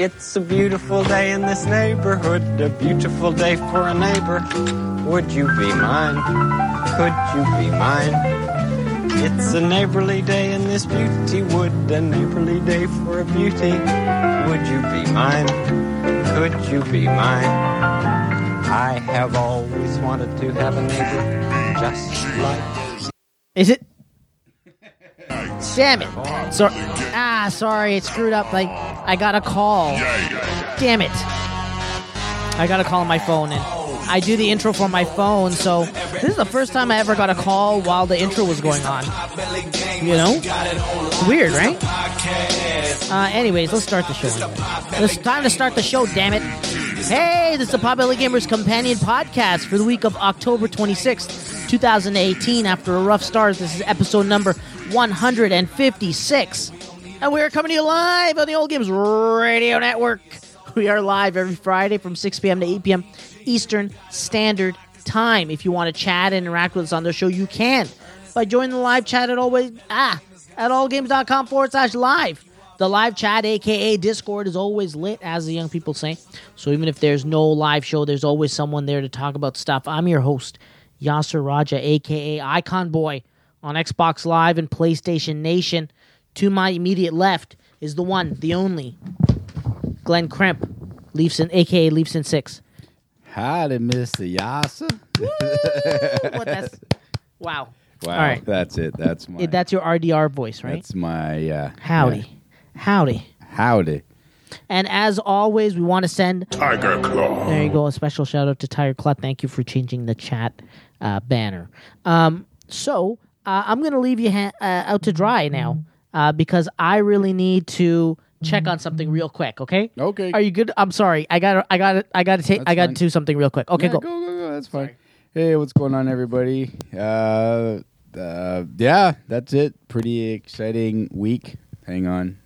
It's a beautiful day in this neighborhood, a beautiful day for a neighbor. Would you be mine? Could you be mine? It's a neighborly day in this beauty wood, a neighborly day for a beauty. Would you be mine? Could you be mine? I have always wanted to have a neighbor just like Is it? Damn it! So, ah, sorry, it screwed up. Like I got a call. Damn it! I got a call on my phone, and I do the intro for my phone. So this is the first time I ever got a call while the intro was going on. You know, it's weird, right? Uh, anyways, let's start the show. anyway. It's time to start the show. Damn it! Hey, this is the Pop Belly Gamers Companion Podcast for the week of October 26th, 2018. After a rough start, this is episode number 156. And we are coming to you live on the Old Games Radio Network. We are live every Friday from 6 p.m. to 8 p.m. Eastern Standard Time. If you want to chat and interact with us on the show, you can by joining the live chat at always ah at allgames.com forward slash live. The live chat, aka Discord, is always lit, as the young people say. So even if there's no live show, there's always someone there to talk about stuff. I'm your host, Yasser Raja, aka Icon Boy, on Xbox Live and PlayStation Nation. To my immediate left is the one, the only, Glenn Krimp, Leafs and aka Leafs and Six. Howdy, Mr. Yasa. What that's wow. Wow, All right. that's it. That's my. It- that's your RDR voice, right? that's my. Uh, Howdy. Howdy. yeah. Howdy. And as always, we want to send Tiger Claw. There you go. A special shout out to Tiger Claw. Thank you for changing the chat uh, banner. Um, so uh, I'm going to leave you ha- uh, out to dry now uh, because I really need to check on something real quick. Okay. Okay. Are you good? I'm sorry. I got. I got. I got to take. I got to fine. do something real quick. Okay. Yeah, go. go, go, go. That's fine. Hey, what's going on, everybody? Uh, uh, yeah, that's it. Pretty exciting week. Hang on.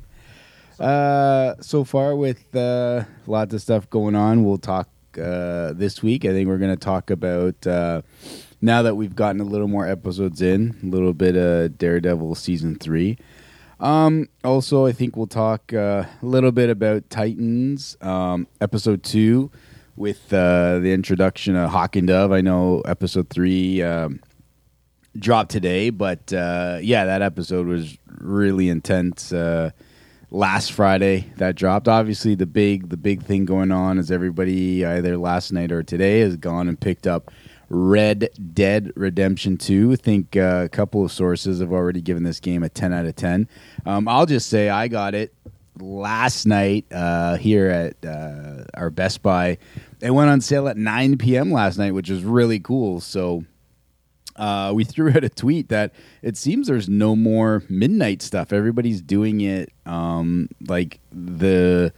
Uh, so far with uh, lots of stuff going on. We'll talk uh, this week. I think we're going to talk about uh, now that we've gotten a little more episodes in, a little bit of Daredevil season three. Um, also, I think we'll talk uh, a little bit about Titans um, episode two with uh, the introduction of Hawk and Dove. I know episode three um, dropped today, but uh, yeah, that episode was really intense. Uh, last Friday that dropped. Obviously, the big the big thing going on is everybody either last night or today has gone and picked up Red Dead Redemption Two. I think uh, a couple of sources have already given this game a ten out of ten. Um, I'll just say I got it last night uh, here at uh, our Best Buy. It went on sale at 9 p.m. last night, which was really cool. So uh, we threw out a tweet that it seems there's no more midnight stuff. Everybody's doing it um, like the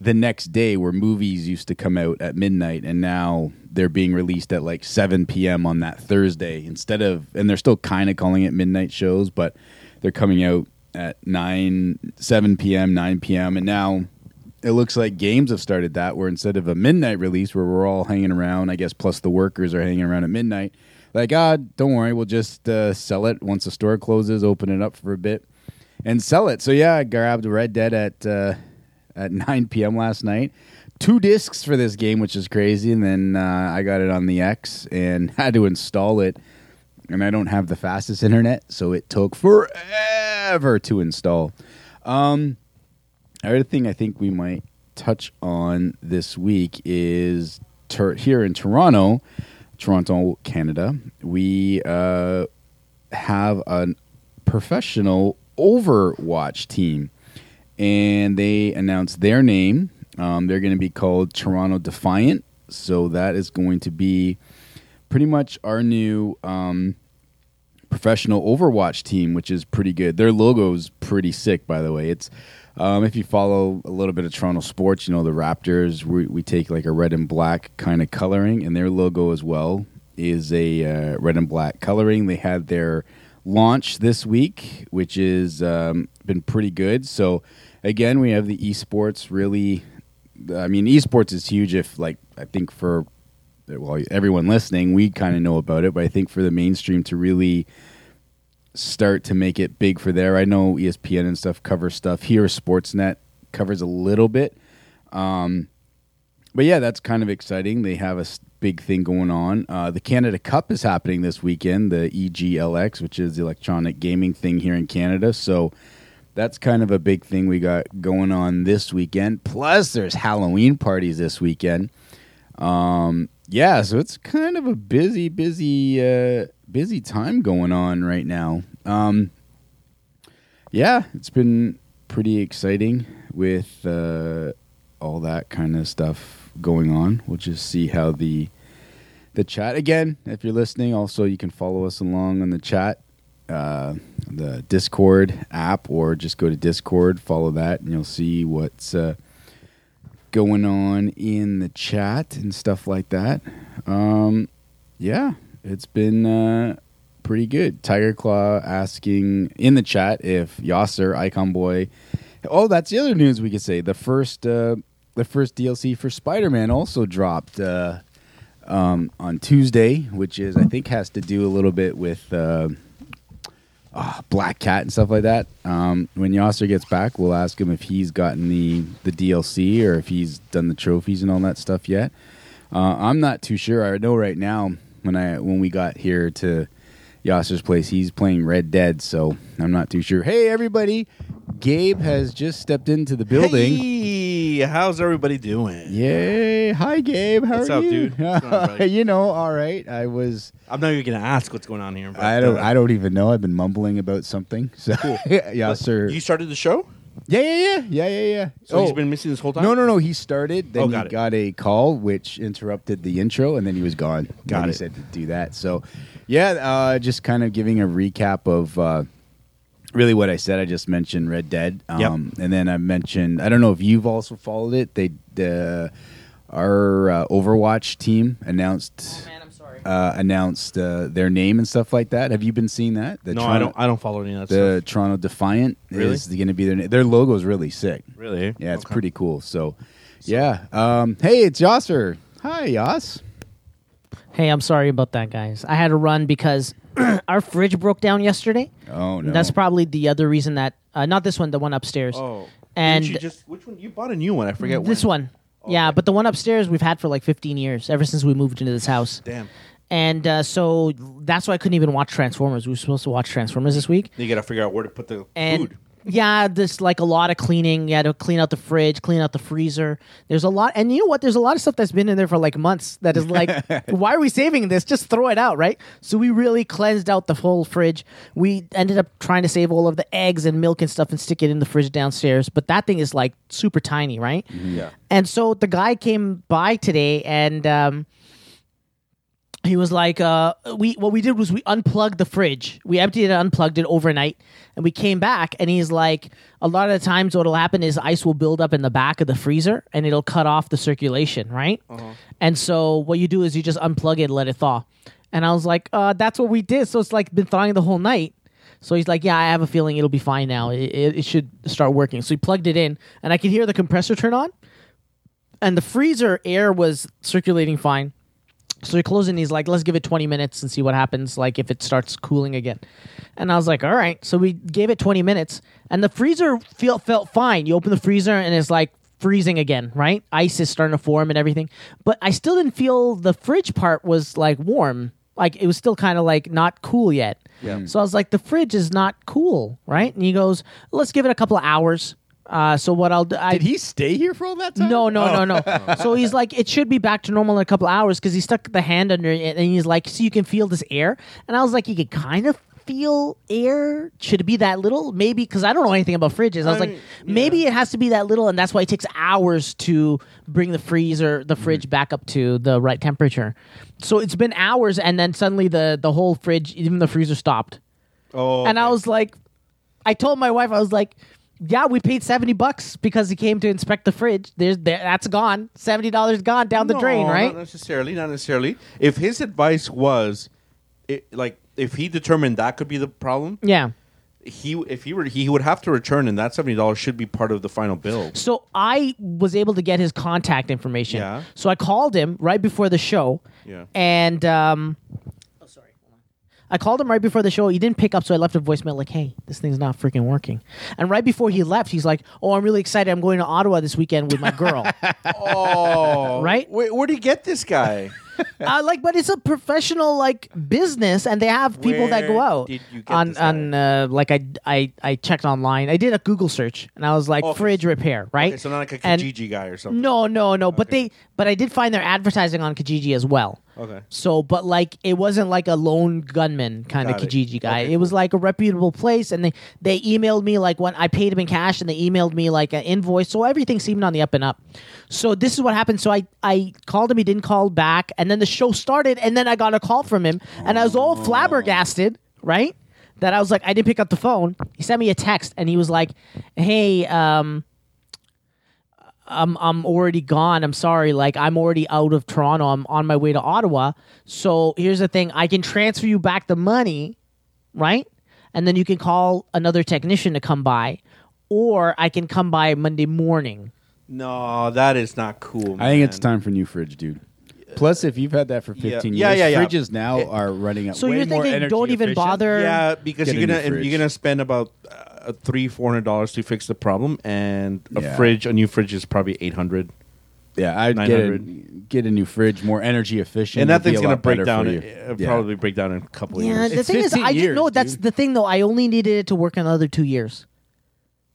the next day, where movies used to come out at midnight, and now they're being released at like 7 p.m. on that Thursday instead of, and they're still kind of calling it midnight shows, but they're coming out at 9 7 p.m 9 p.m and now it looks like games have started that where instead of a midnight release where we're all hanging around i guess plus the workers are hanging around at midnight like ah don't worry we'll just uh, sell it once the store closes open it up for a bit and sell it so yeah i grabbed red dead at uh, at 9 p.m last night two discs for this game which is crazy and then uh, i got it on the x and had to install it and I don't have the fastest internet, so it took forever to install. Um, another thing I think we might touch on this week is tur here in Toronto, Toronto, Canada. We uh, have a professional Overwatch team, and they announced their name. Um, they're going to be called Toronto Defiant. So that is going to be pretty much our new um, professional Overwatch team, which is pretty good. Their logo's pretty sick, by the way. It's um, if you follow a little bit of Toronto sports, you know the Raptors. We, we take like a red and black kind of coloring, and their logo as well is a uh, red and black coloring. They had their launch this week, which is um, been pretty good. So again, we have the esports really I mean, esports is huge. If like, I think for well, everyone listening, we kind of know about it, but I think for the mainstream to really start to make it big for there, I know E ESPN and stuff covers stuff here. Sportsnet covers a little bit, um, but yeah, that's kind of exciting. They have a s- big thing going on. Uh, the Canada Cup is happening this weekend, the E EGLX, which is the electronic gaming thing here in Canada. So that's kind of a big thing we got going on this weekend. Plus, there's Halloween parties this weekend. Um, yeah, so it's kind of a busy, busy, uh, busy time going on right now. Um, yeah, it's been pretty exciting with uh, all that kind of stuff going on. We'll just see how the the chat again. If you're listening, also you can follow us along on the chat, uh, the Discord app, or just go to Discord, follow that, and you'll see what's uh, going on in the chat and stuff like that. Um, yeah, it's been uh, pretty good. Tiger Claw asking in the chat if Yasser Icon Boy. Oh, that's the other news we could say. The first, uh, the first DLC for Spider Man also dropped uh, um, on Tuesday, which is I think has to do a little bit with. Uh, ah, Black Cat and stuff like that. Um, when Yasser gets back, we'll ask him if he's gotten the the DLC or if he's done the trophies and all that stuff yet. Uh, I'm not too sure. I know right now when I when we got here to Yasser's place, he's playing Red Dead, so I'm not too sure. Hey, everybody! Gabe has just stepped into the building. Hey, how's everybody doing? Yay! Hi, Gabe. How What's are up, you? dude? What's going on, buddy? you know, all right. I was. I'm not even gonna ask what's going on here. but, I don't. uh, I don't even know. I've been mumbling about something. So, yeah, sir. You started the show, Yeah, yeah, yeah, yeah, yeah, yeah. Oh. so he's been missing this whole time. no, no, no. He started. Then Oh, he got it. got a call which interrupted the intro, and then he was gone. Got Then He it. said to do that. So, yeah, uh, just kind of giving a recap of uh, really what I said. I just mentioned Red Dead, um, Yep. and then I mentioned. I don't know if you've also followed it. They uh, our uh, Overwatch team announced. man, I'm sorry. Uh, announced uh, their name and stuff like that. Have you been seeing that? The no, I Toronto- don't. I don't follow any of that the stuff. Toronto Defiant Really? is going to be their name. Their logo is really sick. Really? eh? Yeah, it's Okay. pretty cool. So, yeah. Um, hey, it's Yasser. Hi, Yas. Hey, I'm sorry about that, guys. I had to run because our fridge broke down yesterday. Oh no, That's probably the other reason that uh, not this one, the one upstairs. Oh, And- Didn't you just which one? You bought a new one. I forget this when. one. Yeah, but the one upstairs we've had for like 15 years, ever since we moved into this house. Damn. And uh, so that's why I couldn't even watch Transformers. We were supposed to watch Transformers this week. You gotta figure out where to put the And food. yeah, there's like a lot of cleaning. You had to clean out the fridge, clean out the freezer. There's a lot. And you know what? There's a lot of stuff that's been in there for like months that is like, why are we saving this? Just throw it out, right? So we really cleansed out the whole fridge. We ended up trying to save all of the eggs and milk and stuff and stick it in the fridge downstairs. But that thing is like super tiny, right? Yeah. And so the guy came by today and um, he was like, uh, "We what we did was we unplugged the fridge. We emptied it, unplugged it overnight, and we came back. And he's like, a lot of the times what'll happen is ice will build up in the back of the freezer, and it'll cut off the circulation, right? And so what you do is you just unplug it, and let it thaw. And I was like, uh, that's what we did. So it's like been thawing the whole night. So he's like, yeah, I have a feeling it'll be fine now. It, it, it should start working. So he plugged it in, and I could hear the compressor turn on and the freezer air was circulating fine. So he closed it and he's like, let's give it 20 minutes and see what happens, like if it starts cooling again. And I was like, all right. So we gave it 20 minutes and the freezer feel, felt fine. You open the freezer and it's like freezing again, right? Ice is starting to form and everything. But I still didn't feel the fridge part was like warm. Like it was still kind of like not cool yet. Yeah. So I was like, the fridge is not cool, right? And he goes, let's give it a couple of hours. Uh, so what I'll do, I, Did he stay here for all that time? no, no, no, no. so he's like, it should be back to normal in a couple hours because he stuck the hand under it and he's like, so you can feel this air. And I was like, you can kind of feel air. Should it be that little? Maybe because I don't know anything about fridges. I was like, mean, maybe it has to be that little, and that's why it takes hours to bring the freezer, the fridge back up to the right temperature. So it's been hours, and then suddenly the the whole fridge, even the freezer, stopped. Oh, And I was like, I told my wife, I was like, yeah, we paid seventy bucks because he came to inspect the fridge. There's there, that's gone. Seventy dollars gone down the drain, No, right? Not necessarily, not necessarily. If his advice was, it, like, if he determined that could be the problem, Yeah. he if he were he would have to return, and that seventy dollars should be part of the final bill. So I was able to get his contact information. Yeah. So I called him right before the show. Yeah. And um, oh, sorry. I called him right before the show. He didn't pick up, so I left a voicemail like, "Hey, this thing's not freaking working." And right before he left, he's like, "Oh, I'm really excited. I'm going to Ottawa this weekend with my girl." Oh, Right? Wait, where do you get this guy? uh, like, but it's a professional like business, and they have people that go Where out did you get on this guy? on uh, like I, I I checked online. I did a Google search, and I was like, Okay. "Fridge repair," right? Okay, so not like a And- Kijiji guy or something. No, no, no. But they, but I did find their advertising on Kijiji as well. Okay. So, but like, it wasn't like a lone gunman kind of Got it. Kijiji guy. Okay, it was like a reputable place, and they they emailed me like when I paid him in cash, and they emailed me like an invoice. So everything seemed on the up and up. So this is what happened. So I I called him. He didn't call back, and then the show started, and then I got a call from him, and I was all Oh. flabbergasted, right? That I was like, I didn't pick up the phone. He sent me a text, and he was like, "Hey, um." I'm I'm already gone. I'm sorry. Like I'm already out of Toronto. I'm on my way to Ottawa. So here's the thing. I can transfer you back the money, right? And then you can call another technician to come by, or I can come by Monday morning. No, that is not cool. I think it's man. time for a new fridge, dude. Plus, if you've had that for Yeah. 15 Yeah, years, yeah, yeah. fridges now are running up. So way you're more thinking, energy don't even efficient. bother. Yeah, because Get a you're gonna new fridge. you're gonna spend about uh, three four hundred dollars to fix the problem, and a Yeah. fridge, a new fridge is probably eight hundred, Yeah, I'd get a, 900. get a new fridge, more energy efficient, and it'd that be thing's a gonna lot break better down. for you. uh, Yeah. Probably break down in a couple Yeah, years. the It's thing is, 15 I didn't know years, that's dude. the thing though. I only needed it to work another two years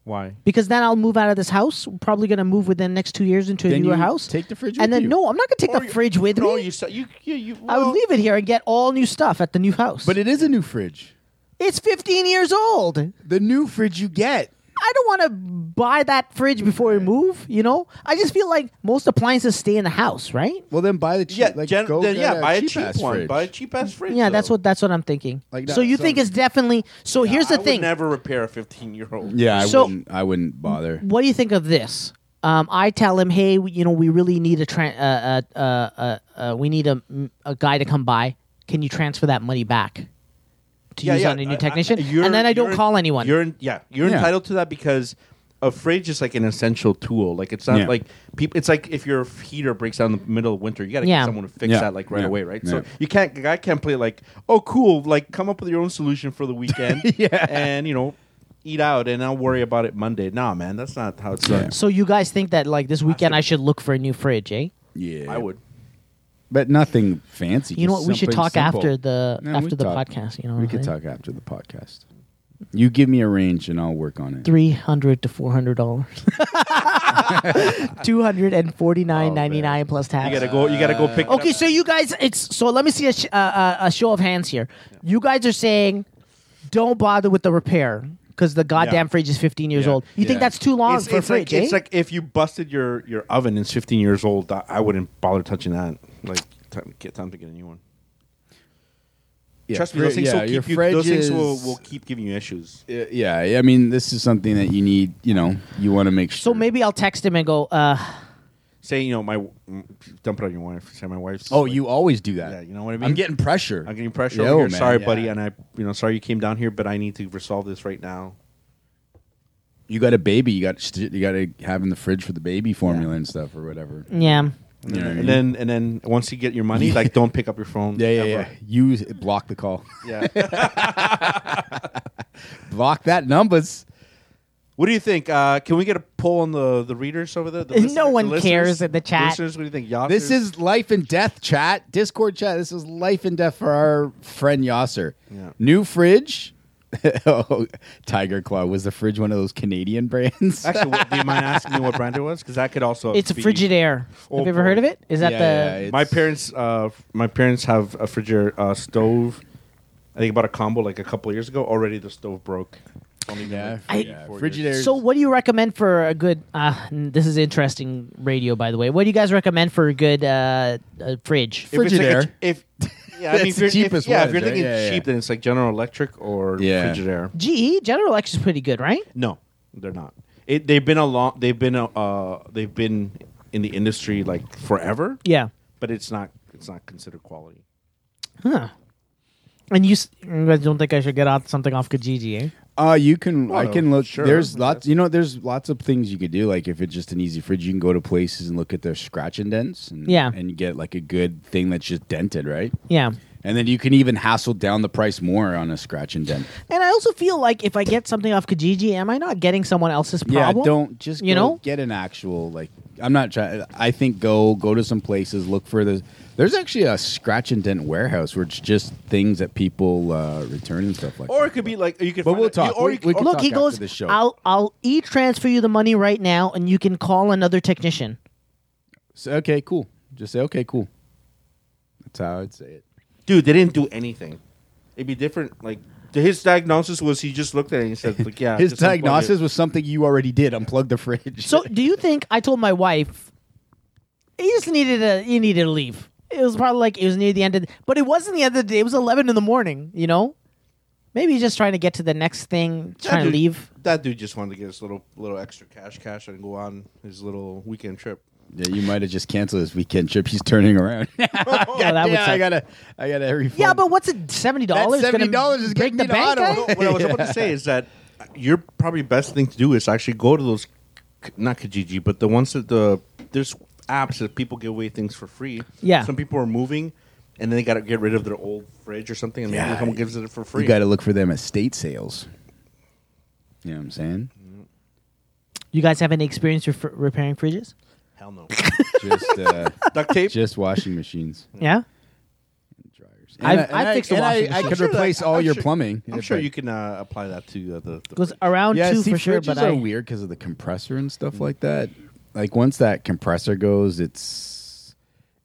Why? because then I'll move out of this house. probably gonna move within the next two years into a Then newer you house. take the fridge and with then you. no, I'm not gonna take Or the you- fridge with no, me. you sa- you you. you I well, would leave it here and get all new stuff at the new house. But it is a new fridge. It's 15 years old. I The new fridge you get. don't want to buy that fridge before we move, you know? I just feel like most appliances stay in the house, right? Well, then buy the cheap. Yeah, like, gen- go then, get yeah, buy a cheap, cheap-ass one. Fridge. Buy a cheap ass fridge. Yeah, that's though. what that's what I'm thinking. Like so that, you so- think it's definitely So here's I the would thing. never repair a fifteen year old. yeah, I So- wouldn't. I wouldn't bother. What do you think of this? Um, I tell him, "Hey, we- you know, we really need a tran uh, uh, uh, uh, uh, we need a, a guy to come by. Can you transfer that money back to use on a I- new I- technician?" you're- and then I don't you're- call anyone. You're in- yeah, you're Yeah. entitled to that because a fridge is like an essential tool. Like it's not Yeah. like people. It's like if your heater breaks down in the middle of winter, you got to Yeah. get someone to fix Yeah. that like right Yeah. away, right? Yeah. So you can't. a Guy can't play like, oh, cool, like come up with your own solution for the weekend, yeah, and you know, eat out, and I'll worry about it Monday. Nah, man, that's not how it's done. so you guys think that like this weekend I should look for a new fridge, eh? Yeah, I would. but nothing fancy. You know just what? We should something talk simple. after the No, we after the talk. podcast. You know, We could talk after the podcast. You give me a range and I'll work on it. Three hundred to four hundred dollars. Two hundred and forty nine ninety nine plus tax. Oh, You gotta go. You gotta go pick. it Okay, up. so you guys, it's so. Let me see a sh- uh, uh, a show of hands here. You guys are saying, don't bother with the repair because the goddamn Yeah. fridge is fifteen years Yeah. old. You think Yeah. that's too long It's, for a it's fridge? like, eh? it's like if you busted your your oven and it's 15 years old, I, I wouldn't bother touching that. Like, time, get time to get a new one. Yeah, Trust me, fri- those things yeah, will your keep you. Those things will, fridges- will keep giving you issues. Uh, yeah, I mean, this is something that you need. You know, you want to make sure. so maybe I'll text him and go. Uh, Say, you know, my mm, dump it on your wife. Say my wife's. Oh, like, you always do that. Yeah, you know what I mean. I'm getting pressure. I'm getting pressure. Yeah, over oh, here. man, Sorry, yeah. buddy, and I, you know, sorry you came down here, but I need to resolve this right now. You got a baby. You got st- you got to have in the fridge for the baby formula and stuff or whatever. yeah. You know what I mean? And then, and then, once you get your money, like, don't pick up your phone. yeah, yeah, yeah. ever. You block the call. yeah. block that numbers. What do you think? Uh, can we get a poll on the, the readers over there? The listener- No one the cares listeners? in the chat. Listeners, what do you think? Yossers? This is life and death chat, Discord chat. This is life and death for our friend Yasser. Yeah. New fridge. oh, Tiger Claw was the fridge one of those Canadian brands? actually. What, do you mind asking me what brand it was? Because that could also It's be- Frigidaire. Oh, Have you ever boy. heard of it? Is that Yeah, the? yeah, yeah. My parents, uh, my parents have a Frigidaire uh, stove. I think about a combo like a couple years ago. Already the stove broke. Only been yeah, like I, three, yeah. four Frigidaire. So, what do you recommend for a good? Uh, n- this is interesting radio, by the way. What do you guys recommend for a good uh, uh, fridge? years. If it's like a- Frigidaire. if yeah, I mean, That's if the you're, cheapest if, yeah, one, if you're right? thinking Yeah, yeah, cheap, yeah. then it's like General Electric or Yeah. Frigidaire. GE E, General Electric's pretty good, right? No, they're not. It, they've been a long. They've been a, uh, they've been in the industry like forever. Yeah. but it's not. It's not considered quality. Huh. And you, s- you guys don't think I should get out something off Kijiji, eh? Uh, you can. I Well, can look. sure. There's lots. You know, there's lots of things you could do. Like if it's just an easy fridge, you can go to places and look at their scratch and dents. And, Yeah. And get like a good thing that's just dented, right? Yeah. And then you can even hassle down the price more on a scratch and dent. And I also feel like if I get something off Kijiji, am I not getting someone else's problem? Yeah, don't just You go know? get an actual like. I'm not trying. I think go go to some places look for the. There's actually a scratch and dent warehouse where it's just things that people uh, return and stuff like. Or that. it could be like you could. But find we'll it- talk. Or We- you we could, can or- Look, he talk goes. after the show. I'll I'll e transfer you the money right now, and you can call another technician. So, okay, cool. Just say okay, cool. That's how I'd say it. dude, they didn't do anything. It'd be different. Like his diagnosis was, he just looked at it and he said, like, yeah. His just unplug it. diagnosis was something you already did. Unplug the fridge. So, do you think I told my wife? He just needed a. He needed to leave. It was probably like it was near the end of, the, but it wasn't the end of the day. It was eleven in the morning. You know, maybe he's just trying to get to the next thing, That trying to dude- leave. That dude just wanted to get his little little extra cash, cash, and go on his little weekend trip. yeah, you might have just canceled his weekend trip. He's turning around. yeah, Oh, that would I suck. gotta, I gotta refund. Yeah, but what's it? Seventy dollars. That $70 is break getting the me to bank. Ottawa. guy? what I was about to say is that your probably best thing to do is actually go to those, not Kijiji, but the ones that the there's apps that people give away things for free. Yeah. some people are moving, and then they got to get rid of their old fridge or something, and Yeah. maybe someone gives it for free. you gotta look for them estate sales. You know what I'm saying? You guys have any experience with fr- repairing fridges? Hell no, Just, uh, duct tape. just washing machines. Yeah. and Dryers. I've- And I- and I've fixed a and washing I, I machine. could I'm sure replace that- all I'm your sure- plumbing. I'm if sure I- you can uh, apply that to uh, the. the Goes fridge. around Yeah, two see, for sure, fridges but are I, Mm-hmm. weird because of the compressor and stuff like that. Like once that compressor goes, it's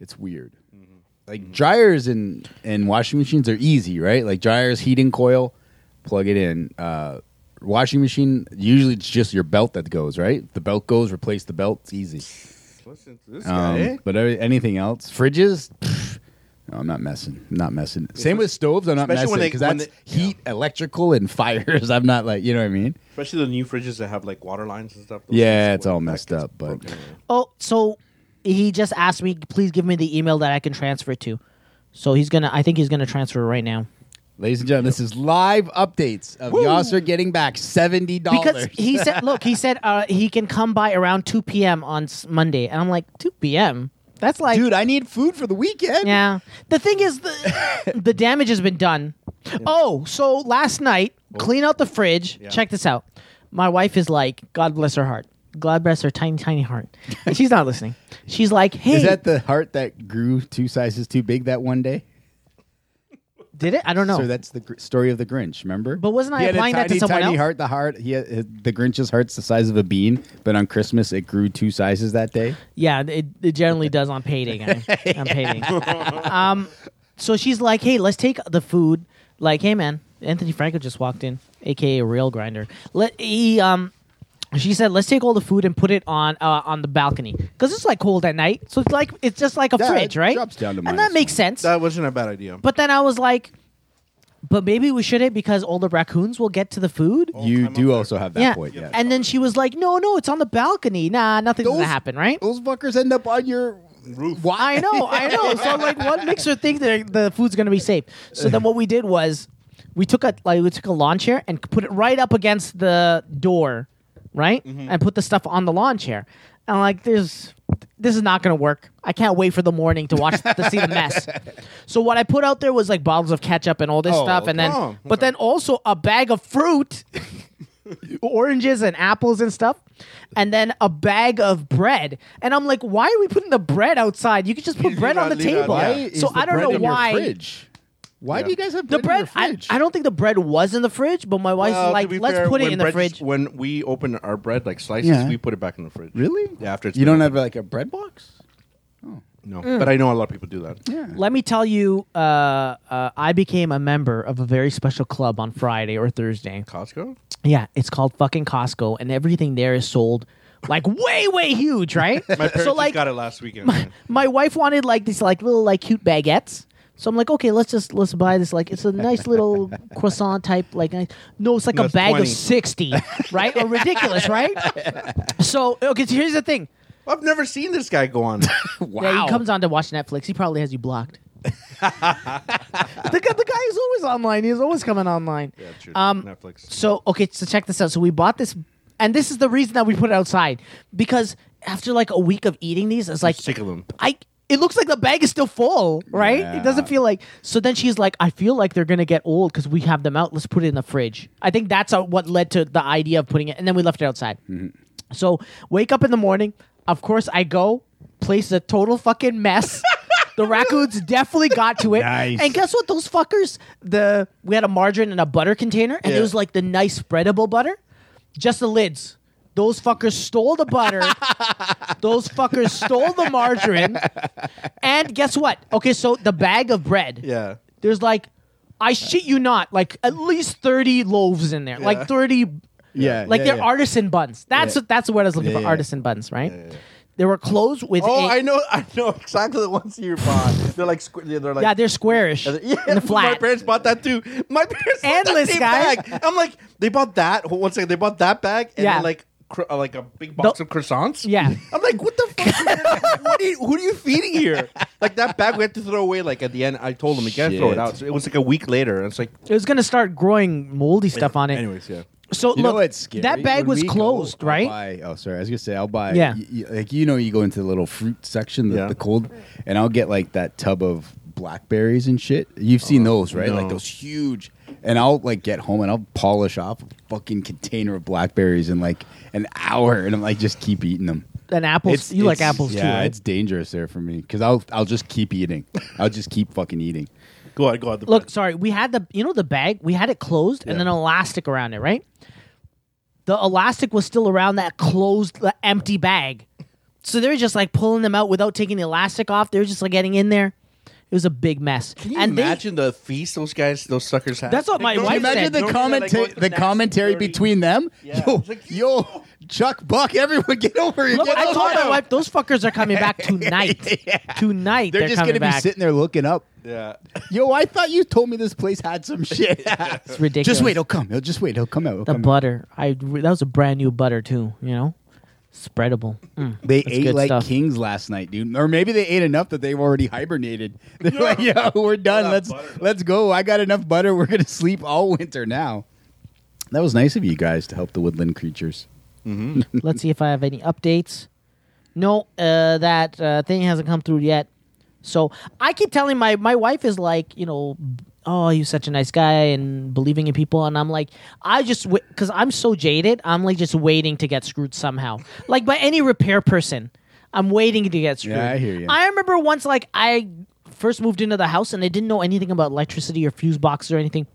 it's weird. Mm-hmm. Like dryers and and washing machines are easy, right? Like dryers, heating coil, plug it in. Uh, washing machine usually it's just your belt that goes, right? The belt goes, replace the belt. It's easy. Listen to this guy. eh? Um, but every- anything else, fridges. pfft, No, I'm not messing. I'm not messing. Same with stoves. I'm not Especially messing when they- because when that's they- yeah. heat, electrical, and fires. I'm not like you know what I mean. Especially the new fridges that have like water lines and stuff. Those Yeah, things it's will- all that messed gets up, but- broken. Oh, so he just asked me, please give me the email that I can transfer to. So he's gonna. I think he's gonna transfer right now Ladies and gentlemen, this is live updates of Yasser getting back seventy because dollars. he said, "Look, he said uh, he can come by around two p.m. on s- Monday," and I'm like, two p.m. That's like, dude, I need food for the weekend. yeah. The thing is, the the damage has been done. Oh, so last night, Oh. clean out the fridge. Yeah. Check this out. My wife is like, God bless her heart. God bless her tiny, tiny heart. And she's not listening. She's like, Hey, Is that the heart that grew two sizes too big that one day? did it? I don't know. So that's the gr- story of the Grinch. Remember? But wasn't I he had applying a that tiny, to someone tiny else? heart? The heart. He had, his- the Grinch's heart's the size of a bean, but on Christmas it grew two sizes that day. Yeah, it, it generally does on payday. guy. on payday. um, so she's like, "Hey, let's take the food." Like, "Hey, man, Anthony Franco just walked in, aka Rail Grinder." Let he um, she said, "Let's take all the food and put it on uh, on the balcony because it's like cold at night. So it's like it's just like a Yeah, fridge, it right? drops down to and minus that makes sense. That wasn't a bad idea. but then I was like, "But maybe we shouldn't because all the raccoons will get to the food." you I'm up do there. also have that yeah. point. Yeah. and then she was like, "No, no, it's on the balcony. Nah, nothing's gonna Those- happen, right?" Those fuckers end up on your roof. Why? I know, I know. So like, what makes her think that the food's gonna be safe? So then, what we did was, we took a like we took a lawn chair and put it right up against the door, right, Mm-hmm. and put the stuff on the lawn chair. And I'm like, there's this is not gonna work. I can't wait for the morning to watch to see the mess. So what I put out there was like bottles of ketchup and all this Oh, stuff, and then okay. Oh, but then also a bag of fruit, oranges and apples and stuff. And then a bag of bread, and I'm like, "Why are we putting the bread outside? You could just put You bread do on the not leave it out, table. yeah. Why So is So the I don't bread know in your why fridge? Why Yeah. do you guys have the bread? in your bread. I, fridge? I don't think the bread was in the fridge, but my wife Well, was to like, be "Let's fair, put it when in the bread's- fridge." When we open our bread, like slices, Yeah. we put it back in the fridge. Really? Yeah, after it's you been don't have like a bread box. No, but I know a lot of people do that. Yeah. Let me tell you, uh, uh, I became a member of a very special club on Friday or Thursday. Uh, Costco. Yeah, it's called fucking Costco, and everything there is sold like way, way huge, right? My parents so just like, got it last weekend. man. my wife wanted like these like little like cute baguettes. So I'm like, okay, let's just let's buy this. Like, it's a nice little croissant type. Like, nice- no, it's like a That's bag 20. of sixty, right? Or ridiculous, right? So okay, so here's the thing. I've never seen this guy go on. Wow. Yeah, he comes on to watch Netflix. He probably has you blocked. the, guy, the guy is always online. He's always coming online. Yeah, true. Um, Netflix. So okay, so check this out. So we bought this, and this is the reason that we put it outside because after like a week of eating these, it's like Sick of them. I. It looks like the bag is still full, right? It doesn't Yeah. feel like. So then she's like, "I feel like they're gonna get old because we have them out. Let's put it in the fridge." I think that's uh, what led to the idea of putting it, and then we left it outside. So wake up in the morning. Of course, I go place a total fucking mess. the raccoons definitely got to it. Nice. And guess what? Those fuckers. The we had a margarine and a butter container, and it Yeah. was like the nice spreadable butter, just the lids. Those fuckers stole the butter. Those fuckers stole the margarine. And guess what? Okay, so the bag of bread. Yeah. There's like, I shit you not, like at least thirty loaves in there, Yeah. like thirty Yeah, like yeah, they're yeah. artisan buns. That's Yeah. what that's what I was looking Yeah, for. yeah. Artisan buns, right? They were closed with. Oh, a- I know, I know exactly the ones you bought. They're like, squ- they're like, Yeah, they're squarish And the- and My flat. parents bought that too. My parents bought Endless, that same guys. Bag. I'm like, they bought that. hold- One second, they bought that bag and Yeah. then, like cr- uh, like a big box The- of croissants. Yeah. I'm like, what the fuck? what are you, who are you feeding here? Like that bag we had to throw away. Like at the end, I told them you can't throw it Shit. out. So it was like a week later. And it's like It was gonna start growing moldy stuff on it. Anyways, yeah. so You look, know what's scary? that bag When was we go, closed, I'll right? buy- oh, sorry. I was gonna say I'll buy. Yeah. y- y- like you know, you go into the little fruit section, the, Yeah. the cold, and I'll get like that tub of blackberries and shit. You've seen those, right? Like Oh, no. those huge. And I'll like get home and I'll polish off a fucking container of blackberries in like an hour, and I'm like just keep eating them. And apples, It's- you like it's- apples yeah, too, right? it's dangerous there for me because I'll I'll just keep eating. I'll just keep fucking eating. Go on, go on. The Look, sorry, we had the you know the bag, we had it closed and Yeah. then elastic around it, right? The elastic was still around that closed the empty bag. So they were just like pulling them out without taking the elastic off. They were just like getting in there. It was a big mess. Can you and they- imagine the feast those guys, those suckers had? That's what my don't wife you said. Imagine the don't you comment like go to the nasty, commentary dirty- between them. Yeah. Yo, It's like, yo, Chuck Buck, everyone get over here. Look, get I over told here. my wife those fuckers are coming back tonight. Tonight They're, they're, just coming gonna back. be sitting there looking up. Yeah. Yo, I thought you told me this place had some shit. It's ridiculous. Just wait, he'll come. He'll just wait. He'll come out. He'll the come out. butter. I that was a brand new butter too. You know, spreadable. Mm. They That's ate good like stuff. kings last night, dude. Or maybe they ate enough that they've already hibernated. They're like, yo, we're done. that Let's butter. let's go. I got enough butter. We're gonna sleep all winter now. That was nice of you guys to help the woodland creatures. Let's see if I have any updates. No, uh, that uh, thing hasn't come through yet. So I keep telling my my wife is like, you know, oh, you're such a nice guy and believing in people, and I'm like, I just because I'm so jaded, I'm like just waiting to get screwed somehow, like by any repair person. I'm waiting to get screwed. Yeah, I hear you. I remember once like I first moved into the house and I didn't know anything about electricity or fuse boxes or anything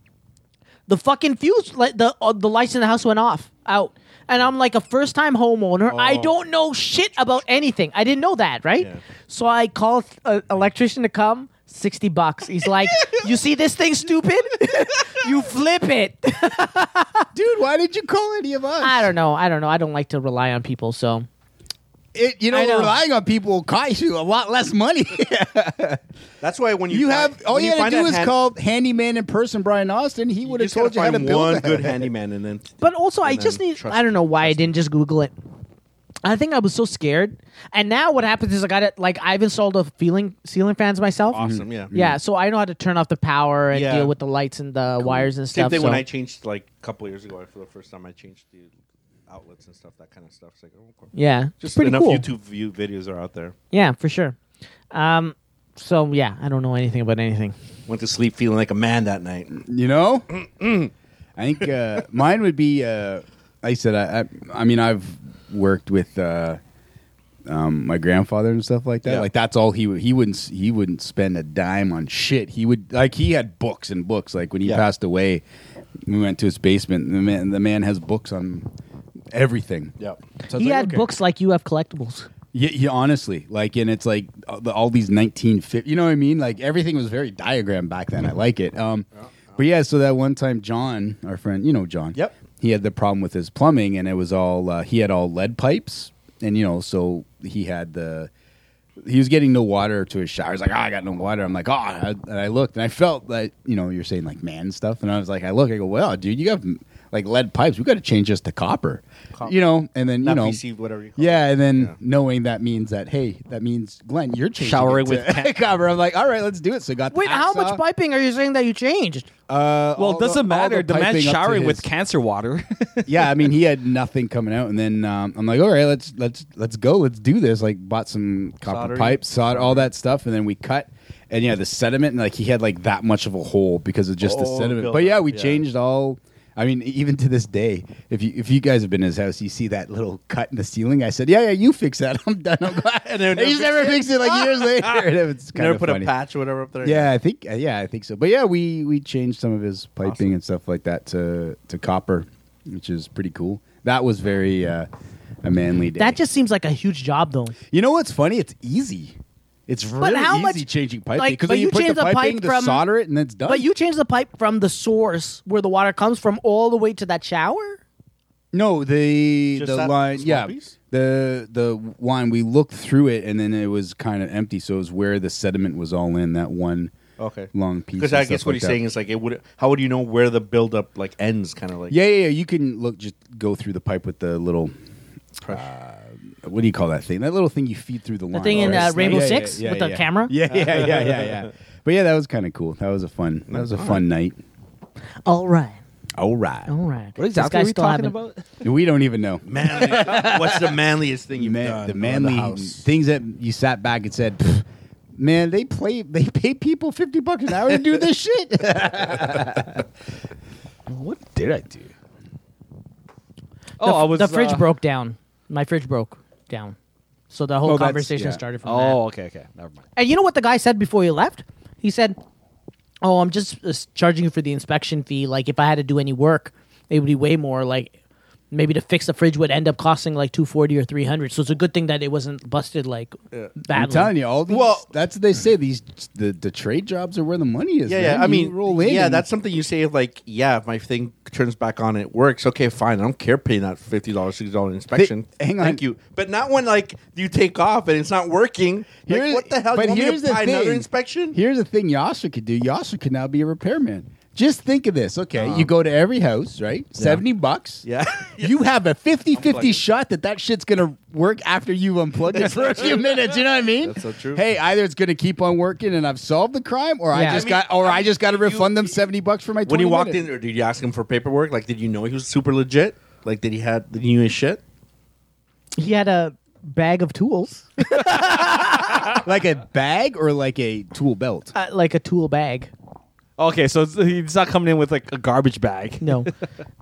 the fucking fuse like the uh, the lights in the house went off out and i'm like a first time homeowner i don't know shit about anything i didn't know that right so i called an electrician to come 60 bucks he's like you see this thing stupid you flip it Dude, why did you call any of us? i don't know i don't know i don't like to rely on people so It, you know, I know. relying on people will cost you a lot less money. That's why when you you have all when you, had find to do that is hand- call handyman in person, Brian Austin. He would have just gotta told you how to find build one that. good handyman and then But also, I And just then need. trust- I don't know why I didn't just Google it. I think I was so scared. And now what happens is I got it. Like I've installed a ceiling ceiling fans myself. Awesome, yeah. Yeah, so I know how to turn off the power and Mm-hmm. Yeah. deal with the lights and the wires and Same stuff. thing when so- I changed like a couple years ago. For the first time, I changed the outlets and stuff, that kind of stuff. It's like, oh, okay. yeah, it's just pretty enough cool. YouTube view videos are out there. Yeah, for sure. Um, so yeah, I don't know anything about anything. Went to sleep feeling like a man that night. You know, I think uh, mine would be. Uh, like I said, I, I, I mean, I've worked with uh, um, my grandfather and stuff like that. Yeah. Like that's all he would. He wouldn't. s- He wouldn't spend a dime on shit. He would like he had books and books. Like when he Yeah. passed away, we went to his basement. And the man, the man has books on everything. Yep. So I was He like, had okay. books like you have collectibles. Yeah, yeah, honestly, like, and it's like all, the- all these 1950, you know what I mean? Like, everything was very diagram back then. I like it. Um, but yeah, so that one time, John, our friend, you know, John, Yep. he had the problem with his plumbing, and it was all, uh, he had all lead pipes, and, you know, so he had the, he was getting no water to his shower. He's like, oh, I got no water. I'm like, oh, and I looked and I felt like, you know, you're saying like man stuff. And I was like, I look, I go, well, dude, you have like lead pipes. We got to change this to copper. You know, and then Not you know, PC, whatever you call it. yeah, and then Yeah. knowing that means that hey, that means Glenn, you're changing Showering it with to cat- copper. I'm like, all right, let's do it. So we got the Wait, how hacksaw. much piping are you saying that you changed? Uh, Well, all it doesn't all matter. The, man's piping up to showering with his- cancer water. yeah, I mean, he had nothing coming out, and then um, I'm like, all right, let's let's let's go, let's do this. Like, bought some copper Soldering. pipes, soldered all that stuff, and then we cut, and yeah, the sediment, and like he had like that much of a hole because of just the Oh, sediment. built But yeah, up, we yeah. changed all. I mean, even to this day, if you if you guys have been in his house, you see that little cut in the ceiling. I said, yeah, yeah, you fix that. I'm done. I'm glad. And and they would he's never never fixed it like years later. And it's kind Never of put funny. a patch or whatever up there. Yeah, I think uh, yeah, I think so. But yeah, we we changed some of his piping and stuff like that to to copper, which is pretty cool. That was very uh, a manly day. That just seems like a huge job, though. you know what's funny? It's easy. It's really how easy much- changing piping like, because but you, you put change the the piping pipe to from- solder it and it's done. But you changed the pipe from the source where the water comes from all the way to that shower? no the Just the that line small yeah piece? the the line we looked through it and then it was kind of empty so it was where the sediment was all in that one Okay. long piece Because and I stuff guess what like he's that. saying is like, it would. How would you know where the buildup like ends? Kind of like yeah yeah yeah you can look just go through the pipe with the little Ah. pressure. what do you call that thing? That little thing you feed through the line. thing in, right? uh, Rainbow Yeah, yeah, Six yeah, with yeah, the yeah. camera? Yeah, yeah, yeah, yeah, yeah. But yeah, that was kind of cool. That was a fun. That was a fun night. All right. All right. All right. what This exactly are guy's we still talking having- about? We don't even know. Manly. What's the manliest thing you've Man- done? the on manly house? things that you sat back and said, "Pff, "Man, they play. They pay people fifty bucks an hour to do this shit." what did I do? Oh, the, I was the fridge uh, broke down. My fridge broke down. So the whole Oh, that's- conversation yeah. started from that. Oh, okay, okay, never mind. And you know what the guy said before he left? He said, "Oh, I'm just uh, s- charging you for the inspection fee. Like if I had to do any work, it would be way more. Like maybe to fix the fridge would end up costing like 240 or 300. So it's a good thing that it wasn't busted like badly." I'm telling you, all these. Well- that's what they say. These the, the trade jobs are where the money is. Yeah, man. yeah. I You mean, roll in. yeah, and- that's something you say like, yeah, if my thing turns back on, it works. Okay, fine. I don't care paying that fifty dollars, sixty dollars inspection. hang on. thank you. But not when like you take off and it's not working. Like, Here's- what the hell? But you want here's me to the buy thing. another inspection? Here's the thing: Yasser could do. Yasser could now be a repairman. Just think of this. Okay, you go to every house, right? Seventy bucks. Uh-huh. yeah, You have a 50-50 Unplug it. shot that that shit's gonna work after you've unplugged it for a few minutes. You know what I mean? That's so true. Hey, either it's gonna keep on working and I've solved the crime, or Yeah. I just I mean, got, or I I, just got to mean, refund you- them seventy bucks for my. when 20 he walked minutes. in, or did you ask him for paperwork? Like, did you know he was super legit? Like, did he had did he knew his shit? He had a bag of tools, like a bag or like a tool belt. uh, like a tool bag. Okay, so it's- he's not coming in with like a garbage bag. No.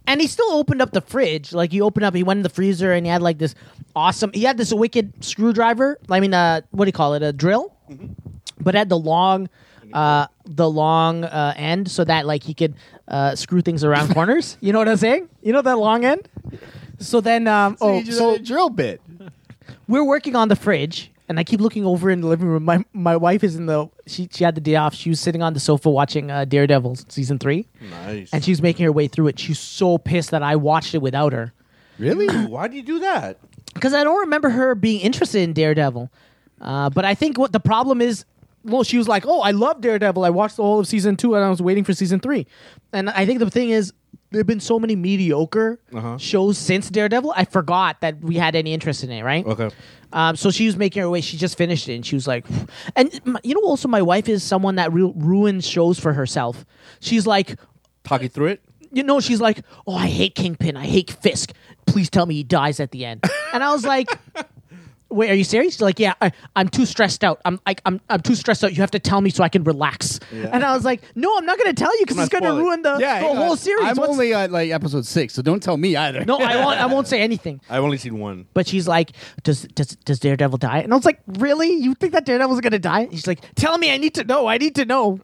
and he still opened up the fridge. Like you open up, he went in the freezer and he had like this awesome. He had this wicked screwdriver. I mean, uh, what do you call it? A drill, Mm-hmm. but it had the long, uh, the long uh, end, so that like he could uh, screw things around corners. You know what I'm saying? You know that long end. So then, um, So oh, you just so had a drill bit. we're working on the fridge and I keep looking over in the living room. My my wife is in the she she had the day off. She was sitting on the sofa watching uh, Daredevil season three. Nice. And she's making her way through it. She's so pissed that I watched it without her Really? Why do you do that? because I don't remember her being interested in Daredevil. Uh, but I think what the problem is, well, she was like, "Oh, I love Daredevil. I watched the whole of season two, and I was waiting for season three. And I think the thing is, there've been so many mediocre Uh-huh. shows since Daredevil. I forgot that we had any interest in it, right? Okay. Um, so she was making her way. She just finished it, and she was like, and my, you know, also my wife is someone that ru- ruins shows for herself. She's like, Talking through it. you know, she's like, "Oh, I hate Kingpin. I hate Fisk. Please tell me he dies at the end." And I was like, "Wait, are you serious?" She's like, "Yeah, I, I'm too stressed out. I'm like, I'm, I'm too stressed out. You have to tell me so I can relax." And I was like, "No, I'm not going to tell you because I'm it's not going to spoiling. ruin the, the hang on. uh, whole series." I'm What's- only at like episode six, so don't tell me either. no, I won't. I won't say anything. I've only seen one. But she's like, does does does Daredevil die? And I was like, really? You think that Daredevil's gonna die? And she's like, tell me, I need to know. I need to know.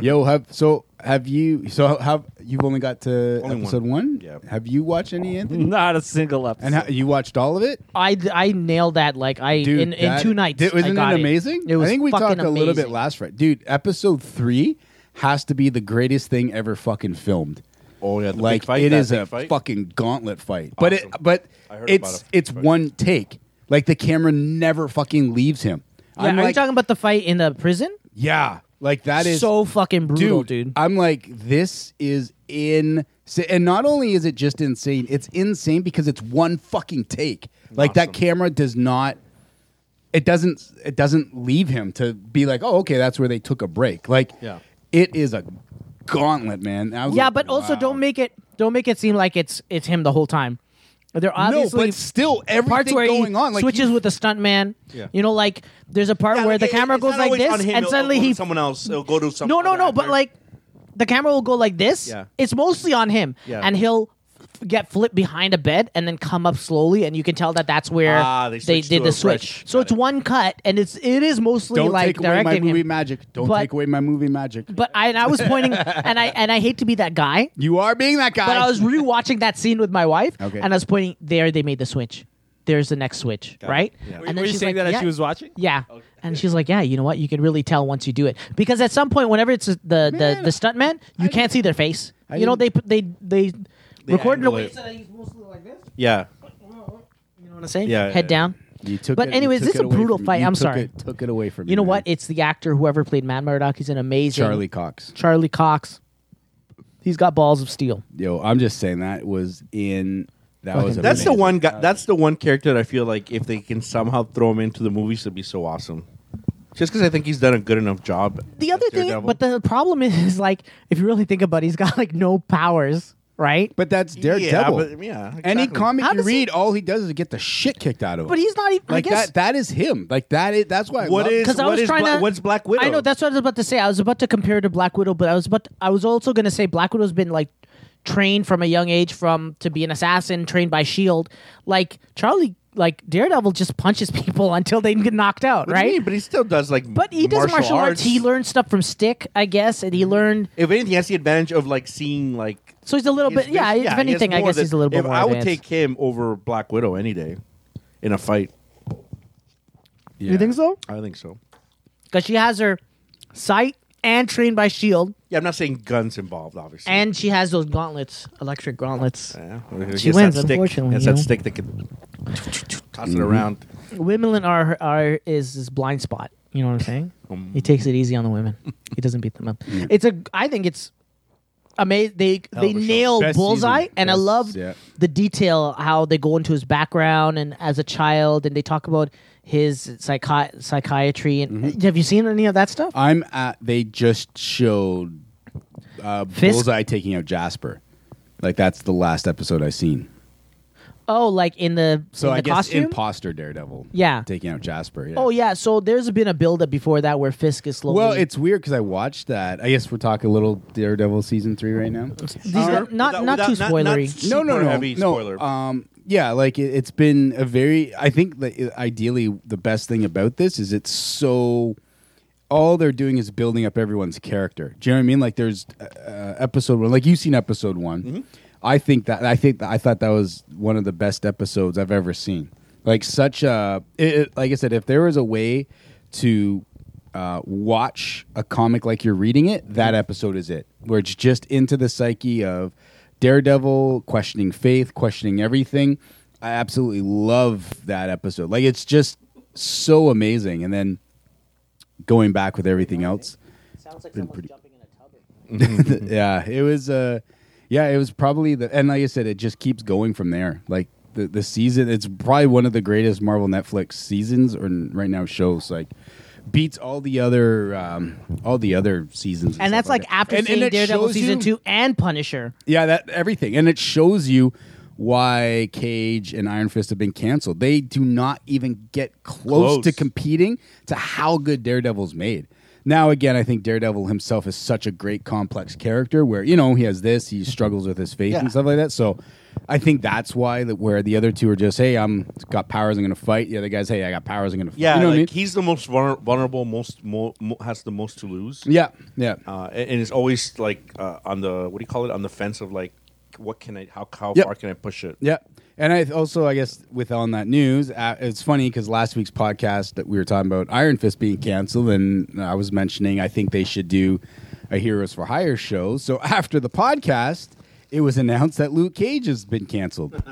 Yo, have so have you? So have you've only got to Only episode one. one? Yeah. Have you watched any Anthony? Not a single episode. And how, you watched all of it, I, I nailed that like I dude. in, in that- two nights. Dude, I wasn't got it amazing? It, was I think we fucking talked a little bit amazing. last Friday, dude. Episode three has to be the greatest thing ever fucking filmed. Oh yeah, the like big fight, it that is big a fight. fucking gauntlet fight, but it Awesome. but I heard it's about it. it's one take. Like the camera never fucking leaves him. Yeah, I'm are you like, talking about the fight in the prison? yeah, like that is so fucking brutal, dude. I'm like, this is insane. Si- And not only is it just insane, it's insane because it's one fucking take. Like that camera does not it doesn't it doesn't leave him to be like, "Oh, okay, that's where they took a break." Like Yeah. it is a gauntlet, man. I was Yeah, like, but also wow. don't make it don't make it seem like it's it's him the whole time. They're obviously No, but still everything parts where going he on like switches you- with the stuntman. Yeah. You know, like there's a part Yeah, where like, the it- camera it's goes not like always this, on him. and It'll suddenly go to he someone else. It'll go to some. no no other no, but actor. like the camera will go like this. Yeah. It's mostly on him, Yeah. and he'll f- get flipped behind a bed and then come up slowly, and you can tell that that's where Ah, they switched did to the a switch. fresh- So got it's it. one cut, and it's it is mostly don't like take away my directing movie him. magic. Don't But- take away my movie magic. But I and I was pointing, and I and I hate to be that guy, you are being that guy. But I was rewatching that scene with my wife, Okay. and I was pointing there. They made the switch. There's the next switch, right? And Were you she's saying like, that yeah. as she was watching? Yeah, and she's like, "Yeah, you know what? You can really tell once you do it because at some point, whenever it's the the Man, the stuntman, you can't see their face. you know, they put- they they, They record in a angle way it. so that he's mostly like this. yeah, You know what I'm saying? Yeah, yeah, head yeah. down. You took But it- anyways, you this is took it a away brutal from me. fight. You I'm took sorry. It, took it away from me. You know what? man. It's the actor whoever played Matt Murdock. He's an amazing Charlie Cox. Charlie Cox. He's got balls of steel. Yo, I'm just saying that was in. That was Fucking- that's the amazing. one guy. That's the one character that I feel like if they can somehow throw him into the movies, it'd be so awesome. Just because I think he's done a good enough job. the other as thing, Daredevil. but the problem is, is like if you really think about, it, he's got like no powers, right? But, But that's yeah, Daredevil. but, yeah Any exactly. comic How you does he- read, all he does is get the shit kicked out of him. he's not even. like I guess that. That is him. Like that is. That's why. What I love- is- because I what was is trying Bla- to. what's Black Widow? I know that's what I was about to say. I was about to compare it to Black Widow, but I was about. I was also going to say Black Widow's been like trained from a young age from to be an assassin, trained by Shield. E Like Charlie, like Daredevil, just punches people until they get knocked out, What do you right? mean? But he still does like. But he does martial, arts. He learned stuff from Stick, I guess, and he Mm-hmm. learned. If anything, he has the advantage of like seeing like. So he's a little his bit. Yeah, vis- if he has anything, I more guess than- he's a little bit if more. I would advanced. take him over Black Widow any day, in a fight. Yeah. so? I think so. because she has her sight and trained by shield Yeah, I'm not saying guns involved, obviously. E and she has those gauntlets electric gauntlets Yeah. It's She that wins, stick. unfortunately, It's you that know. stick that can toss it around. women are are is his blind spot you know what i'm saying Um. he takes it easy on the women he doesn't beat them up it's a i think it's amazing they they of a show. nail Oh, Best bullseye season. and i Best- love yeah. the detail how they go into his background and as a child and they talk about his psychi- psychiatry and Mm-hmm. have you seen any of that stuff I'm at. They just showed uh, Fisk? Bullseye taking out Jasper. Like that's the last episode I've seen. oh like in the So in I the guess costume imposter Daredevil. Yeah. taking out Jasper. Yeah. Oh yeah, so there's been a build up before that where Fisk is slowly. Well, it's weird because I watched that. I guess we're talking a little Daredevil season three right now. These are- not Without- not without- too spoilery. no, no, super no, heavy no. spoiler. Um, yeah, like it, it's been a very. I think that i- ideally the best thing about this is it's so. All they're doing is building up everyone's character. Do you know what I mean? Like there's uh, uh, episode one, like you've seen episode one. I think that I think that, I thought that was one of the best episodes I've ever seen. Like such a, it, it- like I said, if there was a way to uh, watch a comic like you're reading it, that episode is it, where it's just into the psyche of Daredevil, questioning faith, questioning everything. I absolutely love that episode. Like it's just so amazing. And then going back with everything else, Sounds like been someone pretty- jumping in a tub. yeah, it was. Uh, yeah, it was probably the and like I said, it just keeps going from there. Like the the season, it's probably one of the greatest Marvel Netflix seasons or n- right now shows. Like beats all the other um, all the other seasons. And that's stuff like after And- and seeing it Daredevil shows season you- two and Punisher. Yeah, that everything, and it shows you why Cage and Iron Fist have been canceled. They do not even get close, Close. to competing to how good Daredevil's made. Now, again, I think Daredevil himself is such a great complex character where you know he has this, he struggles with his faith and stuff like that. So, I think that's why that where the other two are just, hey, I'm got powers, I'm gonna fight. The other guys, hey, I got powers, I'm gonna fight. yeah, you know like, what I mean? he's the most vulner- vulnerable, most mo- mo- has the most to lose. yeah, yeah. uh, and, and it's always like uh, on the what do you call it on the fence of like what can I how how Yep. far can I push it? Yeah. And I also, I guess, with on that news, uh, it's funny because last week's podcast that we were talking about Iron Fist being canceled, and I was mentioning I think they should do a Heroes for Hire show. So after the podcast, it was announced that Luke Cage has been canceled.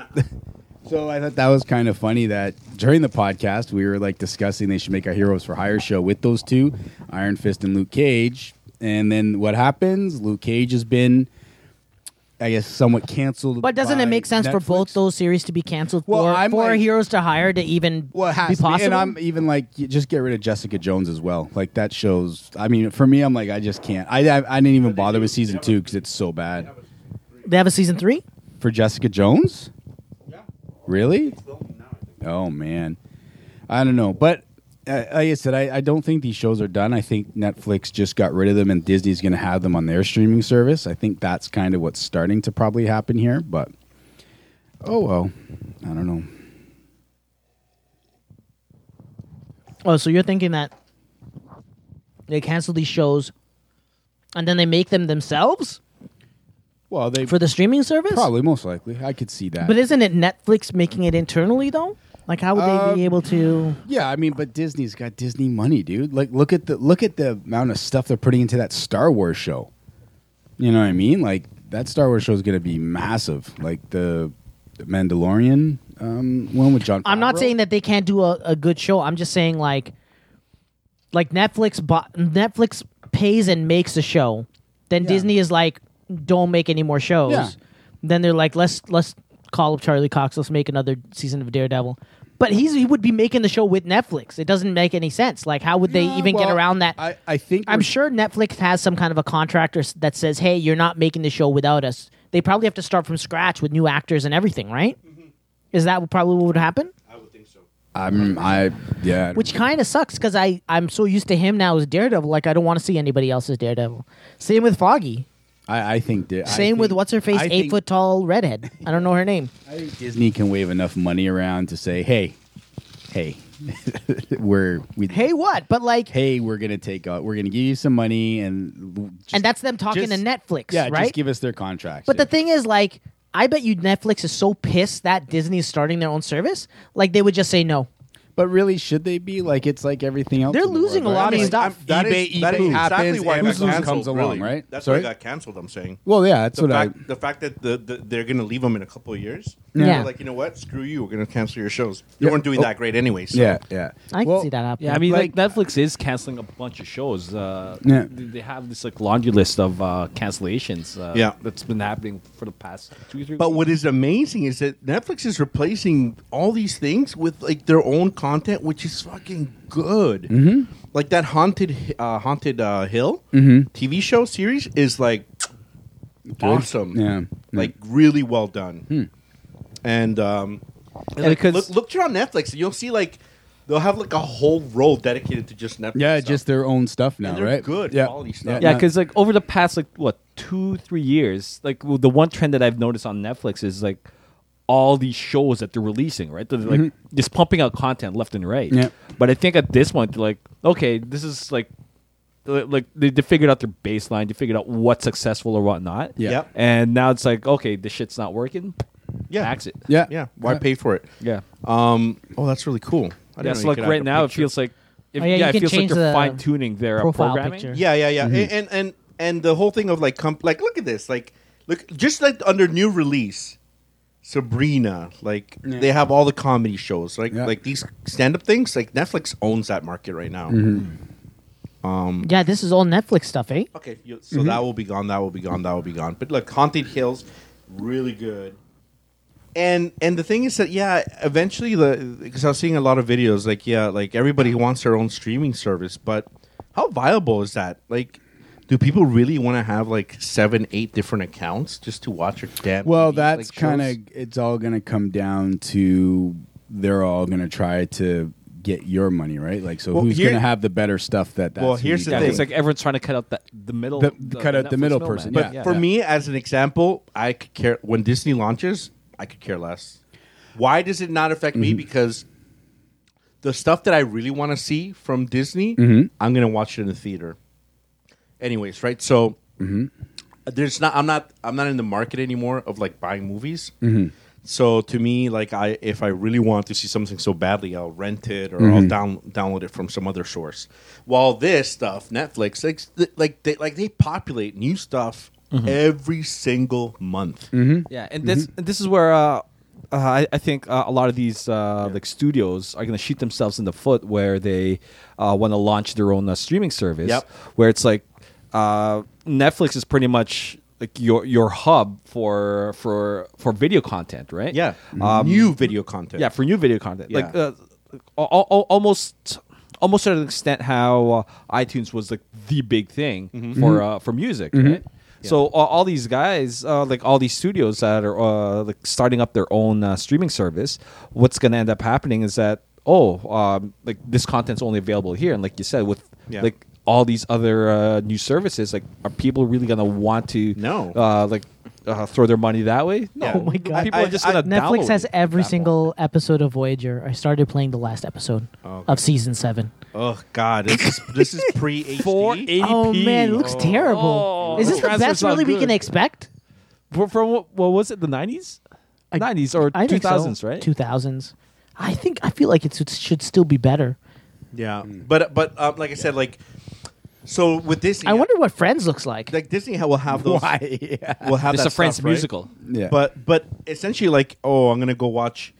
so I thought that was kind of funny that during the podcast we were like discussing they should make a Heroes for Hire show with those two, Iron Fist and Luke Cage. And then what happens? Luke Cage has been I guess, somewhat canceled. But doesn't by it make sense for Netflix. both those series to be canceled Well, for, I'm for like- Heroes to Hire to even Well, it has be to be. possible? and I'm even like, you just get rid of Jessica Jones as well. Like that shows. I mean, for me, I'm like, I just can't. I I, I didn't even bother with season two because it's so bad. they have a season three. For Jessica Jones? Really? Oh man, I don't know. But uh, like I said, I, I don't think these shows are done. I think Netflix just got rid of them, and Disney's going to have them on their streaming service. I think that's kind of what's starting to probably happen here. But oh well, I don't know. Oh, so you're thinking that they cancel these shows and then they make them themselves Well, they for the streaming service? probably most likely. I could see that. But isn't it Netflix making it internally though? Like how would they Um, be able to? Yeah, I mean, but Disney's got Disney money, dude. Like, look at the look at the amount of stuff they're putting into that Star Wars show. You know what I mean? Like that Star Wars show is going to be massive. Like the Mandalorian um, one with John. I'm not Favreau. saying that they can't do a, a good show. I'm just saying like like Netflix bought Netflix pays and makes a show. Then Disney is like, don't make any more shows. Yeah. Then they're like, let's let's call up Charlie Cox. Let's make another season of Daredevil. But he's he would be making the show with Netflix. It doesn't make any sense. Like, how would they Yeah, even get well, around that? I, I think I'm we're- sure Netflix has some kind of a contract or s- that says, "Hey, you're not making the show without us." They probably have to start from scratch with new actors and everything, right? Mm-hmm. Is that probably what would happen? I'm. I yeah. Which kind of sucks because I I'm so used to him now as Daredevil. Like I don't want to see anybody else as Daredevil. Same with Foggy. I, I think. Di- I Same with think- what's her face, I eight think- foot tall redhead. I don't know her name. I think Disney can wave enough money around to say, hey, hey, we're we Hey, what? But like, hey, we're gonna take. Uh, we're gonna give you some money and. Just, and that's them talking just- to Netflix, yeah, right? just give us their contracts. But yeah. the thing is, like, I bet you Netflix is so pissed that Disney's starting their own service. Like, they would just say no. But really, should they be like it's like everything else? They're in the losing world, a lot of right? Like, stuff. That is- eBay, that is eBay exactly happens, why it got Amazon canceled, comes along, really. right? That's Sorry? why it got canceled. I'm saying. Well, yeah, that's the what fact, I. the fact that the, the, they're going to leave them in a couple of years. Yeah. They're like you know what? Screw you. We're going to cancel your shows. You Yeah. weren't doing Oh. that great anyway. So. Yeah, yeah. I Well, can see that happening. Yeah, I mean, Like- like, Netflix is canceling a bunch of shows. Uh, Yeah. they- They have this like laundry list of uh, cancellations. Uh, Yeah. that's been happening for the past two, three. But weeks. what is amazing is that Netflix is replacing all these things with like their own content, which is fucking good. Mm-hmm. Like that haunted uh, haunted uh, hill Mm-hmm. TV show series is like awesome. Yeah. Hmm. like really well done. And um, and, like, because- look, look through on Netflix, and you'll see like they'll have like a whole role dedicated to just Netflix. Yeah, stuff. just their own stuff now, they're right? good yeah. quality stuff. yeah, because like over the past like what two, three years, like well, the one trend that I've noticed on Netflix is like all these shows that they're releasing, right? They're like just pumping out content left and right. Mm-hmm. Yeah. But I think at this point, they're like, okay, this is like, li- like they, they figured out their baseline, they figured out what's successful or what not. Yeah. Yep. And now it's like, okay, this shit's not working. Yeah. Axe it. yeah, yeah. Why pay for it? Yeah. Um, oh, that's really cool. I didn't That's know you like could act right a now, it picture. feels like. If, Oh, yeah, yeah, you it can feels like change they're the fine tuning their uh, profile programming. picture. Yeah, yeah, yeah. And, and and and the whole thing of like comp- like look at this. Like look just like under new release Sabrina, like they have all the comedy shows. Like Yeah. like these stand-up things, like Netflix owns that market right now. Yeah, this is all Netflix stuff, Oh, eh? Okay, you, so Mm-hmm. that will be gone, that will be gone, that will be gone. But look, Haunted Hills really good. And and the thing is that yeah, eventually the because I was seeing a lot of videos like yeah, like everybody wants their own streaming service, but how viable is that? Like, do people really want to have like seven, eight different accounts just to watch your damn? Well, TV, that's like, kind shows? of it's all going to come down to they're all going to try to get your money, right? Like, so Well, who's here- going to have the better stuff? That that's Well, who here's you the Yeah, get. thing. it's like everyone's trying to cut out the the middle, The- cut out the middle Netflix middleman. person, But yeah. for me, as an example, I could care when Disney launches. I could care less. Why does it not affect Mm-hmm. me? Because the stuff that I really want to see from Disney, Mm-hmm. I'm going to watch it in the theater. Anyways, right? So there's not. I'm not. I'm not in the market anymore of like buying movies. So to me, like I, if I really want to see something so badly, I'll rent it or I'll down, download it from some other source. While this stuff, Netflix, like th- like they like they populate new stuff every single month. Yeah, Mm-hmm. and this and this is where uh, uh, I, I think uh, a lot of these uh, like studios are going to shoot themselves in the foot where they uh, want to launch their own uh, streaming service. Yep. Where it's like uh, Netflix is pretty much like your your hub for for for video content, right? Yeah, Um, new video content. yeah, for new video content. Like Yeah. uh, al- al- almost almost to an extent how uh, iTunes was like the big thing Mm-hmm. for Mm-hmm. uh, for music, right? So all, all these guys, uh, like all these studios that are uh, like starting up their own uh, streaming service, what's going to end up happening is that oh, um, like this content's only available here, and like you said, with Yeah. like all these other uh, new services, like are people really going to want to No. uh, like uh, throw their money that way? No, Yeah. Oh my God. people I- are just I- going to Netflix has every single episode of Voyager. I started playing the last episode Oh, of season seven. Oh God, this is this is pre HD. 480p. Oh man, it looks terrible. Oh, Is this the the transfer's best not really we good. can expect? From, from what, what was it? The nineties, nineties or I two think so. thousands, right? Two thousands. I think I feel like it's- it should still be better. Yeah, but but um, like I said, like so with Disney, I wonder what Friends looks like. like Disney ha- will have those. Will have It's that a French stuff, right? musical. Yeah. But but essentially, like oh, I'm gonna go watch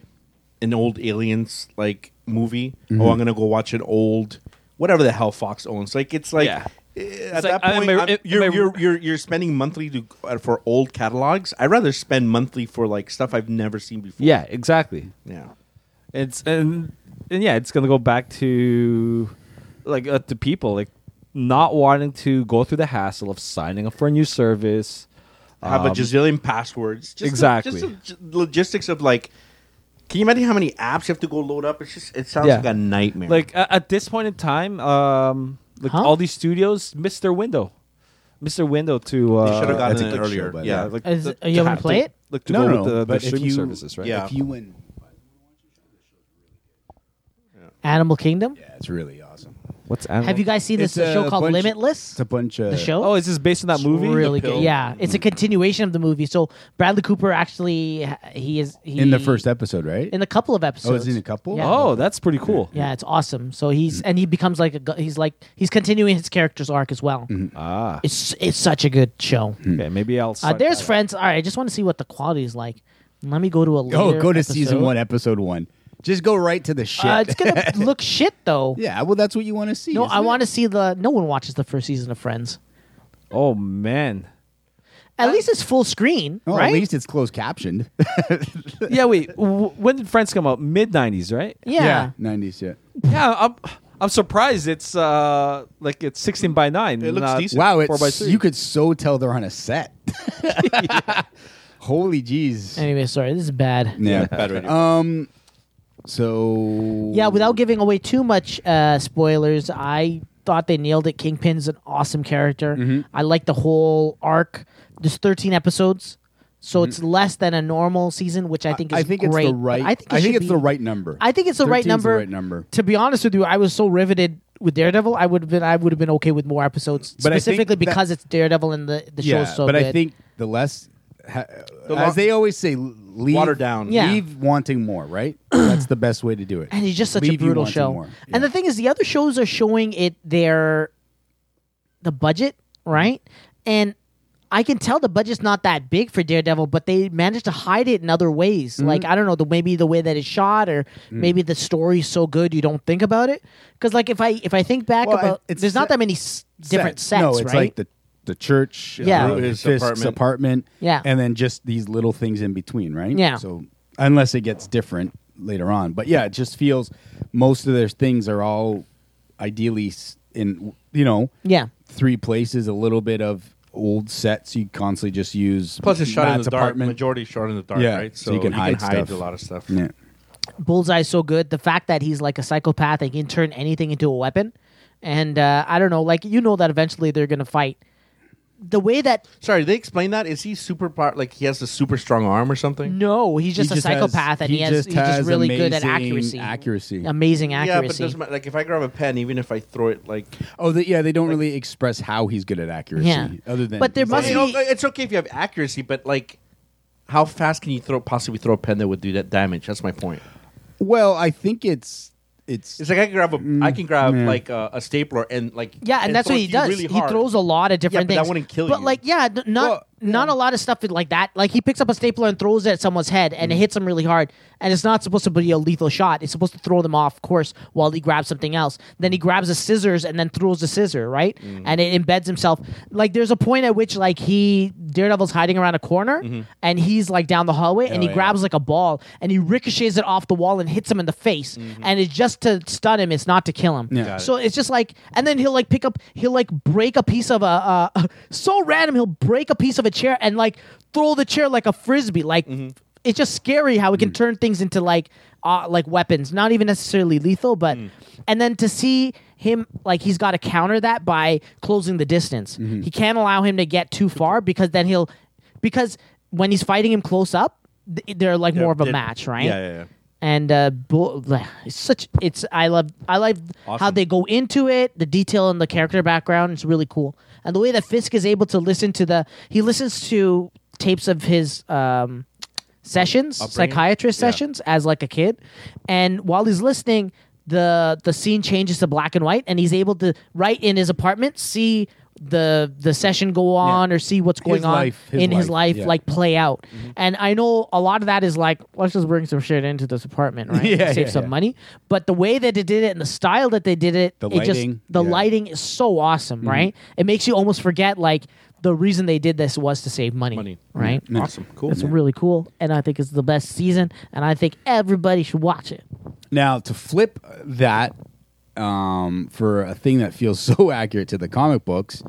an old aliens like movie. Mm-hmm. Oh, I'm gonna go watch an old whatever the hell Fox owns. Like it's like. Yeah. eh, It's At like, that point, am I- I'm- am you're, I- you're you're you're spending monthly to, uh, for old catalogs. I'd rather spend monthly for like stuff I've never seen before. Yeah, exactly. yeah. It's and and yeah, it's gonna go back to like uh, to people like not wanting to go through the hassle of signing up for a new service. have a Um, gazillion passwords. Just the- exactly. just the j- logistics of like, can you imagine how many apps you have to go load up? It's just it sounds Yeah. like a nightmare. Like at, at this point in time, um, like Huh? all these studios missed their window, missed their window to. Uh, they should have that's gotten a it good earlier. show, by the yeah, way. like Is- the- are you able to have play it? Like to no, go no, with the, the but if streaming you, services, right? Yeah. If you win, Animal Kingdom. yeah, it's really awesome. What's animal? Have you guys seen this It's a show called bunch- Limitless? It's a bunch of the show. Oh, is this based on that It's movie? Really The good. Pill? Yeah, it's a continuation of the movie. So Bradley Cooper actually he is he, in the first episode, right? in a couple of episodes. oh, it's in a couple. Yeah. Oh, that's pretty cool. Yeah, it's awesome. So he's and he becomes like a gu- he's like he's continuing his character's arc as well. Ah, It's it's such a good show. okay. Maybe I'll. Uh, start there's that. friends. All right, I just want to see what the quality is like. Let me go to a later Oh, go to episode. season one, episode one. Just go right to the shit. Uh, it's gonna look shit though. yeah, well, that's what you want to see. No, I want to. to see the. No one watches the first season of Friends. Oh man. At least it's full screen, Oh, right? at least it's closed captioned. yeah. Wait. W- when did Friends come out? Mid '90s, right? yeah. nineties. Yeah. Yeah. I'm. I'm surprised it's uh like it's 16 by nine. It looks not decent. Wow, Four by it's three. you could so tell they're on a set. Holy jeez. Anyway, sorry, this is bad. Yeah. bad radio. Um. So. Yeah, without giving away too much uh, spoilers, I thought they nailed it. Kingpin's an awesome character. Mm-hmm. I like the whole arc. There's 13 episodes, so it's less than a normal season, which I think is Mm-hmm. I think great. it's the But right. I think, it should it's the be- right number. I think it's the right 13 is number. The right number. To be honest with you, I was so riveted with Daredevil. I would have been. I would have been okay with more episodes, But I think specifically that- because it's Daredevil and the the yeah, show's so but good. I think the less, ha, lo- as they always say, leave, Water down. Yeah. leave wanting more. Right. That's the best way to do it. and it's just such Leave a you brutal wanting show. more. And the thing is, the other shows are showing it their the budget, right? And I can tell the budget's not that big for Daredevil, but they managed to hide it in other ways. Mm-hmm. Like I don't know, the maybe the way that it's shot, or Mm. maybe the story's so good you don't think about it. Because like if I if I think back Well, I- about, it's there's not set- that many s- different sets, No, it's right? like the the church, Yeah. uh, His Fisk's apartment. apartment. Yeah. and then just these little things in between, right? Yeah. So unless it gets different later on, but yeah, it just feels most of their things are all ideally s- in you know yeah, three places, a little bit of old sets you constantly just use. Plus, it's shot in Matt's the dark. apartment. Majority is shot in the dark, Yeah, right? so you can hide stuff. a lot of stuff. Yeah. Bullseye's so good. The fact that he's like a psychopath and can turn anything into a weapon, and uh, I don't know, like you know that eventually they're gonna fight. The way that Sorry, they explain that. Is he super power? Like he has a super strong arm or something? No, he's just He a just has- psychopath, and he he has, just he's just has really good at amazing accuracy. accuracy. amazing Yeah, but accuracy. doesn't matter. Like if I grab a pen, even if I throw it, like Oh, the, yeah. They don't really express how he's good at accuracy. Yeah. Other than But there he's must like- You know, be- it's okay if you have accuracy, but like, how fast can you throw possibly throw a pen that would do that damage? That's my point. Well, I think it's it's It's like I can grab a, I can grab Mm, yeah. like a, a stapler and like yeah, and, that's throw what it he to you does. really he hard. throws a lot of different but that things. wouldn't kill But you. like, yeah, n- not Well, not a lot of stuff is like that. Like he picks up a stapler and throws it at someone's head, and it Mm-hmm. hits them really hard. And it's not supposed to be a lethal shot. It's supposed to throw them off course while he grabs something else. Then he grabs a scissors and then throws the scissor right, Mm-hmm. and it embeds himself. Like there's a point at which like he Daredevil's hiding around a corner, Mm-hmm. and he's like down the hallway, Oh, and he yeah. grabs like a ball, and he ricochets it off the wall and hits him in the face. And it's just to stun him. It's not to kill him. Got it. So it's just like, and then he'll like pick up, he'll like break a piece of a, uh, so random, he'll break a piece of a chair and like throw the chair like a frisbee. Like, it's just scary how we can turn things into like, uh, like weapons, not even necessarily lethal, but, and then to see him, like, he's got to counter that by closing the distance. He can't allow him to get too far because then he'll, because when he's fighting him close up, th- they're like more of a they're- match, right? Yeah, yeah, yeah. and uh, bull- it's such it's I love I love how they go into it, the detail and the character background is really cool, and the way that Fisk is able to listen to the he listens to tapes of his um, sessions, psychiatrist Yeah. sessions as like a kid, and while he's listening, the the scene changes to black and white, and he's able to right in his apartment see the the session go on or see what's going His on life, his in his life life, yeah. like play out. Mm-hmm. And I know a lot of that is like, let's just bring some shit into this apartment, right? Yeah, Save yeah, some yeah. money. But the way that they did it and the style that they did it, The it just lighting, the yeah. Mm-hmm. lighting is so awesome, right? It makes you almost forget like the reason they did this was to save money. Money. Right? Awesome. Cool. It's really cool. And I think it's the best season and I think everybody should watch it. Now to flip that um, for a thing that feels so accurate to the comic books,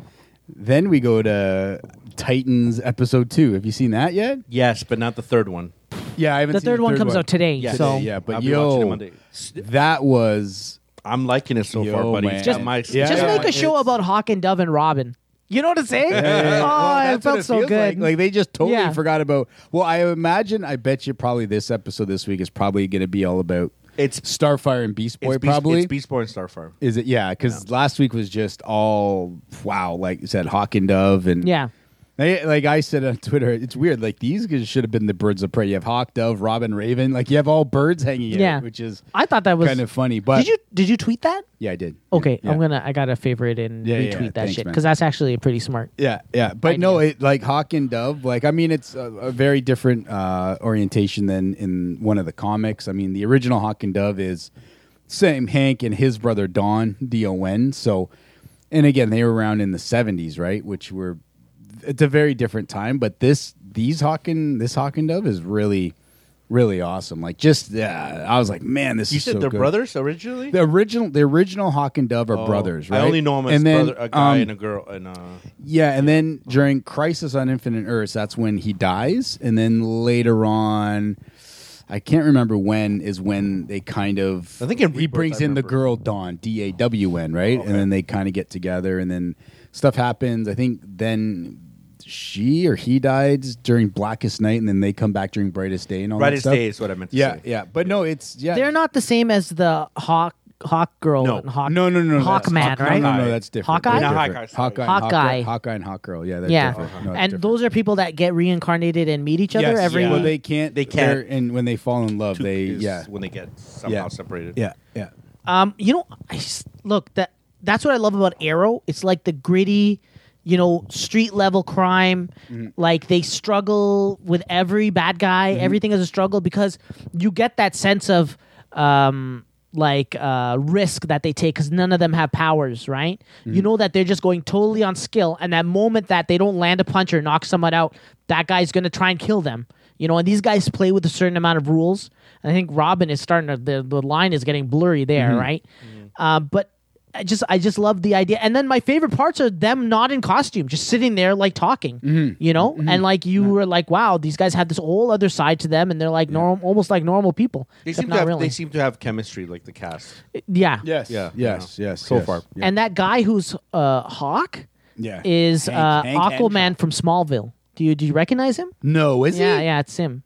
then we go to Titans episode two. Have you seen that yet? Yes, but not the third one. Yeah, I haven't. The seen third one comes out today. Yes. So Today, yeah, but I'll be watching it yo, Monday. that was I'm liking it so Yo, far, buddy. man. Just, Just- my, just just Yeah, make a it's- show about Hawk and Dove and Robin. You know what I'm saying? oh, it That's what felt so feels good. Like. Like, they just totally Yeah. forgot about. Well, I imagine. I bet you probably this episode this week is probably going to be all about It's Starfire and Beast Boy. it's Beast, probably it's Beast Boy and Starfire. Is it? Yeah, because last week was just all wow, like you said, Hawk and Dove, and Yeah. They- like I said on Twitter, it's weird. Like these guys should have been the birds of prey. You have Hawk, Dove, Robin, Raven. Like you have all birds hanging out, Yeah. which is I thought that was kind of funny. But Did you did you tweet that? Yeah, I did. Okay, Yeah. I'm gonna. I gotta favorite and Yeah, yeah, retweet that thanks, shit man. because that's actually pretty smart. Yeah, yeah, but no, it like Hawk and Dove. Like, I mean, it's a, a very different uh, orientation than in one of the comics. I mean, the original Hawk and Dove is same Hank and his brother Don D O N. So, and again, they were around in the seventies, right? Which were it's a very different time. But this these Hawk and this Hawk and Dove is really, really awesome. Like, just yeah, I was like, man, this You is said so they're good. brothers originally. Oh, The original, the original Hawk and Dove are brothers, right? I only know him as And then, brother, a guy um, and a girl. And uh, yeah, and then during Crisis on Infinite Earths, that's when he dies, and then later on, I can't remember when is when they kind of. I think in he Rebirth, brings I in the remember. girl Dawn, D A W N, right, and then they kind of get together, and then stuff happens. I think then she or he dies during Blackest Night, and then they come back during Brightest Day and all Brightest that stuff. Day is what I meant to Yeah, say. yeah, but no, it's yeah. They're not the same as the hawk, hawk girl, No. and hawk. No, no, no, no. that's- Hawkman, no, right? No, no, that's different. Hawkeye? They're No, different. Hawkeye, sorry. Hawkeye, and Hawkeye. Hawkeye, Hawkeye, and Hawkgirl. Yeah, they're yeah, different. No, it's and different. those are people that get reincarnated and meet each other Yes, every. well, they can't. They can't. they're- And when they fall in love, two they is yeah, when they get somehow Yeah. separated. yeah, yeah. Um, you know, I s look that that's what I love about Arrow. It's like the gritty, you know, street level crime. Like they struggle with every bad guy. Everything is a struggle because you get that sense of um like uh risk that they take because none of them have powers right you know that they're just going totally on skill and that moment that they don't land a punch or knock someone out that guy's gonna try and kill them you know, and these guys play with a certain amount of rules. I think Robin is starting to the, the line is getting blurry there, Mm-hmm. right? Uh, but I just I just love the idea. And then my favorite parts are them not in costume, just sitting there like talking, Mm-hmm. you know, and like you were like, wow, these guys have this whole other side to them, and they're like normal, almost like normal people. They except seem not to have really. they seem to have chemistry like the cast. yeah. Yes. Yeah. Yes. Yes. So yes. far. Yeah. And that guy who's uh, Hawk Yeah. is Hank- uh, Hank Aquaman Henshaw. from Smallville. Do you do you recognize him? no, is yeah, he? yeah, it's him.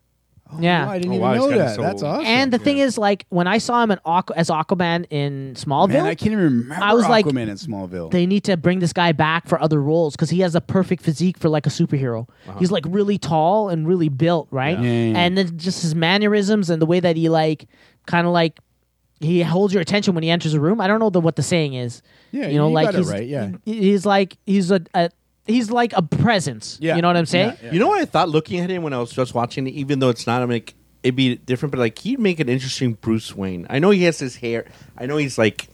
Oh, yeah, I didn't Oh, even wow, he's know gotten that. so- That's awesome. And the thing is, like when I saw him in Aqu- as Aquaman in Smallville, man, I can't even remember. I was Aquaman like- in Smallville. they need to bring this guy back for other roles because he has a perfect physique for like a superhero. He's like really tall and really built, right? Uh-huh. Yeah, yeah, yeah. And then just his mannerisms and the way that he like kind of like he holds your attention when he enters a room. I don't know the, what the saying is. Yeah, you know, you like got it he's right, yeah. he- he's like he's a, a he's like a presence. Yeah. You know what I'm saying? Yeah. You know what I thought looking at him when I was just watching it, even though it's not I mean, like it'd be different, but like he'd make an interesting Bruce Wayne. I know he has his hair. I know he's like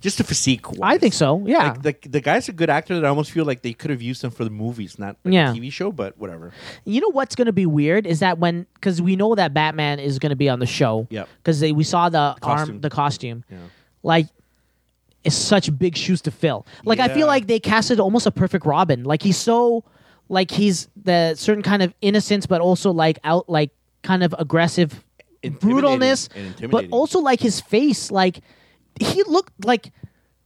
just a physique. I think so. Yeah. Like, the, the guy's a good actor that I almost feel like they could have used him for the movies, not like Yeah. a TV show, but whatever. You know what's going to be weird is that when because we know that Batman is going to be on the show. Yep. Because we saw the, costume. arm, the costume. Like, it's such big shoes to fill. Like I Yeah. feel like they casted almost a perfect Robin. Like he's so like he's the certain kind of innocence, but also like out like kind of aggressive Intimidating brutalness, but and intimidating. also like his face. Like he looked like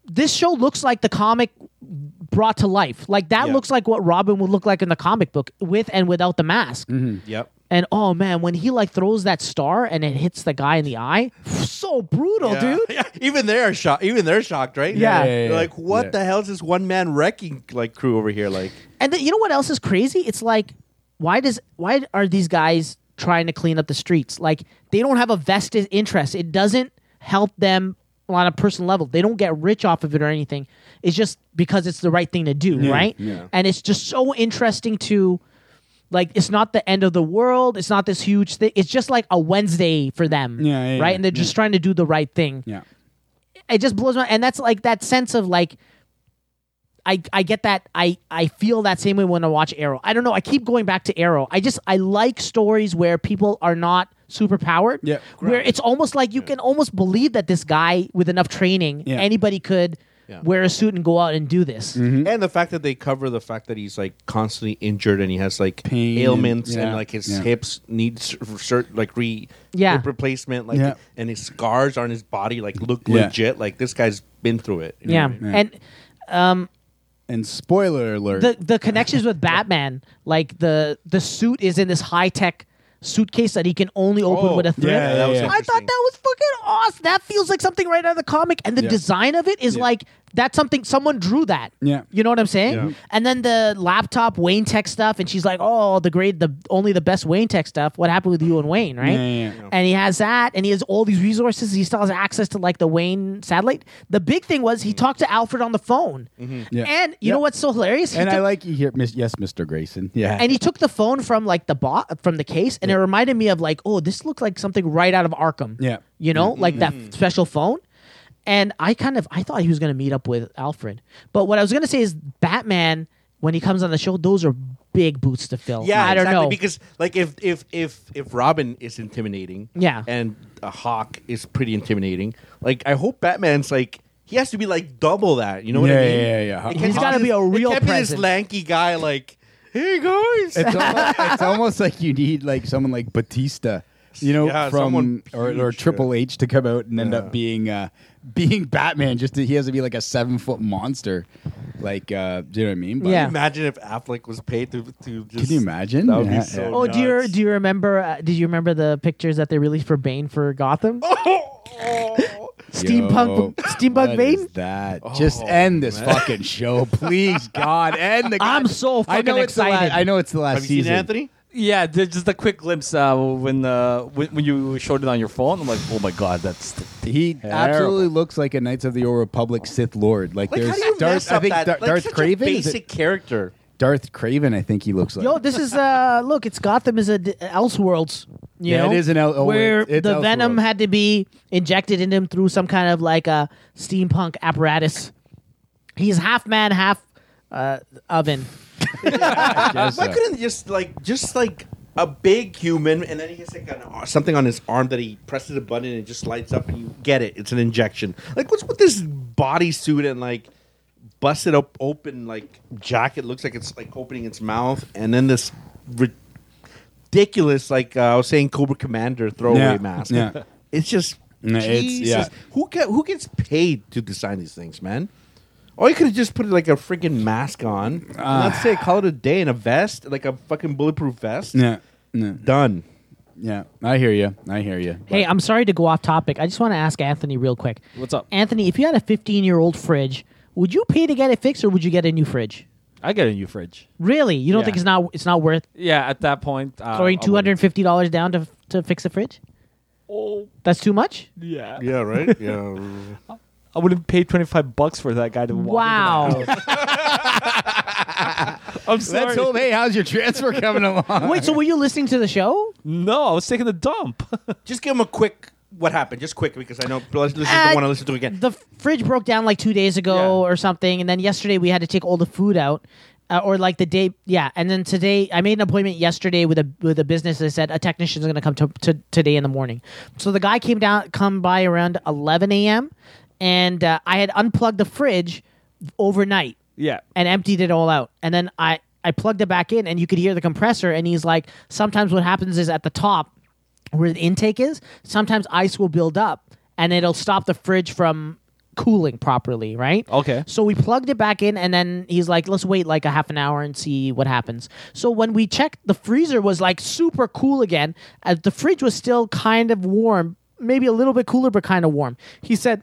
this show looks like the comic brought to life. Like that Yeah. looks like what Robin would look like in the comic book with and without the mask. Yep. And oh man, when he like throws that star and it hits the guy in the eye, so brutal, Yeah. Oh, dude. Yeah. Even they're shocked. Even they're shocked, right? Yeah. Yeah, yeah, They're yeah. Like, what Yeah. the hell is this one man wrecking like crew over here? Like, And then, you know what else is crazy? It's like why does why are these guys trying to clean up the streets? Like they don't have a vested interest. It doesn't help them on a personal level. They don't get rich off of it or anything. It's just because it's the right thing to do, right? yeah. And it's just so interesting to like it's not the end of the world. It's not this huge thing. It's just like a Wednesday for them, Yeah, yeah, right? yeah, and they're just trying to do the right thing Yeah. it just blows my and that's like that sense of like I, I get that I, I feel that same way when I watch Arrow. I don't know. I keep going back to Arrow. I just I like stories where people are not super powered. Yeah. Where it's almost like you can almost believe that this guy with enough training, Yeah. Mm-hmm. anybody could Yeah. wear a suit and go out and do this. Hmm? and the fact that they cover the fact that he's like constantly injured and he has like Pain and- ailments and, yeah, like his yeah. hips need certain like re Yeah. hip replacement, like Yeah. and his scars on his body like look Yeah. legit. Like this guy's been through it. you know Yeah. what I mean? Yeah. And And spoiler alert. the the connections with Batman, like the the suit is in this high tech suitcase that he can only open Oh, with a thread. yeah, that was I thought interesting. that was fucking awesome. That feels like something right out of the comic, and the Yeah. design of it is Yeah. like that's something someone drew that. Yeah. you know what I'm saying. And then the laptop Wayne Tech stuff, and she's like, "Oh, the great, the only the best Wayne Tech stuff. What happened with you and Wayne, right?" Yeah, yeah, yeah. And he has that, and he has all these resources. He still has access to like the Wayne satellite. The big thing was he talked to Alfred on the phone, Mm-hmm. Yeah. and you know Yep. what's so hilarious? He and I took- like you here, Miss. Yes, Mr. Grayson. Yeah. and he took the phone from like the bo- from the case, and it reminded me of like, oh, this looked like something right out of Arkham. Yeah. you know, like that Mm-hmm. special phone. And I kind of I thought he was going to meet up with Alfred, but what I was going to say is Batman when he comes on the show, those are big boots to fill. Yeah, I don't Oh, exactly, know because like if if if if Robin is intimidating, Yeah. and a Hawk is pretty intimidating. Like I hope Batman's like he has to be like double that. You know what Yeah, I mean? yeah, yeah, yeah. It He's can't gotta this- be a real It can't be presence. this lanky guy like, hey guys. it's, almost, it's almost like you need like someone like Batista, you know, Yeah, from someone or, huge, or yeah. Triple H to come out and end Yeah. up being uh, being Batman. Just to, he has to be like a seven foot monster. Like, uh, do you know what I mean? But Yeah. Imagine if Affleck was paid to to just. Can you imagine? That would Yeah. be so. Oh, do you nuts. do you remember? Uh, did you remember the pictures that they released for Bane for Gotham? Oh. Yo, Steampunk, what Steampunk is Bane. that Oh, just end this fucking show, please, God, end the. I'm so I know fucking it's the la- excited. I know it's the last Have you season. seen Anthony? Yeah, there's just a quick glimpse uh, when uh, when, when you showed it on your phone. I'm like, oh my god, that's the He absolutely looks like a Knights of the Old Republic Sith Lord. Like, Like, there's how do you Darth, mess I up think that? Dar- like, Darth such Craven. a is it- basic character. Darth Craven, I think he looks like. Yo, this is uh look, it's Gotham is a d- Elseworlds. You Yeah, it know, is an El- oh, where it's- it's the venom Elseworlds. had to be injected into him through some kind of like a steampunk apparatus. He's half man, half uh, oven. I guess Why so. couldn't just like just like a big human, and then he has like an, something on his arm that he presses a button and it just lights up, and you get it. It's an injection. Like what's with this bodysuit and like busted up open like jacket? Looks like it's like opening its mouth, and then this ridiculous like uh, I was saying Cobra Commander throwaway Yeah, mask. yeah. It's just No, it's- Jesus. yeah. Who get, who gets paid to design these things, man? Or you could have just put like a freaking mask on. Ah. and let's say call it a day in a vest, like a fucking bulletproof vest. Yeah, no, Done. yeah. I hear you. I hear you. Hey, I'm sorry to go off topic. I just want to ask Anthony real quick. What's up? Anthony? If you had a 15 year old fridge, would you pay to get it fixed or would you get a new fridge? I got a new fridge. Really, you don't Yeah. think it's not it's not worth Yeah, at that point, uh, throwing I two hundred wouldn't- and fifty dollars down to to fix a fridge? Oh That's too much. yeah. Yeah, right? Yeah. I wouldn't pay twenty five bucks for that guy to walk. Wow. into my- I'm sorry. Let's hope. Hey, how's your transfer coming along? Wait, so were you listening to the show? no, I was taking a dump. Just give him a quick what happened, just quick because I know listeners Uh, don't want to listen to it again. The fridge broke down like two days ago Yeah. or something, and then yesterday we had to take all the food out, uh, or like the day, yeah. And then today, I made an appointment yesterday with a with a business that said a technician's going to come to, to today in the morning. So the guy came down, come by around eleven a.m., and uh, I had unplugged the fridge overnight yeah. and emptied it all out. And then I, I plugged it back in and you could hear the compressor. And he's like, sometimes what happens is at the top where the intake is, sometimes ice will build up and it'll stop the fridge from cooling properly, right? Okay. So we plugged it back in and then he's like, let's wait like a half an hour and see what happens. So when we checked, the freezer was like super cool again. Uh, the fridge was still kind of warm, maybe a little bit cooler, but kind of warm. He said,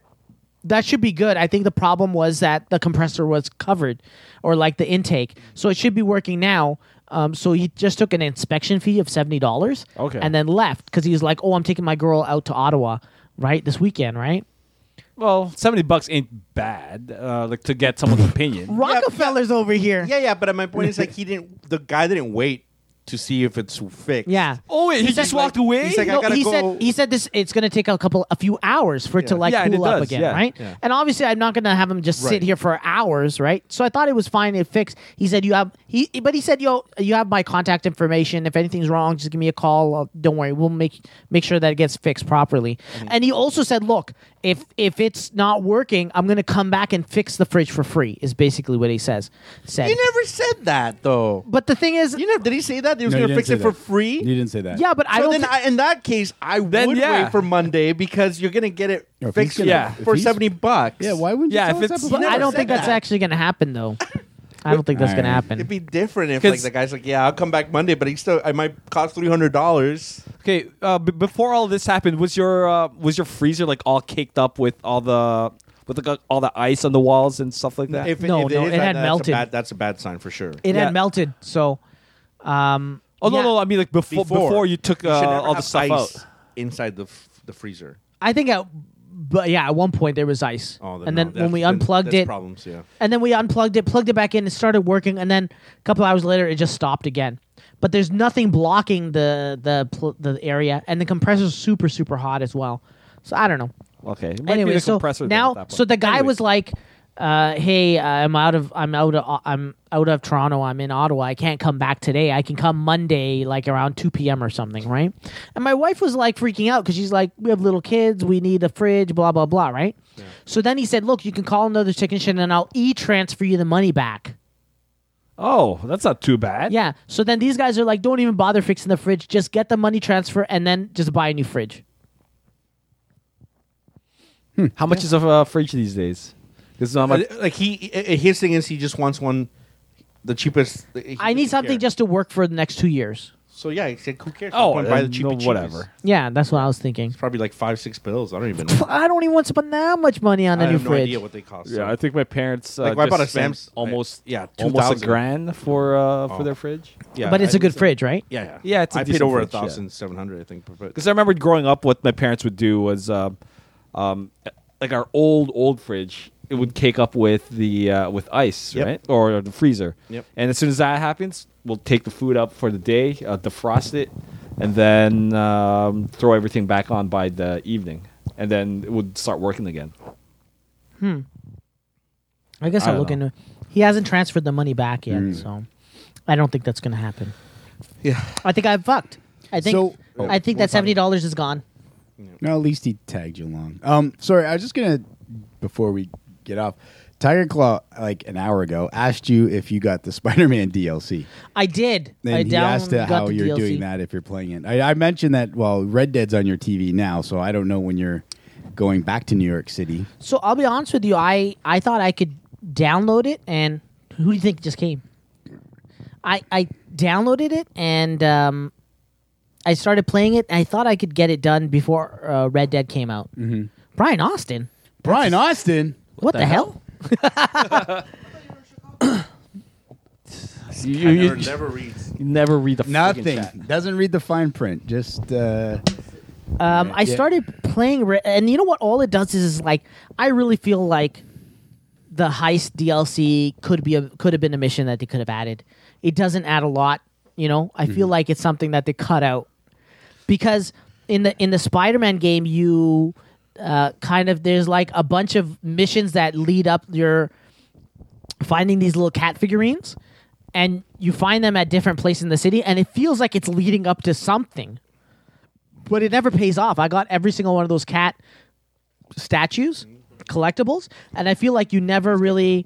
that should be good. I think the problem was that the compressor was covered or like the intake. So it should be working now. Um, so he just took an inspection fee of $70 Okay. and then left because he was like, oh, I'm taking my girl out to Ottawa, right? This weekend, right? Well, seventy bucks ain't bad. Uh, like to get someone's opinion. Rockefeller's over here. yeah, yeah, but uh, my point is like he didn't. The guy didn't wait to see if it's fixed. Yeah. Oh wait, he, He's just like- walked away. he's like, I No, gotta he go. said he said this. It's going to take a couple, a few hours for it to like Yeah, and it cool up does, again, yeah, right? yeah. And obviously, I'm not going to have him just sit Right. here for hours, right? So I thought it was fine. It fixed. He said you have he, but he said yo, you have my contact information. If anything's wrong, just give me a call. I'll- don't worry, we'll make make sure that it gets fixed properly. And he also said, look, if if it's not working, I'm going to come back and fix the fridge for free. Is basically what he says. Said. He never said that though. but the thing is, You know, did he say that he was No, you gonna didn't fix say it for that. free? You didn't say that. yeah, but I so don't. then, thi- I, in that case, I Then, would yeah. wait for Monday because you're gonna get it If he's fixed gonna- Yeah. for if he's- seventy bucks. Yeah, why wouldn't you Yeah, tell us if it's- that But before? I never don't said think that's that. actually going to happen, though. I don't think that's going to Alright. happen. It'd be different if like 'Cause- the guy's like, "Yeah, I'll come back Monday," but he still it might cost three hundred dollars. Okay, uh, b- before all this happened, was your uh, was your freezer like all caked up with all the with like, all the ice on the walls and stuff like that? If, No, if it, no, is it that, had that's melted. A bad, that's a bad sign for sure. It Yeah. had melted, so. Um, oh no, yeah. no, I mean like before before, you took You uh, should never all the have stuff ice out. inside the f- the freezer. I think at, but yeah, at one point there was ice, Oh, and no, then when that's- we then unplugged that's it, problems. Yeah, and then we unplugged it, plugged it back in, it started working, and then a couple hours later it just stopped again. But there's nothing blocking the the pl- the area, and the compressor's super super hot as well. So I don't know. Okay, it might be anyway, the so compressor then at now, that so point. the guy Anyways. was like, uh, "Hey, uh, I'm out of, I'm out of, uh, I'm out of Toronto. I'm in Ottawa. I can't come back today. I can come Monday, like around 2 p.m. or something, right?" And my wife was like freaking out because she's like, "We have little kids. We need a fridge. Blah blah blah." Right. So then he said, "Look, you can call another technician, and I'll e-transfer you the money back." oh, that's not too bad. Yeah. So then these guys are like, "Don't even bother fixing the fridge. Just get the money transfer, and then just buy a new fridge." How much is a uh, fridge these days? Because not much. But, uh, like he, i- his thing is he just wants one, the cheapest. he I need doesn't something care. just to work for the next two years. So yeah, he said, "Who cares?" Oh, Someone buy the then, cheap- no, cheapest. whatever. Yeah, that's what I was thinking. Probably like five, six bills. I don't even. know. I don't even want to spend that much money on a I new have no fridge. idea what they cost. so- Yeah, I think my parents uh, Like, when I just bought a spent Samsung- almost yeah, almost a 2,000. grand for uh, for their fridge. Oh. yeah, but it's a a good fridge, right? Yeah, yeah, Yeah, it's a I paid decent over a fridge, yeah. thousand seven hundred, I think. But Because I remember growing up, what my parents would do was, um, um, like our old old fridge, it would cake up with the uh, with ice, Yep. right, or the freezer. Yep. And as soon as that happens, we'll take the food up for the day, uh, defrost it, and then um, throw everything back on by the evening, and then it would start working again. I guess I I'll don't look know. into it. He hasn't transferred the money back yet, Mm. so I don't think that's going to happen. yeah, I think I'm fucked. I think So- Oh, I think that seventy dollars is gone. No, at least he tagged you along. Um, sorry, I was just gonna before we get off. Tiger Claw, like an hour ago, asked you if you got the Spider-Man DLC. I did. Then I he down asked uh, got how the you're DLC. doing that if you're playing it. I, I mentioned that. Well, Red Dead's on your TV now, so I don't know when you're going back to New York City. So I'll be honest with you. I I thought I could download it, and who do you think just came? I I downloaded it and um, I started playing it. And I thought I could get it done before uh, Red Dead came out. Mm-hmm. Brian Austin, Brian Austin. what, the, hell? You, never, never reads. never read the Nothing. Doesn't read the fine print. Just uh, Um, I Yeah. started playing, re- and you know what? All it does is, is like I really feel like the heist DLC could be a could have been a mission that they could have added. It doesn't add a lot, you know. I Mm-hmm. feel like it's something that they cut out because in the in the Spider-Man game, you uh, kind of there's like a bunch of missions that lead up your finding these little cat figurines, and you find them at different places in the city, and it feels like it's leading up to something, but it never pays off. I got every single one of those cat statues, collectibles, and I feel like you never really.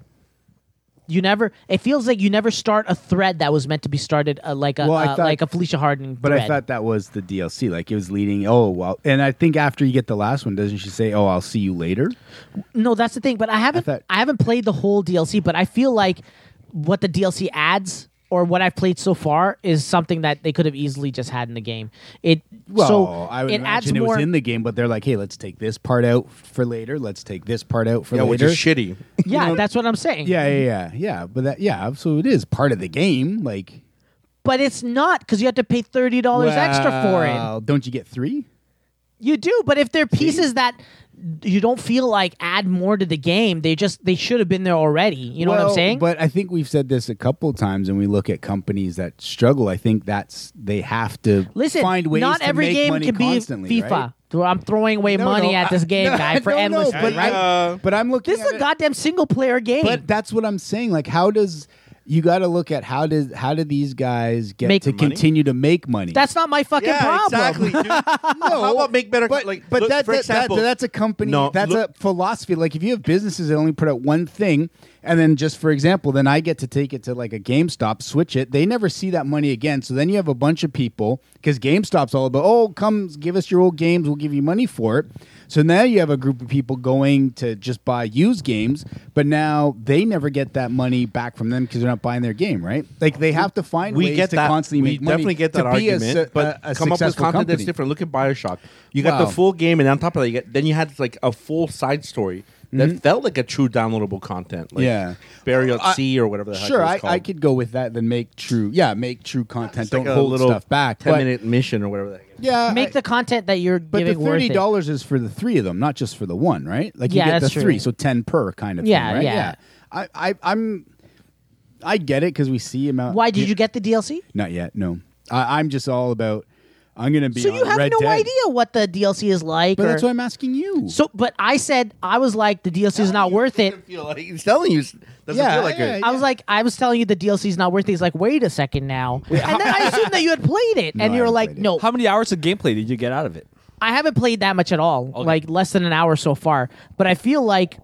You never. It feels like you never start a thread that was meant to be started, uh, like a Well, I uh, thought- like a Felicia Harden. But I thread. thought that was the DLC. Like it was leading. Oh well, and I think after you get the last one, doesn't she say, "Oh, I'll see you later"? No, that's the thing. But I haven't I, I thought- haven't played the whole DLC, but I feel like what the DLC adds or what I've played so far is something that they could have easily just had in the game. It Well, so I would it adds imagine it more. was in the game, but they're like, "Hey, let's take this part out for later. Let's take this part out for Yeah, which later." is shitty. yeah, you know- that's what I'm saying. Yeah, yeah, yeah, yeah. But that, yeah, absolutely, it is part of the game. Like but it's not because you have to pay thirty dollars extra for it. Well, Don't you get three? You do, but if they're pieces that you don't feel like add more to the game, they just they should have been there already. You know what I'm Well, saying? But I think we've said this a couple times, and we look at companies that struggle. I think that's they have to Listen, find ways. not to every make game money can be constantly, FIFA. right? I'm throwing away No, money no, at this I- game, no, guy, for no, no, endless. but, uh, right? I, but I'm looking. This at is a it- goddamn single player game. But that's what I'm saying. Like, how does you got to look at how does how do these guys get Make to money? continue to make money? that's not my fucking problem. exactly. dude. How about make better? but like, but look, that, for that, example, that that's a company. No, that's look- a philosophy. Like, if you have businesses that only put out one thing, and then just for example, then I get to take it to like a GameStop, switch it. They never see that money again. So then you have a bunch of people because GameStop's all about oh, come give us your old games, we'll give you money for it. So now you have a group of people going to just buy used games, but now they never get that money back from them because they're not buying their game, right? Like they have to find we ways get to that. constantly we make money. definitely get that to be a argument, su- but a- a come up with successful content that's company. different. Look at Bioshock. You got Wow. the full game, and on top of that, you get, then you had like a full side story that felt like a true downloadable content. Mm-hmm. Like Yeah. Burial at Sea or whatever the heck Sure, it was I, called. I could go with that. Then make true, yeah, make true content. It's Don't like a hold little stuff back. Ten but- minute mission or whatever. That yeah, Make I- the content that you're Uh, But the giving worth thirty it. dollars is for the three of them, not just for the one, right? Like Yeah, you get that's the three, true. so ten per kind of Yeah, thing, right? yeah. I, I, I'm, I get it because we see amount. Why did you get the DLC? Not yet. No, I, I'm just all about. I'm gonna be. So you on have Red no Dead. idea what the DLC is like. But or- that's why I'm asking you. so, but I said I was like the DLC is not worth it. Feel like, he's telling you doesn't Yeah, feel like yeah, it. I was like, I was telling you the DLC is not worth it. He's like, wait a second now, and then I assumed that you had played it, and I you were haven't like, played it. no, How many hours of gameplay did you get out of it? I haven't played that much at all, like less than an hour so far. But I feel like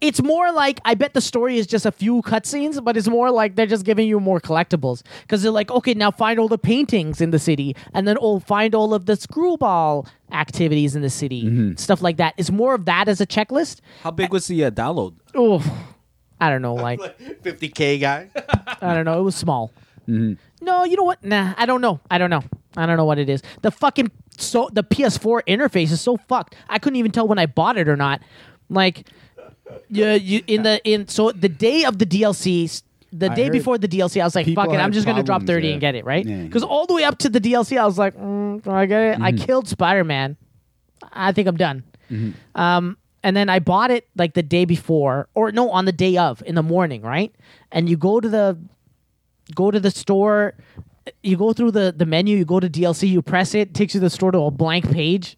it's more like I bet the story is just a few cutscenes, but it's more like they're just giving you more collectibles because they're like, okay, now find all the paintings in the city, and then oh, find all of the screwball activities in the city, stuff like that. It's more of that as a checklist. How big was the uh, download? Oh, I don't know, like 50k guy. I don't know, it was small. Mm-hmm. No, you know what? Nah, I don't know. I don't know. I don't know what it is. The fucking so the PS4 interface is so fucked. I couldn't even tell when I bought it or not. Like, yeah, you in the in so the day of the DLC, the I day heard before the DLC, I was like, people fuck it, I'm had just gonna drop problems, thirty yeah. and get it right. Yeah. Mm-hmm. Because all the way up to the DLC, I was like, mm, do I get it. I killed Spider Man. I think I'm done. Mm-hmm. Um, and then I bought it like the day before, or no, on the day of in the morning, right? And you go to the go to the store, you go through the the menu, you go to DLC, you press it, takes you to the store to a blank page.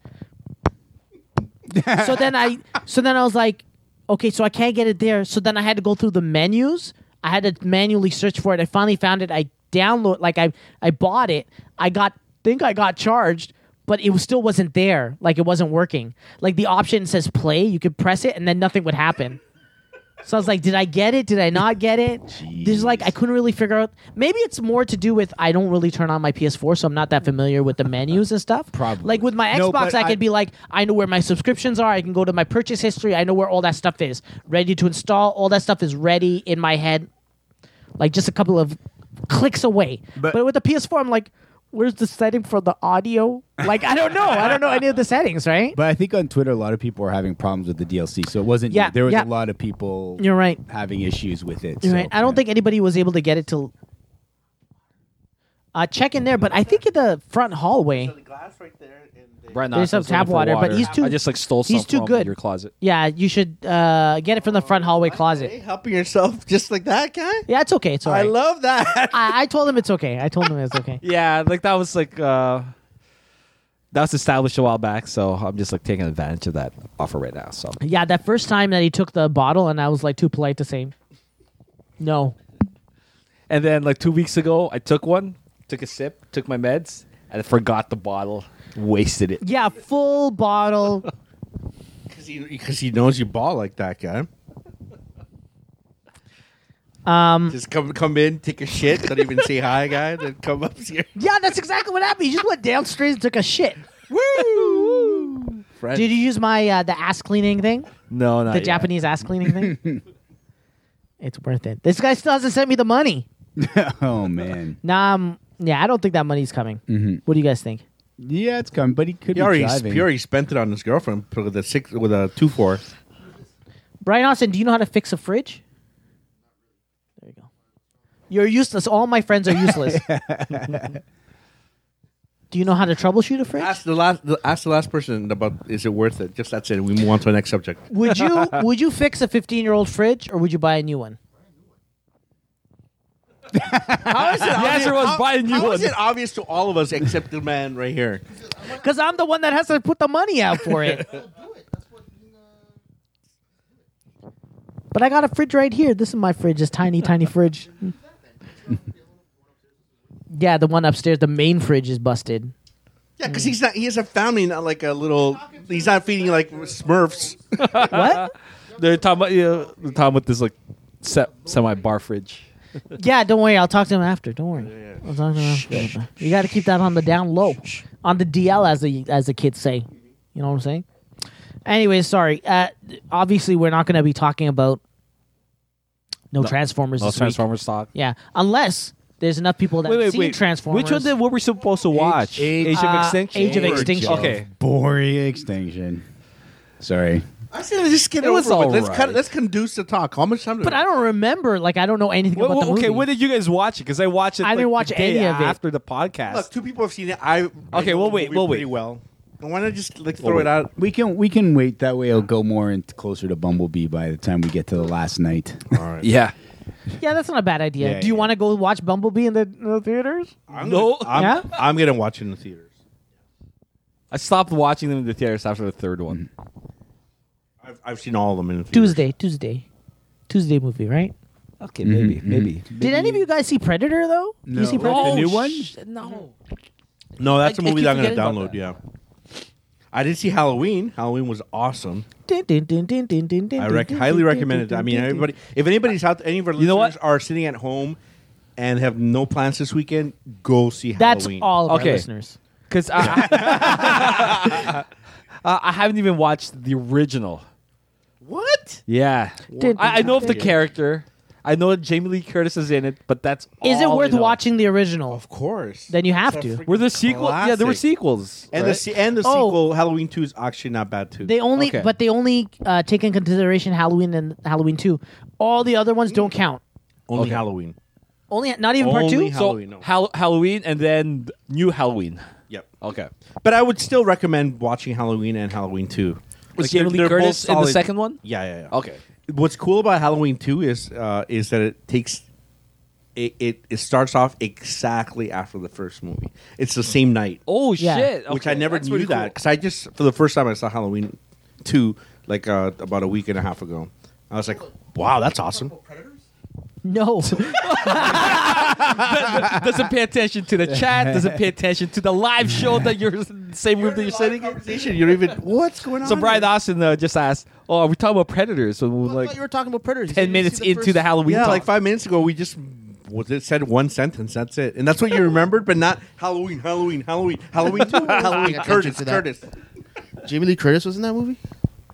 so then I so then I was like, okay, so I can't get it there. So then I had to go through the menus. I had to manually search for it. I finally found it. I download like I I bought it. I got think I got charged, but it was, still wasn't there. Like it wasn't working. Like the option says play, you could press it and then nothing would happen. So I was like, did I get it? Did I not get it? There's like I couldn't really figure out. Maybe it's more to do with I don't really turn on my PS4, so I'm not that familiar with the menus and stuff. Probably. Like with my No, Xbox, but I I- could be like, I know where my subscriptions are. I can go to my purchase history. I know where all that stuff is ready to install. All that stuff is ready in my head, like just a couple of clicks away. But, But- with the PS4, I'm like, where's the setting for the audio? Like I don't know. I don't know any of the settings. Right? But I think on Twitter, a lot of people are having problems with the DLC. So it wasn't. Yeah, you. there was yeah. a lot of people. You're right. Having issues with it. You're so, right. I don't yeah. think anybody was able to get it till. Uh, check in there, but I think in the front hallway. Right now, There's some it's looking tap for water, but he's too- I just like stole some he's too from good. your closet. Yeah, you should uh, get it from the front hallway Hey, closet. helping yourself just like that guy. Yeah, it's okay. It's all I right. love that. I, I told him it's okay. I told him it's okay. Yeah, like that was like uh that was established a while back, so I'm just like taking advantage of that offer right now. So Yeah, that first time that he took the bottle, and I was like too polite to say no. and then like two weeks ago I took one, took a sip, took my meds, and I forgot the bottle. Wasted it. Yeah, full bottle. Because he, because he knows you ball like that guy. Um, Just come come in, take a shit, don't even say hi, guy. Then come up here. yeah, that's exactly what happened. He just went downstairs and took a shit. Friend. Did you use my uh, the ass cleaning thing? No, not The yet. Japanese ass cleaning thing? it's worth it. This guy still hasn't sent me the money. oh man. Nah, um, yeah, I don't think that money's coming. What do you guys think? Yeah, it's coming, but he could He be already, driving. he already spent it on his girlfriend with a six with a two four. Brian Austin, do you know how to fix a fridge? There you go. You're useless. All my friends are useless. do you know how to troubleshoot a fridge? Ask the last the, ask the last person about is it worth it. Just that's it. We move on to the next subject. Would you would you fix a 15 year old fridge or would you buy a new one? The answer was buy a new How one. is it obvious to all of us except the man right here? Because I'm the one that has to put the money out for it. But I got a fridge right here. This is my fridge, this tiny, tiny fridge. yeah, the one upstairs, the main fridge is busted. Yeah, because he's not. He has a family, not like a little. He's not feeding like Smurfs. What? They're talking about yeah, they're talking about this like se- semi bar fridge. Yeah, don't worry. I'll talk to him after. Don't worry. I'll talk to him after. You got to keep that on the down low, on the DL, as the as the kids say. You know what I'm saying? Anyways, sorry. Uh, obviously, we're not going to be talking about no, Transformers. Oh, this week. Transformers talk. Yeah, unless there's enough people that have seen Transformers. Which one did what we supposed to watch? Age- of Uh, Extinction. Age of Extinction. Okay. Boring extinction. Sorry. I said, let's just get It over was all with. Let's cut. right. Let's conduce the talk. How much time? do But we- I don't remember. Like I don't know anything Wha- about wha- the movie. okay, when did you guys watch it? Because I watched it. I didn't like, watch the day any of it. after the podcast. Look, two people have seen it. I Okay, we'll wait, we'll wait. Pretty well, and why not just like throw wait. it out? We can we can wait. That way, it'll go more and closer to Bumblebee by the time we get to the last night. yeah. yeah, that's not a bad idea. Yeah, Do you yeah. want to go watch Bumblebee in the, in the theaters? I'm No. gonna, I'm, Yeah? I'm gonna watch it in the theaters. I stopped watching them in the theaters after the third one. I've, I've seen all of them in the theaters. Tuesday, Tuesday, Tuesday movie, right? Okay, maybe, maybe. Did any of you guys see Predator though? No. You see Predator? The new one? no. No, that's a I- I movie keep that I'm gonna forgetting download. about Yeah. I did see Halloween. Halloween was awesome. I rec- highly recommend it. I mean, everybody. If anybody's out, any of our You know what? listeners are sitting at home and have no plans this weekend, go see That's Halloween. all of our Okay. listeners. Because I, Uh, I haven't even watched the original. What? Yeah. Did- I, I know of the character. I know that Jamie Lee Curtis is in it, but that's Is it all I worth know. watching the original? Of course. Then you have It's a to. freaking Were there sequels? Yeah, there were classic. sequels. And the right? se- and the Oh. sequel Halloween Two is actually not bad too. They only, Okay. but they only uh, take in consideration Halloween and Halloween Two. All the other ones don't count. only Halloween. Only, not even part two. Only Hall- so Halloween, no. Hal- Halloween and then new Halloween. Yep. Okay. But I would still recommend watching Halloween and Halloween Two. Was they're- Jamie Lee they're both Curtis in the solid- second one? Yeah, yeah, yeah. Okay. What's cool about Halloween Two is uh, is that it takes it, it it starts off exactly after the first movie. It's the same night. Oh Yeah. shit! which Okay, I never that's knew pretty that cool. because I just for the first time I saw Halloween two like uh, about a week and a half ago. I was like, wow, that's awesome. No, doesn't pay attention to the chat. Doesn't pay attention to the live show that you're in the same room that you're sitting in. Conversation, you're even what's going on? So Brian here? Austin uh, just asked, "Oh, are we talking about predators?" So we're I like thought you were talking about predators. ten minutes into the Halloween. yeah, talk. like five minutes ago we just was it said one sentence. That's it, and that's what you remembered, but not Halloween, Halloween, Halloween, Halloween two, Halloween. attention Curtis, to that. Curtis. Jamie Lee Curtis was in that movie.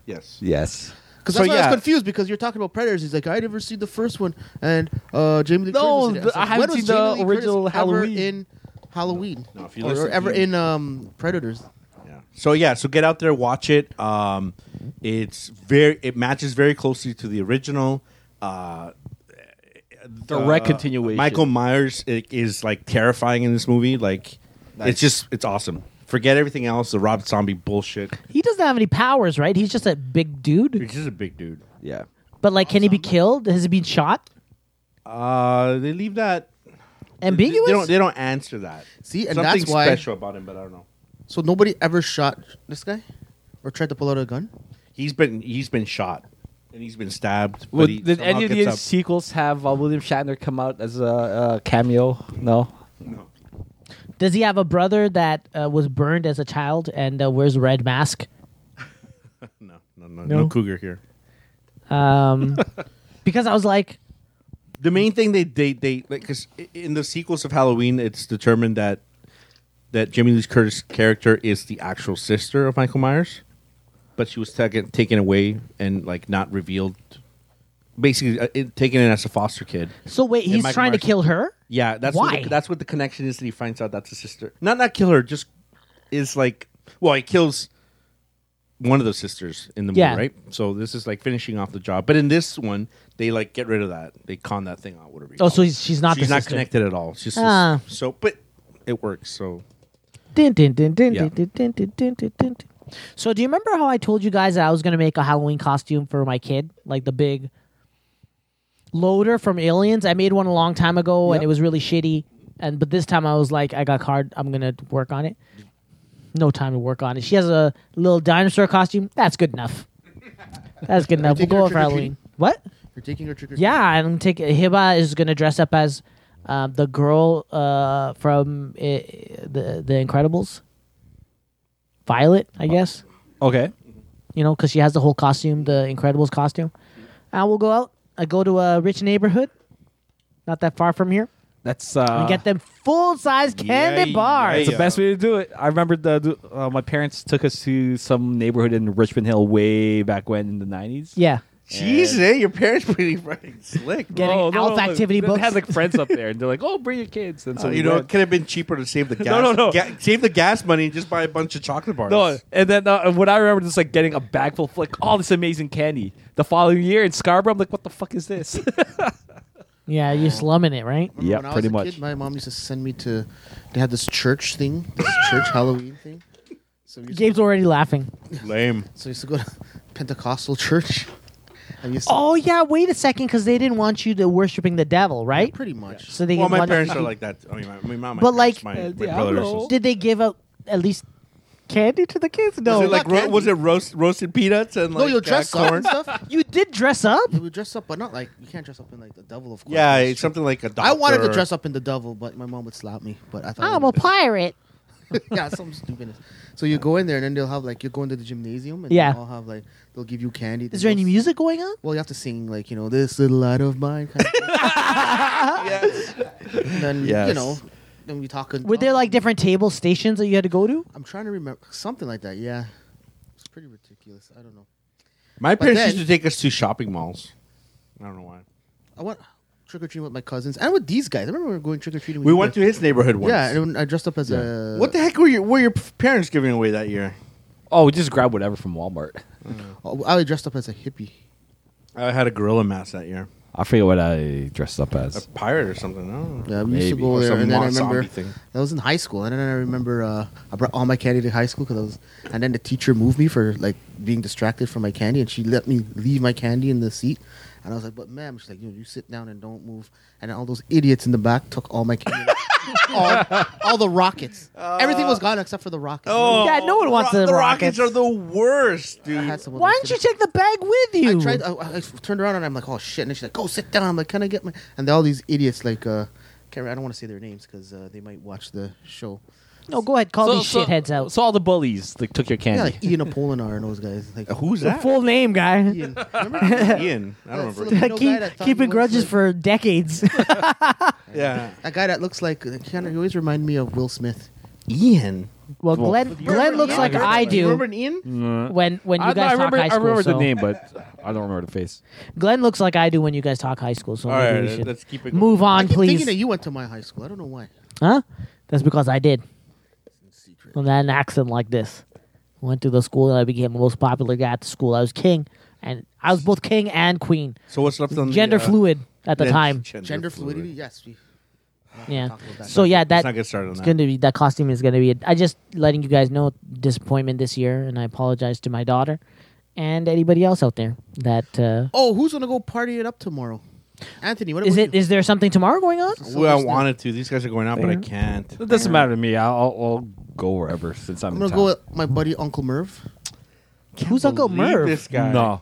Yes. yes. Because So, that's why I yeah. was confused because you're talking about predators. He's like, I never seen the first one, and uh, Jamie Lee No, Curtis. was in it. the- was like, I haven't when was seen the Jamie Lee Curtis original ever Halloween. in Halloween, No, if you Or- listen or to ever you- in um, Predators. Yeah. So yeah, so get out there, watch it. Um, it's very, it matches very closely to the original. Uh, direct uh, continuation. Michael Myers i- is like terrifying in this movie. Like, it's just it's awesome. Forget everything else. The Rob Zombie bullshit. He doesn't have any powers, right? He's just a big dude. He's just a big dude. Yeah. But like, can he be killed? Has he been shot? Uh, they leave that Ambiguous. They don't. They don't answer that. See, and Something that's why- special about him, but I don't know. So nobody ever shot this guy, or tried to pull out a gun. He's been he's been shot and he's been stabbed. But Would, he did somehow any of gets these up. sequels have uh, William Shatner come out as a uh, cameo? No. Does he have a brother that uh, was burned as a child and uh, wears a red mask? No, no, no, No? no, cougar here. Um, because I was like, The main thing they they they like because in the sequels of Halloween, it's determined that that Jimmy Lee Curtis character is the actual sister of Michael Myers, but she was taken taken away and like not revealed. Basically, uh, it, taken in as a foster kid. so wait, And he's Michael trying Myers- to kill her. Yeah, that's why. What the, that's what the connection is that he finds out that's a sister. Not not kill her, just is like well, he kills one of the sisters in the movie, Yeah. right? So this is like finishing off the job. But in this one, they like get rid of that. They con that thing out, whatever. you Oh, call so it. he's, she's not. she's the not sister. connected at all. She's just Ah. so, but it works. So Dun, dun, dun, dun, Yeah. dun, dun, dun, dun, dun, dun. So do you remember how I told you guys that I was going to make a Halloween costume for my kid, like the big loader from Aliens? I made one a long time ago, and it was really shitty. And but this time I was like, I got card. I'm going to work on it. No time to work on it. She has a little dinosaur costume. That's good enough. That's good enough. We'll taking go her for Halloween. trick-or-treating? What? You're taking her trick or Yeah, I'm taking Hiba is gonna dress up as uh, the girl uh, from uh the the Incredibles, Violet, I guess. Okay. You know, because she has the whole costume, the Incredibles costume. I will go out. I go to a rich neighborhood, not that far from here, That's uh, and Ah. get them full size candy yeah, bars. It's the best way to do it. I remember the uh, my parents took us to some neighborhood in Richmond Hill way back when in the nineties. Yeah, Jesus, eh? your parents pretty fucking slick. Getting Oh, Alf activity they books. had like friends up there, and they're like, "Oh, bring your kids." And so So we you know, it went. could have been cheaper to save the gas. no, no. ga- save the gas money and just buy a bunch of chocolate bars. No, and then uh, what I remember just like getting a bag full of like all this amazing candy. The following year in Scarborough, I'm like, "What the fuck is this?" yeah, you're slumming it, right? Yeah, when I pretty was a much. Kid, my mom used to send me to. They had this church thing, this church Halloween thing. So we used, Gabe's already laughing. lame. so we used to go to Pentecostal church. I used to, Oh yeah, wait a second, because they didn't want you to worshiping the devil, right? pretty much. So they Well, my wanted- parents are like that. I mean, my, my mom, my But, parents, like, my, uh, my Diablo. brothers. and Did they give out at least candy to the kids? No. was it like not ro- candy. was it roast, roasted peanuts and like no, you'll uh, dress up corn? and stuff. you did dress up. You would dress up, but not like you can't dress up in like the devil, of course. Yeah, That's it's something like a doctor. I wanted to dress up in the devil, but my mom would slap me. But I thought I'm a pirate. yeah, some stupidness. So you go in there, and then they'll have like you go into the gymnasium, and Yeah. they'll all have like they'll give you candy. Is there any music going on? Well, you have to sing like you know this little light of mine. Kind of thing. And then you Yes. know, then we talk. and Were there talk. like different table stations that you had to go to? I'm trying to remember something like that. Yeah, it's pretty ridiculous. I don't know. My But parents then- used to take us to shopping malls. I don't know why. I went trick or treating with my cousins and with these guys. I remember we were going trick or treating. We went to his neighborhood once. Yeah, uh, and I dressed up as a what the heck were your were your p- parents giving away that year? oh, we just grabbed whatever from Walmart. Oh, I was dressed up as a hippie. I had a gorilla mask that year, I forget what I dressed up a as. pirate or something. I don't know. Yeah, we used to Maybe. go Or there, some and then I mon- zombie remember thing. that was in high school, and then I remember uh, I brought all my candy to high school because I was, and then the teacher moved me for like being distracted from my candy, and she let me leave my candy in the seat, and I was like, "But ma'am," she's like, "You, you sit down and don't move," and then all those idiots in the back took all my candy, all, all the rockets, everything was gone except for the rockets. Yeah, no one wants Ro- the the rockets. Rockets. are the worst, dude. I had someone Why else didn't did you it. take the bag with you? I tried. I, I turned around and I'm like, "Oh shit!" And then she's like, "Go sit down." I'm like, "Can I get my?" And all these idiots like, uh, can't, I don't want to say their names because uh, they might watch the show. no, go ahead. Call these shitheads out. So all the bullies like took your Yeah, candy. like Ian Apolinar and those guys. Like Who's the that? full name, guy. Ian. Remember? Ian. I don't remember. Philip- You know, guy Keep, that thought keeping he was, grudges like- for decades. Yeah, that guy that looks like he kinda- he always remind me of Will Smith. Ian. well, Glenn, Glenn looks like I Remember do Mm. an Ian? when when you I, guys I remember, talk high school. I remember so- the name, but I don't remember the face. Glenn looks like I do when you guys talk high school. So All maybe right, we should let's keep it. move I on, keep please. thinking that you went to my high school. I don't know why. Huh? That's because I did. With an accent like this. Went to the school and I became the most popular guy at the school. I was king and I was both king and queen. So what's left on Gender the, uh, fluid. at the time. Gender, Gender fluidity, yes. We, Yeah. talk about that. So yeah, Let's not that get started on it's that. going to be that costume is going to be. A, I just letting you guys know disappointment this year, and I apologize to my daughter and anybody else out there that uh, oh, who's gonna go party it up tomorrow? Anthony, what is about it. you? Is there something tomorrow going on? well, I wanted to. These guys are going out, but I can't. It doesn't matter to me. I'll, I'll, I'll go wherever since I'm, I'm in gonna town. go with my buddy Uncle Merv. Who's Uncle Believe Merv? This guy. No,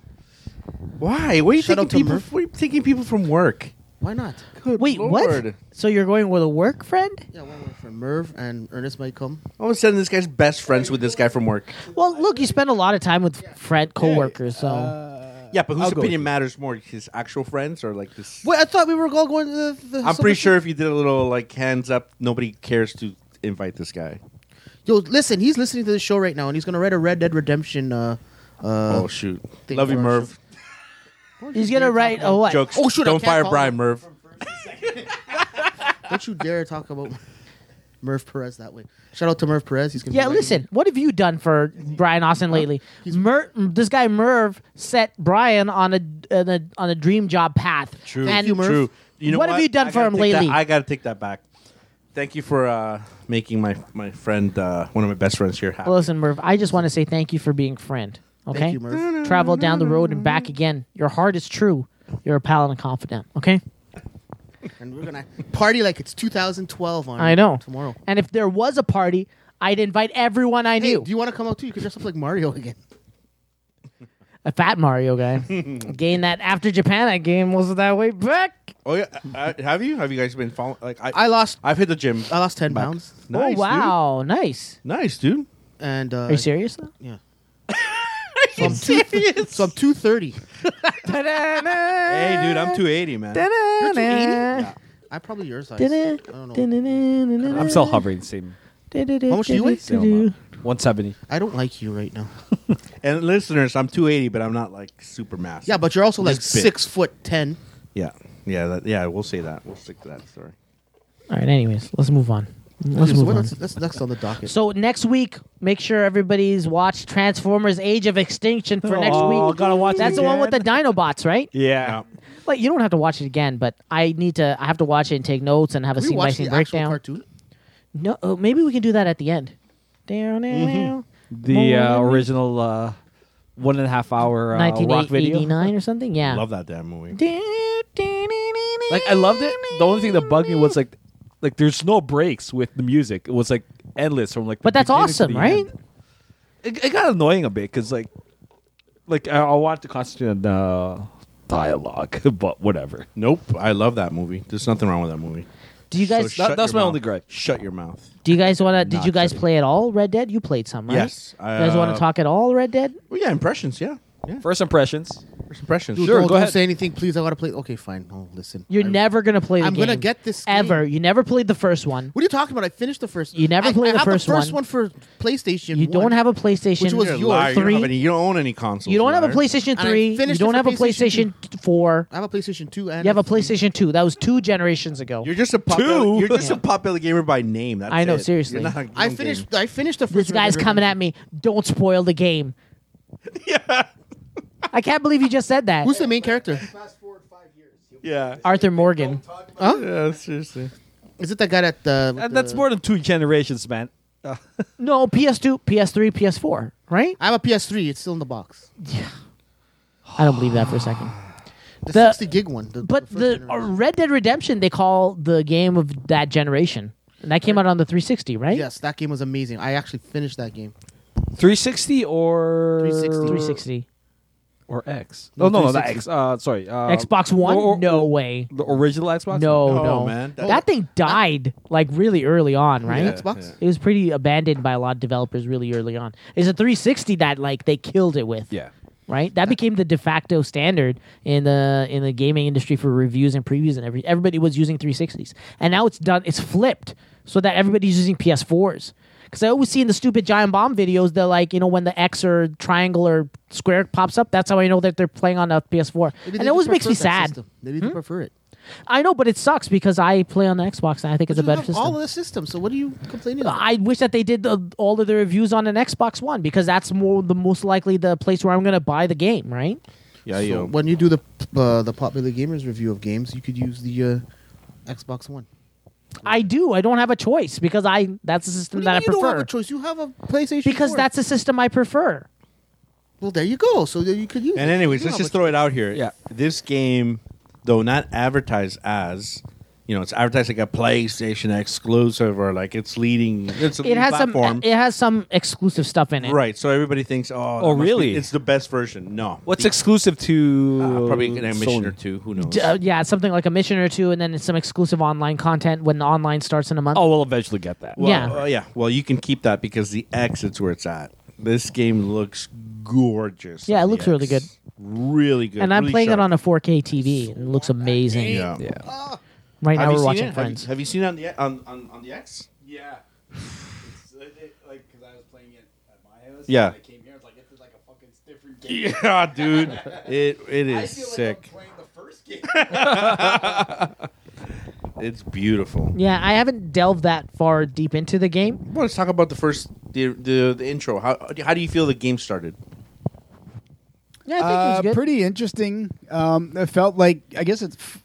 Why? What are you Shout taking out to people? Merv. What are you taking people from work? Why not? Good Wait, what? Lord. So you're going with a work friend? Yeah, one more for Merv and Ernest might come. All of a sudden, this guy's best friends with this guy from work. Well, look, you spend a lot of time with friend coworkers, so uh, Yeah, but whose I'll go opinion with matters more? His actual friends or like this? Wait, I thought we were all going to the. the I'm pretty something- sure if you did a little like hands up, nobody cares to invite this guy. Yo, listen, he's listening to the show right now, and he's gonna write a Red Dead Redemption. Uh, uh, oh shoot, think love you, for- Merv. he's gonna write a what? Jokes. Oh, shoot, I Don't can't fire call Brian, him. Merv. Don't you dare talk about Merv Perez that way. Shout out to Merv Perez. He's gonna. Yeah, be listen. What have you done for Brian Austin lately? Mer- this guy Merv set Brian on a, on a on a dream job path. True. And you, Merv. True. You know What have you done I for gotta him take that- lately? I gotta take that back. Thank you for uh, making my my friend uh, one of my best friends here happy. Listen, Merv. I just want to say thank you for being friend. Okay. you, Merv. Travel down the road and back again. Your heart is true. You're a pal and a confidant. Okay. and we're gonna party like it's 2012 on. I know. tomorrow. And if there was a party, I'd invite everyone I Hey, knew. do you want to come out too? You could dress up like Mario again. a fat Mario guy. gained that after Japan. I gained most of that weight back. Oh yeah, uh, have you? Have you guys been following? Like I, I lost. I've hit the gym. I lost 10 Back. pounds. Nice, oh wow, nice. dude. Nice, dude. And uh, Are you serious? though? Yeah. so I'm serious? so I'm 230. Hey, dude, I'm 280, man. You're 280? I probably your size. I don't know. I'm still hovering same How much do you weigh? same amount. 170. I don't like you right now. And listeners, I'm 280, but I'm not like super massive. Yeah, but you're also like Just bit. six foot ten. yeah, yeah, that, yeah. We'll say that. We'll stick to that story. All right. Anyways, let's move on. Let's So move what- on. that's, that's next on the docket. So next week, make sure everybody's watched Transformers: Age of Extinction for next Oh, week. gotta watch it That's the one with the again. Dinobots, right? Yeah. Like you don't have to watch it again, but I need to. I have to watch it and take notes and have a we scene by watched scene the actual breakdown. cartoon. No, oh, maybe we can do that at the end. Down, Mm-hmm. down, down. The uh, More than- original uh, one and a half hour uh, rock video. 1989 or something. Yeah. Love that damn movie. Like I loved it. The only thing that bugged me was like, like there's no breaks with the music. It was like endless from like. the But that's beginning to awesome, the right? end. It, it got annoying a bit because like, like I, I wanted to concentrate on uh, dialogue, but whatever. Nope, I love that movie. There's nothing wrong with that movie. Do you guys That- that's your my mouth. only gripe. Shut your mouth. do you guys want to? Did Not you guys kidding. play at all Red Dead? You played some, right? Yes, You guys want uh, to talk at all Red Dead? Well, yeah, impressions. Yeah, yeah. First impressions. First impressions. Dude, Sure, don't, go don't ahead. say anything, please. I gotta play. Okay, fine. I'll listen. You're I- never gonna play the I'm game. gonna get this game. ever. You never played the first one. What are you talking about? I finished the first. You never I- played I the have first the first one. one. for PlayStation. You don't one, have a PlayStation. Which was You're a yours. liar. You don't, have Three. any, you don't own any consoles. You don't have a liar. PlayStation I 3. You finished it don't for have a PlayStation PlayStation 4. I have a PlayStation Two. And You have a PlayStation 2. That was two generations ago. You're just a popular, you're just a popular gamer by name. That's I know, it. You're seriously. not- you I don't finished. game. I finished the first. this guy's coming at me. Don't spoil the game. yeah. I can't believe you just said that. Who's the main character? Yeah. Arthur Morgan. Yeah, seriously. Is it that guy that? Uh, with And that's the- more than two generations, man. No, PS2, PS3, PS4, right? I have a PS3. It's still in the box. I don't believe that for a second. The, The- 60 gig one. The, But the, first the uh, generation. Red Dead Redemption, they call the game of that generation. And that came out on the 360, right? yes, that game was amazing. I actually finished that game. 360 or 360. 360. or X? No, No, no, no, the 360. X. Uh, sorry, uh, Xbox One? or- or- no way. The original Xbox. No, No, no, man. That- That, thing died like really early on, right? Yeah. Xbox? It was pretty abandoned by a lot of developers really early on. It's a 360 that like they killed it with. Yeah. Right? That became the de facto standard in the in the gaming industry for reviews and previews and every everybody was using 360s. And now it's done it's flipped so that everybody's using PS4s. Cuz I always see in the stupid giant bomb videos they're like, you know, when the X or triangle or square pops up, that's how I know that they're playing on a PS4. Maybe and they it always just makes me prefer that sad. Hmm? system. Maybe they prefer it. I know, but it sucks because I play on the Xbox and I think it's a You better have All system. of the systems. So what are you complaining about? I wish that they did the, all of the reviews on an Xbox One because that's more the most likely the place where I'm going to buy the game, right? Yeah, So yo. When you do the uh, the popular gamers review of games, you could use the uh, Xbox One. I do. I don't have a choice because I that's the system What do you that I mean you prefer. don't have a choice. You have a PlayStation. because 4. that's a system I prefer. well, there you go. So that you could use. And it. anyways, You let's don't just have throw it out here. Yeah. This game, though not advertised as, you know, it's advertised like a PlayStation exclusive or like it's leading. It's a It has platform. some. It has some exclusive stuff in it. right. So everybody thinks, oh, that must Oh, be- really? it's the best version. No. What's exclusive to Uh, probably an Sony? admission or two. Who knows? D- uh, yeah, something like a mission or two, and then some exclusive online content when the online starts in a month. Oh, we'll eventually get that. Well, yeah. uh, yeah. Well, you can keep that because the X is where it's at. This game looks gorgeous. Yeah, it on the looks really X. Really good. and I'm really playing sharp. it on a 4K TV. It looks amazing. Yeah. Yeah. Right now Have you we're seen watching it? Have you- Friends. Have you seen it on the E, on on, on the X? Yeah. It's, uh, it, like, because I was playing it at my house. Yeah. And I came here. I was like, this is like a fucking different game. Yeah, dude. It it I is feel sick. like I'm playing the first game. It's beautiful. Yeah, I haven't delved that far deep into the game. Well, let's talk about the first the the, the intro. How how do you feel the game started? Yeah, I think it was Uh, good. Pretty interesting. Um, it felt like I guess it f-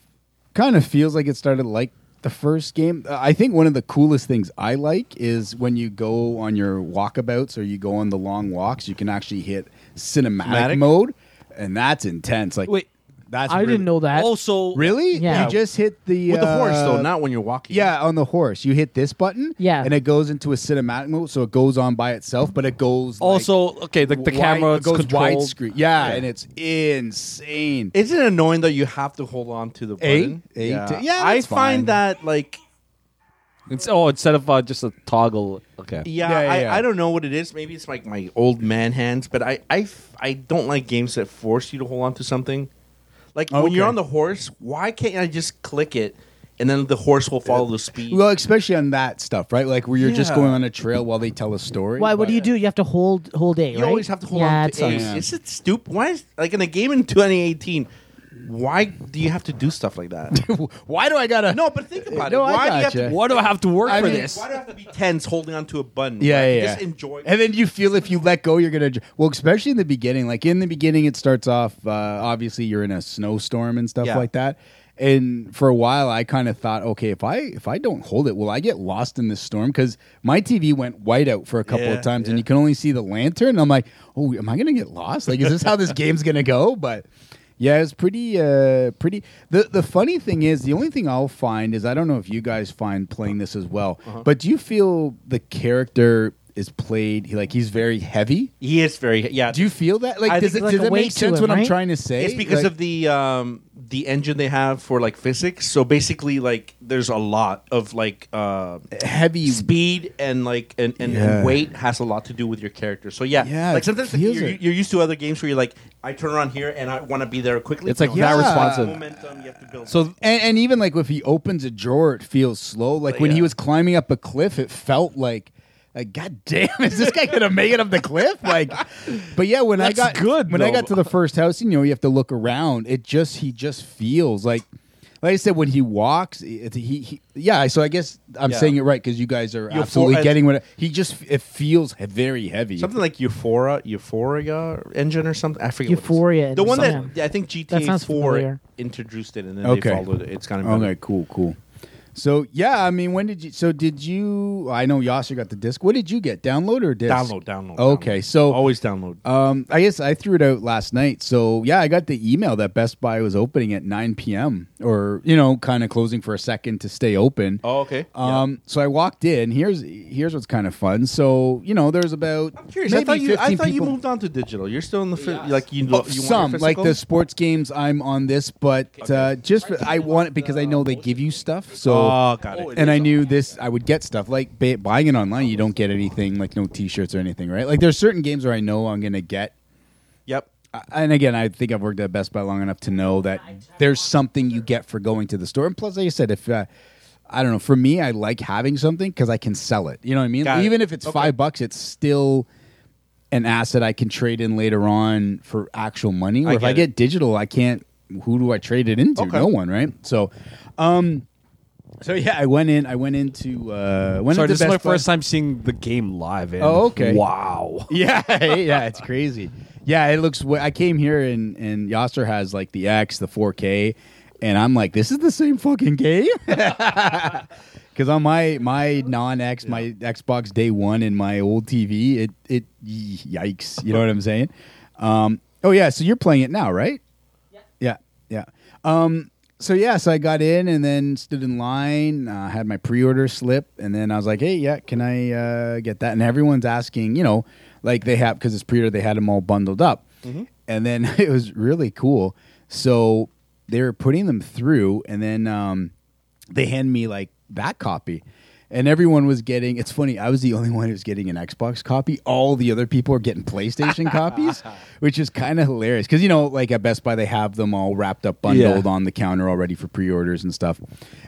kind of feels like it started like the first game. Uh, I think one of the coolest things I like is when you go on your walkabouts or you go on the long walks, you can actually hit cinematic, Cinematic? mode, and that's intense. Like Wait, that's I really- didn't know that. Oh, so Really? Yeah. You just hit the With the horse though, uh, not when you're walking. yeah, on the horse. You hit this button, Yeah. and it goes into a cinematic mode, so it goes on by itself, but it goes like, also okay. Like the wide- camera it goes controlled. widescreen. Yeah, and it's insane. Isn't it annoying that you have to hold on to the Eight? button? Eight yeah. to- yeah, I that's fine. find that like It's, oh, instead of uh, just a toggle. Okay. yeah, Yeah, yeah, I, yeah. I don't know what it is. Maybe it's like my old man hands, but I I f- I don't like games that force you to hold on to something. Like when you're Okay. on the horse, why can't I just click it and then the horse will follow the speed? Well, especially on that stuff, right? Like where you're just Yeah. going on a trail while they tell a story. Why? What do you but- do? You have to hold hold A. You right? always have to hold yeah, on it to sucks. ace. Yeah. Is it stupid? Why is like in a game in 2018? Why do you have to do stuff like that? Why do I gotta? no, but think about No, it. I Why do you have gotcha. to? Why do I have to work I for mean- this? Why do you have to be tense holding onto a button? Yeah, Why- yeah, yeah. Just enjoy. And then you feel if you let go, you're gonna. Well, especially in the beginning. Like in the beginning, it starts off. Uh, obviously, you're in a snowstorm and stuff Yeah. like that. And for a while, I kind of thought, okay, if I if I don't hold it, will I get lost in this storm? Because my TV went white out for a couple Yeah, of times, and yeah. you can only see the lantern. And I'm like, oh, am I gonna get lost? Like, is this how this game's gonna go? But yeah, it's pretty uh pretty. The the funny thing is, the only thing I'll find is I don't know if you guys find playing this as well, Uh-huh. but do you feel the character is played he- like he's very heavy? He is very yeah. Do you feel that? Like, I does think it, like does a it weight make to sense him, what I'm right? trying to say? It's because Like- of the um, the engine they have for like physics. So basically, like there's a lot of like uh, heavy speed and like and, and, Yeah. and weight has a lot to do with your character. So yeah, Yeah, like it sometimes like, feels you're, it. you're used to other games where you're like, I turn around here and I want to be there quickly. It's like You know, that it's responsive. momentum you have to build. So And, and even like if he opens a drawer, it feels slow. Like when Yeah. he was climbing up a cliff, it felt like, like God damn, is this guy gonna make it up the cliff? Like, but yeah, when I That's got good, when I though. got to the first house, you know, you have to look around. It just he just feels like, like I said, when he walks, it, he, he yeah. So I guess I'm Yeah. saying it right because you guys are Your absolutely forehead- getting what I- he just it feels he- very heavy. something like Euphora, Euphoria engine or something. I forget. what it's- Euphoria the one engine, that I think GTA sounds Four familiar. introduced it and then Okay. they followed it. It's kind of okay, cool, cool. So yeah, I mean, when did you? So did you? I know Yasser got the disc. What did you get? Download or disc? Download, Oh. download. Okay, download. so- always download. Um, I guess I threw it out last night. So yeah, I got the email that Best Buy was opening at 9 p.m. or you know, kind of closing for a second to stay open. Oh, okay. Um, so I walked in. Here's here's what's kind of fun. So you know, there's about I'm curious. maybe I thought you. 15 I thought people. you moved on to digital. You're still in the fi- like you. Oh, lo- you some want your like physical? the sports games. I'm on this, but uh, just for, I want it because I know they give you stuff. So uh, Oh, got it. and I knew this. I would get stuff like ba- buying it online. You don't get anything like no T-shirts or anything, right? Like there's certain games where I know I'm gonna get Yep. I- and again, I think I've worked at Best Buy long enough to know that there's something you get for going to the store. And plus, like I said, if uh, I don't know, for me, I like having something because I can sell it. You know what I mean? Got it. Even if it's Okay. five bucks, it's still an asset I can trade in later on for actual money. Or I if I get get it. digital, I can't. Who do I trade it into? Okay. No one, right? So, um, so yeah, I went in. I went into. Uh, went sorry, into this is Best my Buy. first time seeing the game live. And Oh, okay. Wow. Yeah, yeah, it's crazy. Yeah, it looks. wa- I came here and and Yasser has like the X, the 4K, and I'm like, this is the same fucking game. Because on my my non X, my Xbox Day One and my old TV, it it yikes. You know what I'm saying? Um, oh yeah, so you're playing it now, right? Yeah, yeah. Um, so yeah, so I got in and then stood in line. Uh, had my pre-order slip, and then I was like, "Hey, yeah, can I uh, get that?" And everyone's asking, you know, like they have because it's pre-order, they had them all bundled up, and then it was really cool. So they were putting them through, and then um, they hand me like that copy. And everyone was getting. It's funny. I was the only one who was getting an Xbox copy. All the other people are getting PlayStation copies, which is kind of hilarious. Because you know, like at Best Buy, they have them all wrapped up, bundled Yeah. on the counter already for pre-orders and stuff.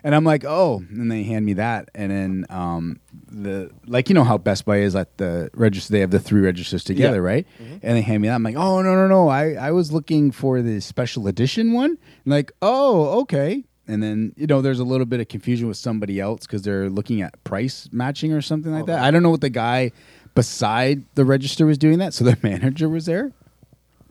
And I'm like, oh. And they hand me that, and then um, the like, you know how Best Buy is at the register. They have the three registers together, Yeah. right? And they hand me that. I'm like, oh no no no. I I was looking for the special edition one. And like, oh okay. And then you know, there's a little bit of confusion with somebody else because they're looking at price matching or something like that. I don't know what the guy beside the register was doing that. So the manager was there,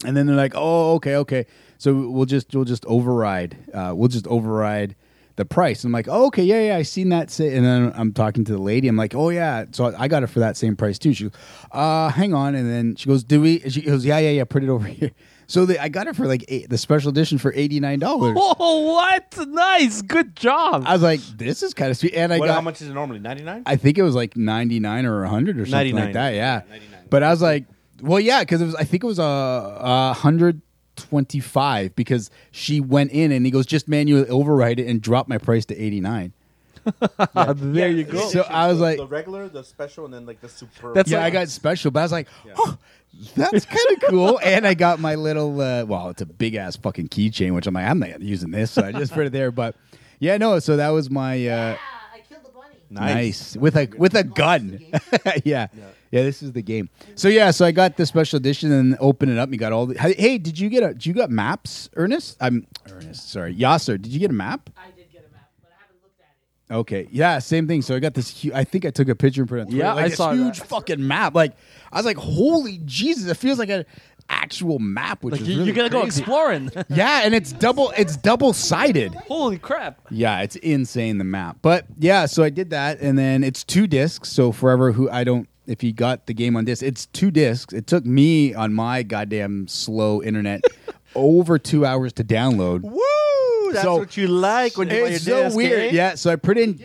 and then they're like, oh okay okay. So we'll just we'll just override. Uh, we'll just override the price. I'm like, oh, okay, yeah, yeah, I seen that. Say, and then I'm talking to the lady. I'm like, oh yeah, so I got it for that same price too. She goes, uh, hang on, and then she goes, do we? and She goes, yeah, yeah, yeah, put it over here. So they, I got it for like eight, the special edition for eighty nine dollars. Oh, what? Nice. Good job. I was like, this is kind of sweet, and I What, got how much is it normally? Ninety nine. I think it was like 99 or 100 or something 99. like that. Yeah. Yeah, 99. But I was like, well, yeah, because it was, I think it was a uh, 125 because she went in and he goes, just manually override it and drop my price to 89. there you go. So I was like- the regular, the special, and then like the super. That's yeah, like- I got special, but I was like, oh, that's kind of cool. And I got my little, uh, well, it's a big ass fucking keychain, which I'm like, I'm not using this. So I just put it there. But yeah, no, so that was my. Uh, I killed the bunny. Nice. with a with a gun. yeah. yeah, This is the game. So yeah, so I got the special edition and opened it up. And you got all the. Hey, did you get a? Did you got maps, Ernest? I'm Ernest. Sorry, Yasser. Did you get a map? I did get a map, but I haven't looked at it. Okay. Yeah, same thing. So I got this. Hu- I think I took a picture and put it. On Twitter. Yeah, like I this saw huge that. fucking map. Like I was like, holy Jesus! It feels like an actual map, which Like, is you, really are gonna go crazy. exploring. Yeah, and it's double. It's double sided. Holy crap! Yeah, it's insane the map. But yeah, so I did that, and then it's two discs. So forever, who I don't if you got the game on disc, it's two discs. It took me on my goddamn slow internet over two hours to download. Woo! That's So- what you like when you play your It's so disc, weird. eh? Yeah, so I put in.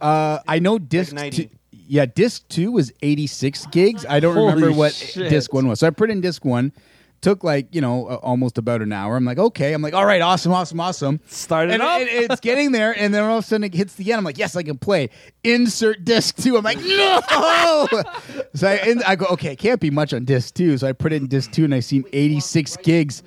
Uh, I know disc Like two. 90. Yeah, disc two was eighty six gigs. I don't Holy remember what shit. disc one was. So I put in disc one. Took like you know uh, almost about an hour. I'm like, okay. I'm like, all right, awesome, awesome, awesome. Start it and, up. and it's getting there, and then all of a sudden it hits the end. I'm like, yes, I can play. Insert disc two. I'm like, no. so I, and I go, okay, it can't be much on disc two. So I put in disc two, and I seen 86 gigs.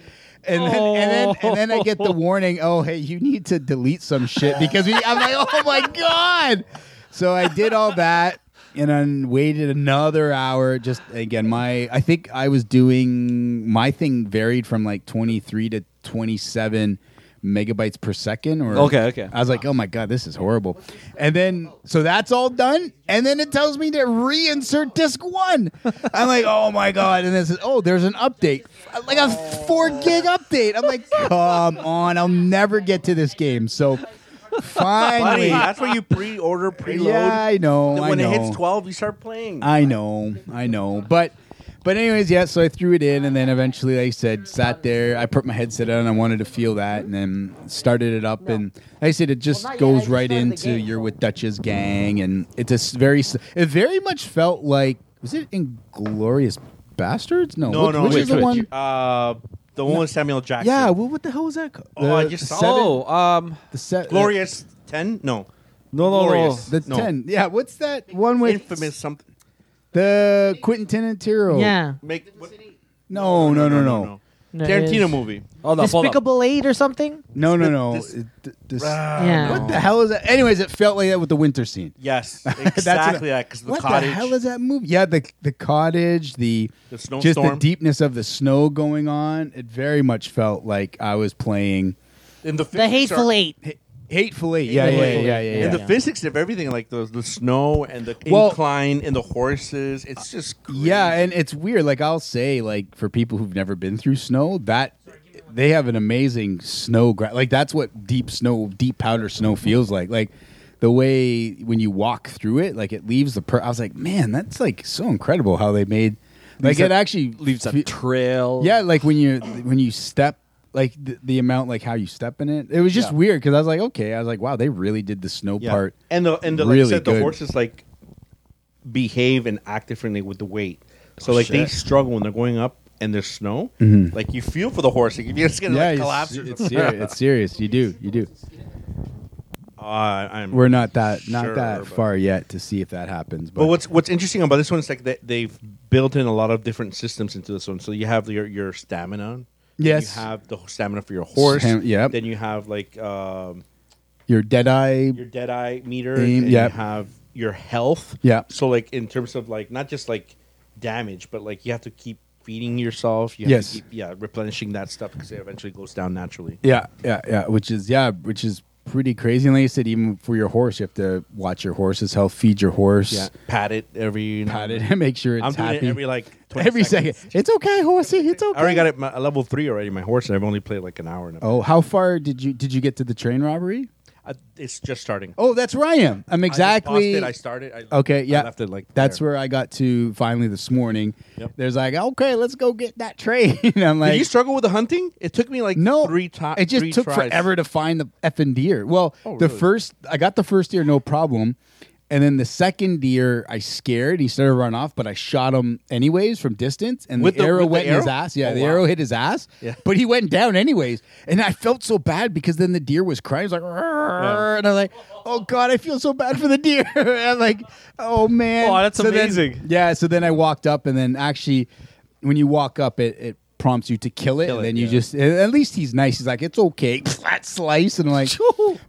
And then, and then and then I get the warning, oh hey, you need to delete some shit because we, I'm like, oh my god. So I did all that and then waited another hour. Just again, my I think I was doing my thing varied from like 23 to 27 megabytes per second. Or Okay, okay. I was like, oh my god, this is horrible. And then so that's all done, and then it tells me to reinsert disk one. I'm like, oh my god, and then it says, oh, there's an update, like a four gig update. I'm like, come on, I'll never get to this game. So Buddy, finally, that's where you pre-order, preload. yeah, I know. Then I when know. it hits twelve, you start playing. I know, I know. But but anyways, yeah, so I threw it in and then eventually like I said sat there, I put my headset on, I wanted to feel that and then started it up and like I said it just Well, not yet, I goes just right started the into game. you're with Dutch's gang and it's a s- very s- it very much felt like was it Inglorious Bastards? No, no, which, no, which wait, is the wait, one Uh, the one with Samuel Jackson. Yeah, well, what the hell was that? called? Oh, I The just saw- seven- Oh, um, the se- Glorious Ten? No, no, no, no. Glorious. the No. 10. Yeah, what's that one with infamous something. the Quentin Tarantino? Yeah. Make what, No, no, no, no. No, Tarantino it's- movie. Hold up, hold up. Despicable Eight or something. No, no, no. This- It- th- this- yeah. What the hell is that? Anyways, it felt like that with the winter scene. Yes, That's exactly what- that. Because the what cottage. the hell is that movie? Yeah, the the cottage, the, The just the snowstorm. deepness of the snow going on. It very much felt like I was playing. in the, The films Hateful are- Eight. Hateful Eight. Yeah, yeah, Hateful yeah, Eight. yeah, yeah. and the Yeah. physics of everything, like the the snow and the Well- incline and the horses, it's just crazy. Yeah, and it's weird. Like I'll say, like for people who've never been through snow, that they have an amazing snow. Gra- like that's what deep snow, deep powder snow feels like. Like the way when you walk through it, like it leaves the. Per- I was like, man, that's like so incredible how they made. Like Leaves it that- actually leaves a fe- trail. yeah, like when you when you step, like the, the amount, like how you step in it. It was just weird because I was like, okay, I was like, wow, they really did the snow Yeah. part. and the and the, like I really said, the good. horses like behave and act differently with the weight. So like they struggle when they're going up and there's snow. Like you feel for the horse, like if you're just gonna Mm-hmm. yeah, like it's- collapse. or It's, something. serious. It's serious. You do. You do. Uh, I'm, We're not that not Sure, that but- far yet to see if that happens. But, But what's what's interesting about this one is like that they've built in a lot of different systems into this one. So you have your your stamina. then Yes. You have the stamina for your horse. Stam- yep. Then you have like um, your dead eye? your dead eye meter. Aim, and yep. You have your health. Yep. So like in terms of like not just like damage, but like you have to keep feeding yourself. You have Yes. To keep, yeah, replenishing that stuff because it eventually goes down naturally. Yeah, yeah, yeah. Which is yeah, which is pretty crazy. And like you said, even for your horse, you have to watch your horse's health, feed your horse, Yeah. Pat it every. pat it, and make sure it's I'm doing happy it every like 20 Every second. seconds. It's okay, horsey. It's okay. I already got it my, level three already. My horse, and I've only played like an hour and a Oh, how far did you did you get to the train robbery? I, it's just starting. Oh, that's where I am. I'm I, exactly. just paused it, I started. I, Okay, yeah. I left it like That's there. where I got to finally this morning. Yep. There's like, okay, let's go get that train. I'm like, Did you struggle with the hunting? It took me like no, three times. It just took forever to find the effing deer. Well, Oh, the really? first I got the first deer, no problem, and then the second deer I scared. He started to run off, but I shot him anyways from distance, and With the, the- arrow with the went in his arrow? ass. Yeah, Oh, the wow. arrow hit his ass, Yeah. but he went down anyways, and I felt so bad because then the deer was crying. He was like, "Rrrr," and I'm like, oh god, I feel so bad for the deer. I'm like, oh man, Oh, that's then- amazing. yeah, so then I walked up, and then actually, when you walk up, it, it prompts you to kill it, Kill and it, then you yeah. just at least he's nice. He's like, it's okay, flat slice, and I'm like,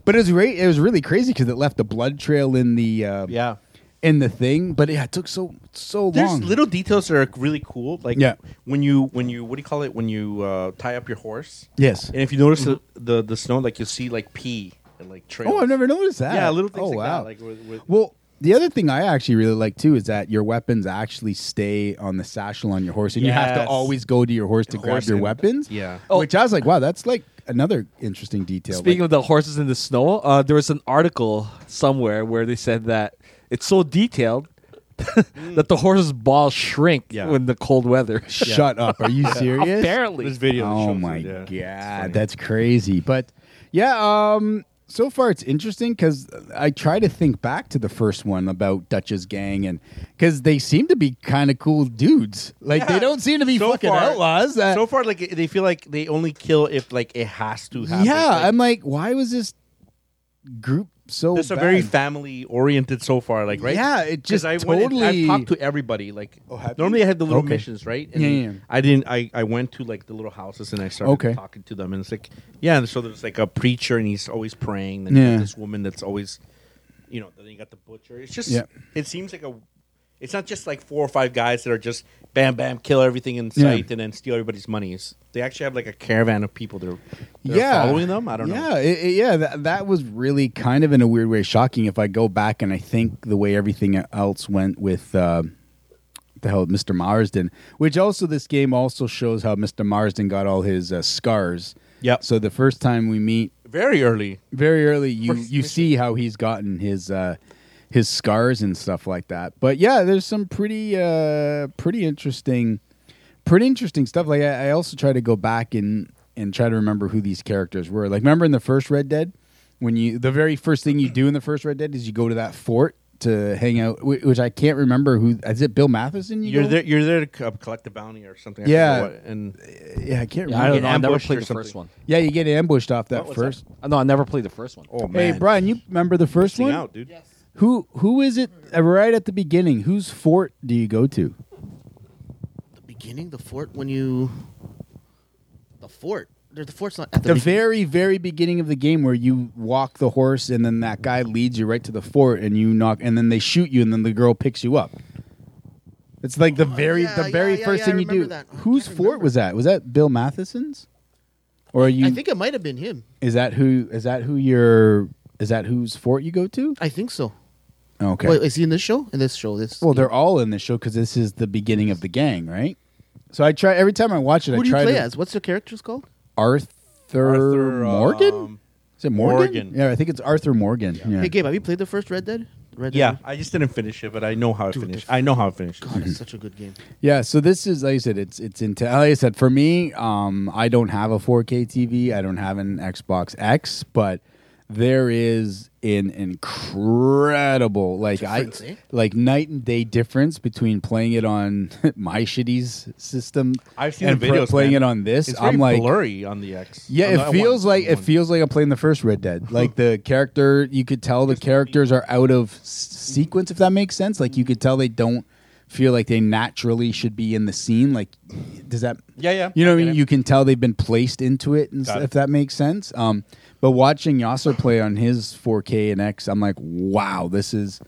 but it was great. It was really crazy because it left the blood trail in the uh, Yeah. in the thing, but yeah, it took so so There's long. little details that are really cool. Like Yeah. when you when you what do you call it when you uh, tie up your horse? yes. And if you notice the, the the snow, like you see like pee and like trails. Mm-hmm. Oh, I've never noticed that. Yeah, little things Oh like wow. that. Like with, with, well. The other thing I actually really like too is that your weapons actually stay on the satchel on your horse, and you have to Yes. always go to your horse to grab Horse your and- weapons. yeah. which I was like, wow, that's like another interesting detail. Like- Speaking of the horses in the snow, uh, there was an article somewhere where they said that it's so detailed that the horse's balls shrink Yeah. when the cold weather. Shut up. Are you serious? Apparently, this video. that Oh shows my it, yeah. god, that's crazy. But yeah, um so far it's interesting cuz I try to think back to the first one about Dutch's gang and cuz they seem to be kind of cool dudes. Like they Yeah. don't seem to be fucking outlaws. Uh, so far, like they feel like they only kill if like it has to happen. yeah, Like, I'm like why was this group so It's a bad? very family oriented so far, like right? Yeah, it 'Cause just I went and- totally- I've talked to everybody. Like Oh, have you? normally I had the little Okay. missions, right? Yeah, then yeah, yeah. I didn't. I, I went to like the little houses and I started Okay. talking to them, and it's like yeah. And so there's like a preacher, and he's always praying. Then you Yeah. got this woman that's always, you know. Then you got the butcher. It's just Yeah. it seems like a. It's not just like four or five guys that are just bam bam kill everything in sight and then steal everybody's monies. They actually have like a caravan of people that are, that are following them. I don't know. Yeah, it, it- yeah, that, that was really kind of in a weird way shocking. If I go back and I think the way everything else went with uh, the hell Mr. Marsden, which also this game also shows how Mr. Marsden got all his uh, scars. Yep. So the first time we meet Very early. very early, you First you see how he's gotten his uh, his scars and stuff like that. But yeah, there's some pretty uh, pretty interesting pretty interesting stuff. Like I, I also try to go back and and try to remember who these characters were. Like remember in the first Red Dead, when you the very first thing you do in the first Red Dead is you go to that fort to hang out, whi- which I can't remember who is it. Bill Matheson? You You're go there. You're there to co- collect the bounty or something. I Yeah. forget what, and with? Yeah, I can't I remember. don't know. I never ambushed played or the first something. one. yeah, you get ambushed off that What was that? first. Uh, No, I never played the first one. oh man, Hey, Brian, you remember the first Missing one? out, dude. Who who is it uh, right at the beginning? Whose fort do you go to? The beginning, the fort when you, the fort. There's the fort's not at the, The be- very very beginning of the game where you walk the horse and then that guy leads you right to the fort and you knock and then they shoot you and then the girl picks you up. It's like the very yeah, the very yeah, first yeah, I thing you do. remember that. I Whose can't fort was that? Was that Bill Matheson's? Or you I think it might have been him. is that who is that who your is that whose fort you go to? I think so. Okay. Wait, is he in this show? In this show, this. Well, they're all in this show because this is the beginning of the gang, right? So I try every time I watch it. who I do you try play to as? What's their characters called? Arthur, Arthur, Morgan. um, is it Morgan? Morgan. Yeah, I think it's Arthur Morgan. Yeah. Hey, Gabe, have you played the first Red Dead? Red Yeah, Dead. I just didn't finish it, but I know how it Dude, finished. the- I know how it finished. God, it's such a good game. Yeah, so this is like I said, it's it's into like I said for me, um, I don't have a 4K TV, I don't have an Xbox X, but there is an incredible like I Difference, eh? like night and day difference between playing it on my shitty's system. I've seen and the pr- videos. playing man. it on this. It's I'm very like blurry on the X. yeah, On the- it on feels one- like it one. feels like I'm playing the first Red Dead. Like the character, you could tell the characters are out of s- sequence, if that makes sense. Like you could tell they don't feel like they naturally should be in the scene. Like, does that? Yeah, yeah. You know, I what I get mean? it. you can tell they've been placed into it, and Got s- it. if that makes sense. Um, but watching Yasser play on his 4K and X, I'm like, wow, this is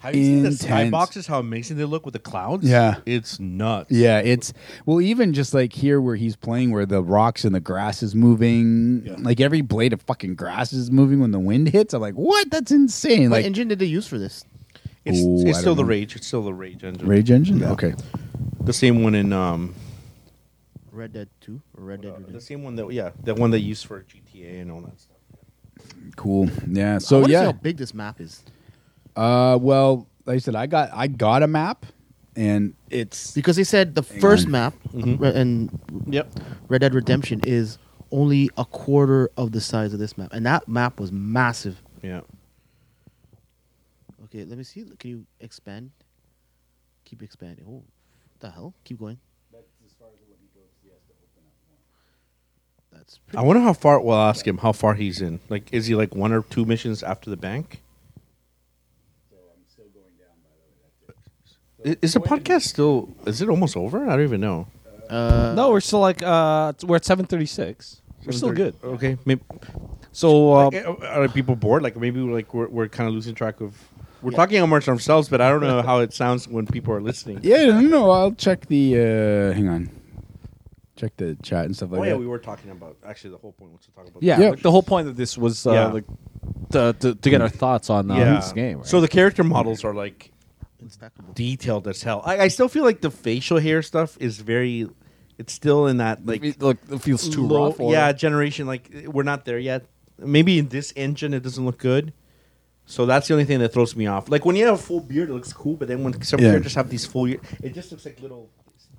Have you seen the intense. skyboxes? How amazing they look with the clouds? Yeah. it's nuts. Yeah, it's well, even just like here where he's playing, where the rocks and the grass is moving, like every blade of fucking grass is moving when the wind hits. I'm like, what? That's insane! What Like engine did they use for this? it's, Ooh, I it's still don't the know. rage. It's still the rage engine. rage engine. Okay, The same one in um, Red Dead Two or Red Dead uh, the Redemption? same one that yeah, the one they used for GTA and all that stuff. cool. Yeah. I So wanna see how yeah. big this map is Uh, well, like I said, I got I got a map, and it's because they said the first on. map uh, Mhm. Re- and Yep. Red Dead Redemption is only a quarter of the size of this map, and that map was massive. Yeah. Okay, let me see. Can you expand? Keep expanding. Oh, what the hell! Keep going. That's as far as the I wonder how far. Well, I'll ask him how far he's in. Like, is he like one or two missions after the bank? I- Is the podcast still? Is it almost over? I don't even know. That's pretty. Uh, no, we're still like uh, we're at seven thirty six. We're still good. Okay. Maybe, So uh, like, are people bored? Like maybe like we're, we're kind of losing track of. We're talking amongst ourselves, but I don't know how it sounds when people are listening. yeah. No, no, I'll check the. uh Hang on, check the chat and stuff like Oh yeah, that. we were talking about actually the whole point was to talk about. yeah, Yeah. like, the whole point of this was uh, Yeah. like to, to to get our thoughts on uh, yeah. this game. Right? So the character models are like it's stackable. detailed as hell. I, I still feel like the facial hair stuff is very. It's still in that like it, look, it feels too low- rough. or- Yeah, generation like we're not there yet. Maybe in this engine it doesn't look good. So that's the only thing that throws me off. Like when you have a full beard, it looks cool, but then when some Yeah. people just have these full, ear- it just looks like little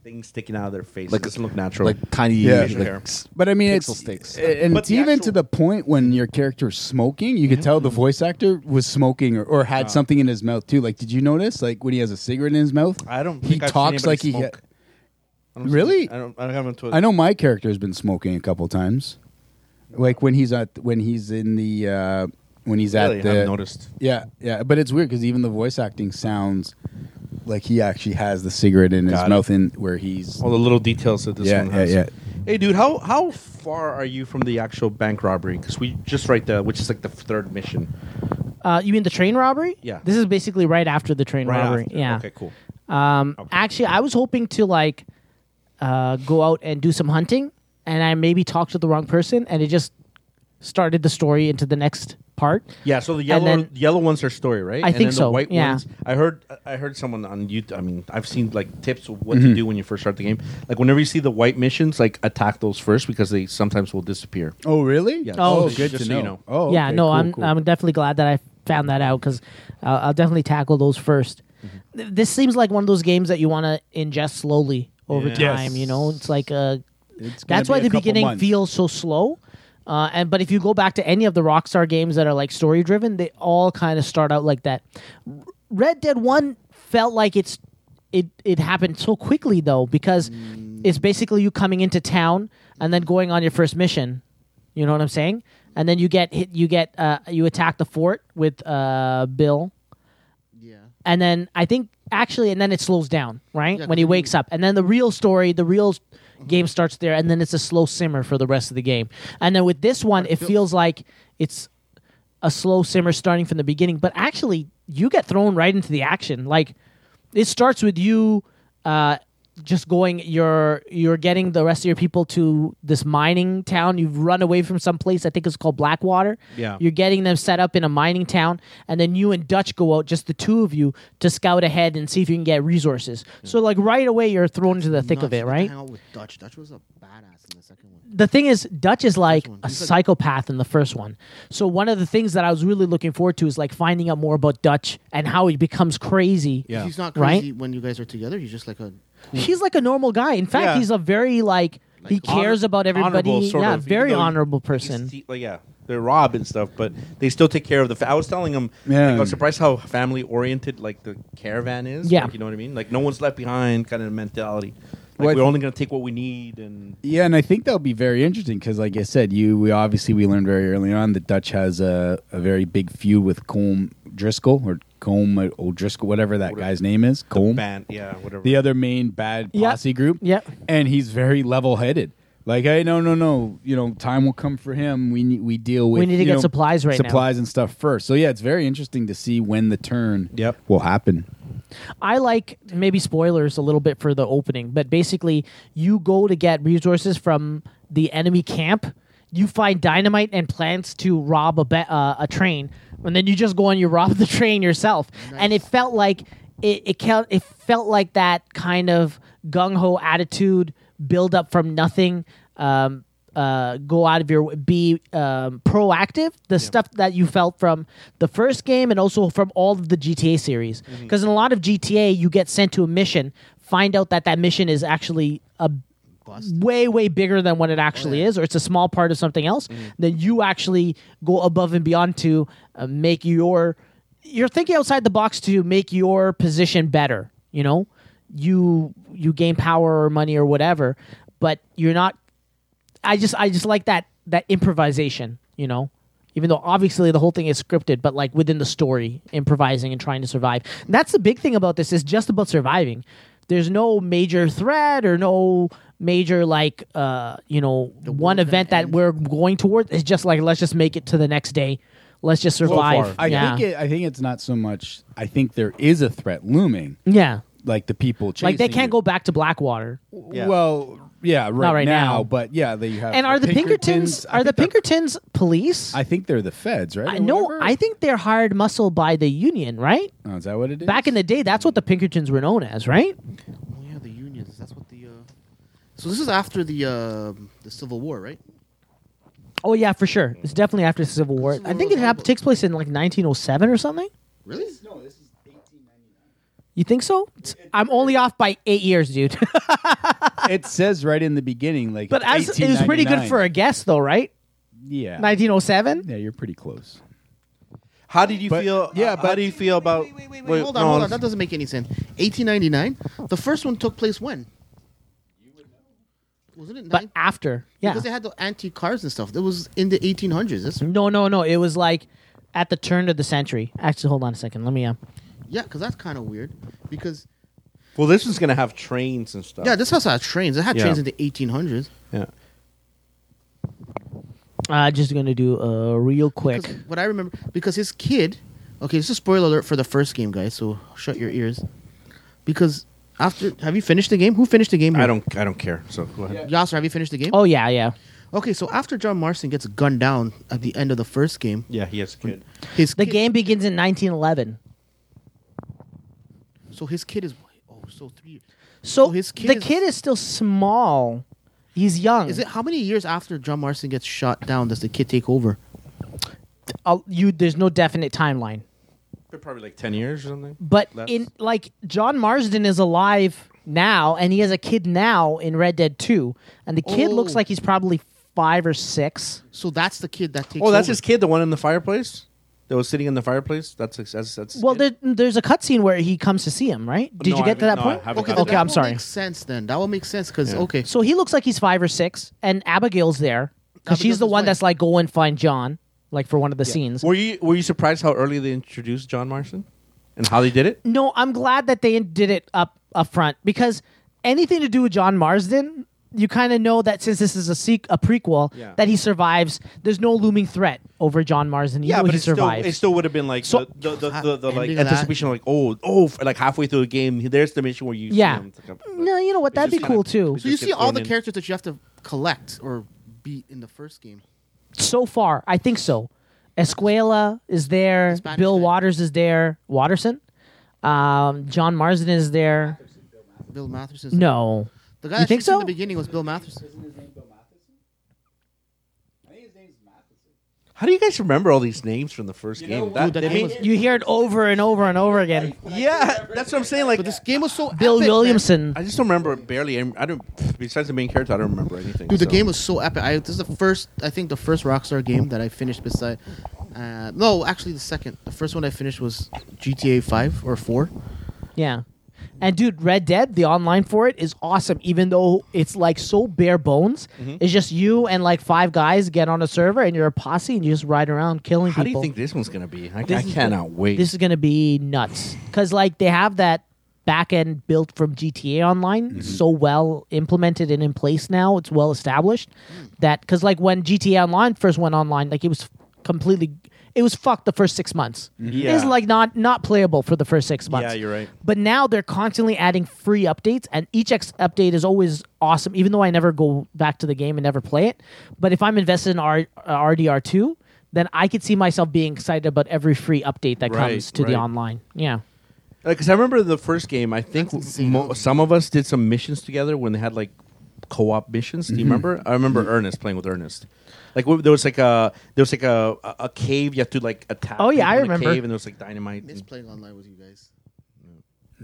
things sticking out of their face. Like- it doesn't look natural. like tiny. Yeah. like, Facial hair. s- But I mean, Pixel it's sticks. a- and But it's the even actual- to the point when your character's smoking, you could Mm-hmm. tell the voice actor was smoking or, or had something in his mouth too. Like, did you notice? Like when he has a cigarette in his mouth, I don't. He think I've seen talks anybody like he. smoke. ha- I don't- Really? I don't. I don't have him to. I know my character has been smoking a couple times, like when he's at when he's in the uh, when he's Really, at I haven't the noticed. yeah yeah. But it's weird because even the voice acting sounds like he actually has the cigarette in his Got it. mouth in where he's All the little details that this Yeah, one yeah, has. yeah. Hey, dude, how how far are you from the actual bank robbery? Because we just right there, which is like the third mission. Uh, you mean the train robbery? Yeah. This is basically right after the train Right robbery. after. Yeah. Okay, cool. Um, Okay. Actually, I was hoping to like uh, go out and do some hunting, and I maybe talked to the wrong person, and it just started the story into the next part. Yeah, so the yellow then- yellow ones are story, right? I and think then so, The white yeah. ones. I heard I heard someone on YouTube. I mean, I've seen like tips of what Mm-hmm. to do when you first start the game. Like whenever you see the white missions, like attack those first because they sometimes will disappear. oh really Yeah, Oh, just- good just to so know. you know. oh yeah, okay, no, cool, I'm cool. I'm definitely glad that I found that out because uh, I'll definitely tackle those 1st Mm-hmm. Th- This seems like one of those games that you want to ingest slowly over Yeah. time. Yes. You know, it's like a It's gonna that's why be the a couple beginning months. feels so slow. Uh, and but if you go back to any of the Rockstar games that are like story driven, they all kind of start out like that. R- Red Dead One felt like it's it it happened so quickly though because Mm. it's basically you coming into town and then going on your first mission. You know what I'm saying? And then you get hit. You get uh, you attack the fort with uh, Bill Yeah. and then I think actually, and then it slows down, right? Yeah, when 'cause he you- wakes up, and then the real story, the real s- game starts there, and then it's a slow simmer for the rest of the game. And then with this one, it feels like it's a slow simmer starting from the beginning, but actually, you get thrown right into the action. Like it starts with you uh, just going you're you're getting the rest of your people to this mining town you've run away from some place i think it's called blackwater Yeah. you're getting them set up in a mining town and then you and dutch go out just the two of you to scout ahead and see if you can get resources so like right away you're thrown into the thick Nuts. of it You right Hang out with Dutch. Dutch was a badass in the second one. the thing is, Dutch is like one. a He's like- psychopath in the first one. So one of the things that I was really looking forward to is like finding out more about Dutch and how he becomes crazy. Yeah. He's not Right? crazy when you guys are together. He's just like a. He's like a normal guy. In fact, Yeah. he's a very like, he Honor- cares about honorable, everybody. sort Yeah, of, even very though honorable he's- person. he- like, yeah, they're rob and stuff, but they still take care of the. Fa- I was telling him, Yeah. like, I was surprised how family oriented like the caravan is. Yeah. like, you know what I mean. Like no one's left behind, kind of mentality. Like What- we're only gonna take what we need, and Yeah, and I think that'll be very interesting because, like I said, you we obviously we learned very early on that Dutch has a, a very big feud with Colm Driscoll or Colm O'Driscoll, whatever that guy's name is, Colm. band, yeah, whatever. the other main bad Yeah. posse group. Yeah. And he's very level headed. Like, hey, no, no, no. You know, time will come for him. We need we deal with We need to you get know, supplies right now. supplies and stuff first. So yeah, it's very interesting to see when the turn Yep. will happen. I like maybe spoilers a little bit for the opening, but basically, you go to get resources from the enemy camp. You find dynamite and plans to rob a be- uh, a train, and then you just go and you rob the train yourself. And it felt like it it, cal- it felt like that kind of gung ho attitude build up from nothing. Um, uh, go out of your be um, proactive. The stuff that you felt from the first game and also from all of the GTA series, because in a lot of GTA you get sent to a mission, find out that that mission is actually a way way bigger than what it actually is, or it's a small part of something else. Then you actually go above and beyond to uh, make your you're thinking outside the box to make your position better. You know, you you gain power or money or whatever, but you're not I just I just like that that improvisation, you know. Even though obviously the whole thing is scripted, but like within the story, improvising and trying to survive. And that's the big thing about this is just about surviving. There's no major threat or no major like uh you know one event that we're going towards. It's just like let's just make it to the next day. Let's just survive. I yeah. think it, I think it's not so much. I think there is a threat looming, yeah. like the people chasing. Like they can't you. go back to Blackwater. Yeah. Well, yeah, right, right now, now. But yeah, they have. And are the Pinkertons, I are the think they're- Pinkertons police? I think they're the feds, right? I, Or no, whatever? I think they're hired muscle by the union, right? Oh, is that what it is? Back in the day, that's what the Pinkertons were known as, right? Oh yeah, the unions. That's what the. Uh, so this is after the um the Civil War, right? Oh yeah, for sure. It's definitely after the Civil War. Civil I think War it was happened, over. takes place in like 1907 or something. Really? You think so? It's- I'm only off by eight years, dude. it says right in the beginning, like. but it's as it was pretty good 1899. for a guess, though, right? yeah. 1907. Yeah, you're pretty close. How did you But- feel? yeah, uh, but- how do you feel about? Wait, wait, wait, hold on, hold on. That doesn't make any sense. 1899. The first one took place when? Wasn't it? But nine- after, yeah. Because they had the antique cars and stuff. That was in the 1800s. That's, No, no, no. It was like at the turn of the century. Actually, hold on a second. Let me. Uh, yeah, because that's kind of weird. Because well, this one's gonna have trains and stuff. yeah, this house had trains. It had Yeah. trains in the 1800s. yeah. uh just gonna do uh, real quick. Because What I remember because his kid. Okay, this is spoiler alert for the first game, guys. So shut your ears. Because after, have you finished the game? Who finished the game? Here? I don't. I don't care. So go ahead. Yasser, have you finished the game? Oh yeah, yeah. Okay, so after John Marston gets gunned down at the end of the first game, Yeah, he has a kid. Mm. his The kid- game begins in 1911. So his kid is oh, so three. So So his kid the is- kid is still small. He's young. Is it how many years after John Marston gets shot down does the kid take over? i you there's no definite timeline. They're probably like ten years or something. But Less. in like John Marsden is alive now and he has a kid now in Red Dead 2 and the kid Oh. looks like he's probably 5 or 6. So that's the kid that takes. Oh, that's over. his kid, the one in the fireplace that was sitting in the fireplace. That's his- that's that's. his Well kid? there, there's a cutscene where he comes to see him, right? Did No, you I get to that haven't- no, I point? haven't Okay, got okay, there. I'm will sorry. Make sense then. That will make sense because okay. So he looks like he's 5 or 6 and Abigail's there cuz she's Abigail's the his one wife. that's like go and find John like for one of the scenes. Were you were you surprised how early they introduced John Marston and how they did it? No, I'm glad that they did it up up front because anything to do with John Marsden you kind of know that since this is a sequ- a prequel, Yeah. that he survives. There's no looming threat over John Marsden. You know he it still, survives. it still would have been like So- the, the, the, the, the like Ending of that. anticipation, like oh oh, f- like halfway through the game, there's the mission where you see Yeah. him to come- no, you know what? It's That'd be just kinda- cool too. it's So you just see gets all thrown the in. characters that you have to collect or beat in the first game. So far, I think so. Escuela is there. Spanish Bill name. Waters is there. Watterson. Um, John Marsden is there. Bill Matherson's No. The guy You that think shoots in so? the beginning was Bill Matheson. How do you guys remember all these names from the first game? That- Dude, that they game made- was- You hear it over and over and over again. yeah, that's what I'm saying. Like But this game was so Bill epic, man. Williamson. I just don't remember barely. any- I don't. Besides the main character, I don't remember anything. Dude, the so. game was so epic. I, this is the first, I think, the first Rockstar game that I finished. Beside, uh, no, actually, the second. The first one I finished was GTA Five or Four. Yeah. And dude, Red Dead, the online for it is awesome, even though it's like so bare bones. Mm-hmm. It's just you and like five guys get on a server and you're a posse and you just ride around killing How do people. you think this one's gonna be? I, This I is cannot wait. this is going to be nuts? Because like they have that back end built from GTA Online so well implemented and in place now. It's well established that because like when GTA Online first went online, like it was completely. It was fucked the first six months. It was Yeah. like not not playable for the first six months. Yeah, you're right. But now they're constantly adding free updates, and each ex- update is always awesome. Even though I never go back to the game and never play it, but if I'm invested in R- uh, RDR two, then I could see myself being excited about every free update that Right, comes to the right. online. Yeah, Because I remember the first game. I think mo- some of us did some missions together when they had like co-op missions. Do you remember? I remember Ernest playing with Ernest. Like wh- there was like a there was like a a, a cave you had to like attack. Oh, yeah, people I in a remember. Cave and there was like dynamite. Miss and- playing online with you guys.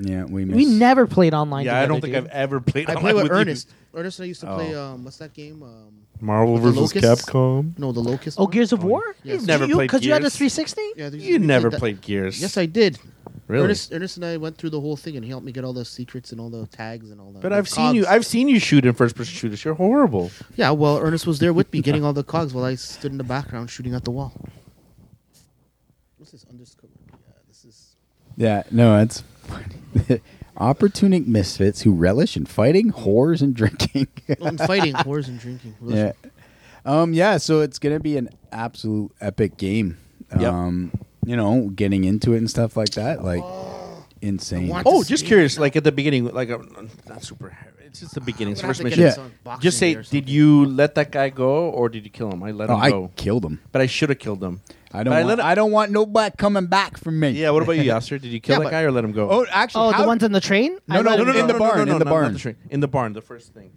Yeah, we missed. we never played online. yeah, I together, don't think dude. I've e- ever played. I online played with you. Oh. Ernest. Ernest and I used to play. Um, what's that game? Um, Marvel With the versus locusts? Capcom. no, the Locust. Oh, one. Gears of War. Yes. Did Never you, played because you had a Gears. 360. Yeah, there's- You we never that. played Gears. Yes, I did. Really? Ernest, Ernest and I went through the whole thing, and he helped me get all the secrets and all the tags and all that. But The I've seen you. cogs. I've seen you shoot in first-person shooters. You're horrible. yeah, well, Ernest was there with me, getting all the cogs, while I stood in the background shooting at the wall. What's this underscore? Yeah, this is. Yeah, no, it's funny. Opportunic misfits who relish in fighting, whores, and drinking. Oh, and fighting, whores, and drinking. yeah. Um. Yeah. So it's gonna be an absolute epic game. Yep. Um. You know, getting into it and stuff like that, like insane. want- Oh, to just see. curious. Like at the beginning, like uh, not super. It's just the beginning. It's the first mission. Yeah. Just say, did you let that guy go or did you kill him? I let Oh, him I go, killed him. but I should have killed him. I don't. But I Want, let- I don't want nobody coming back from me. Yeah. What about you, Yasser? Did you kill Yeah, that but- guy or let him go? Oh, actually, Oh, how- the ones on the train. No, I no, let no, him no, go. in the barn, in the not- not barn. train. in the barn. The first thing.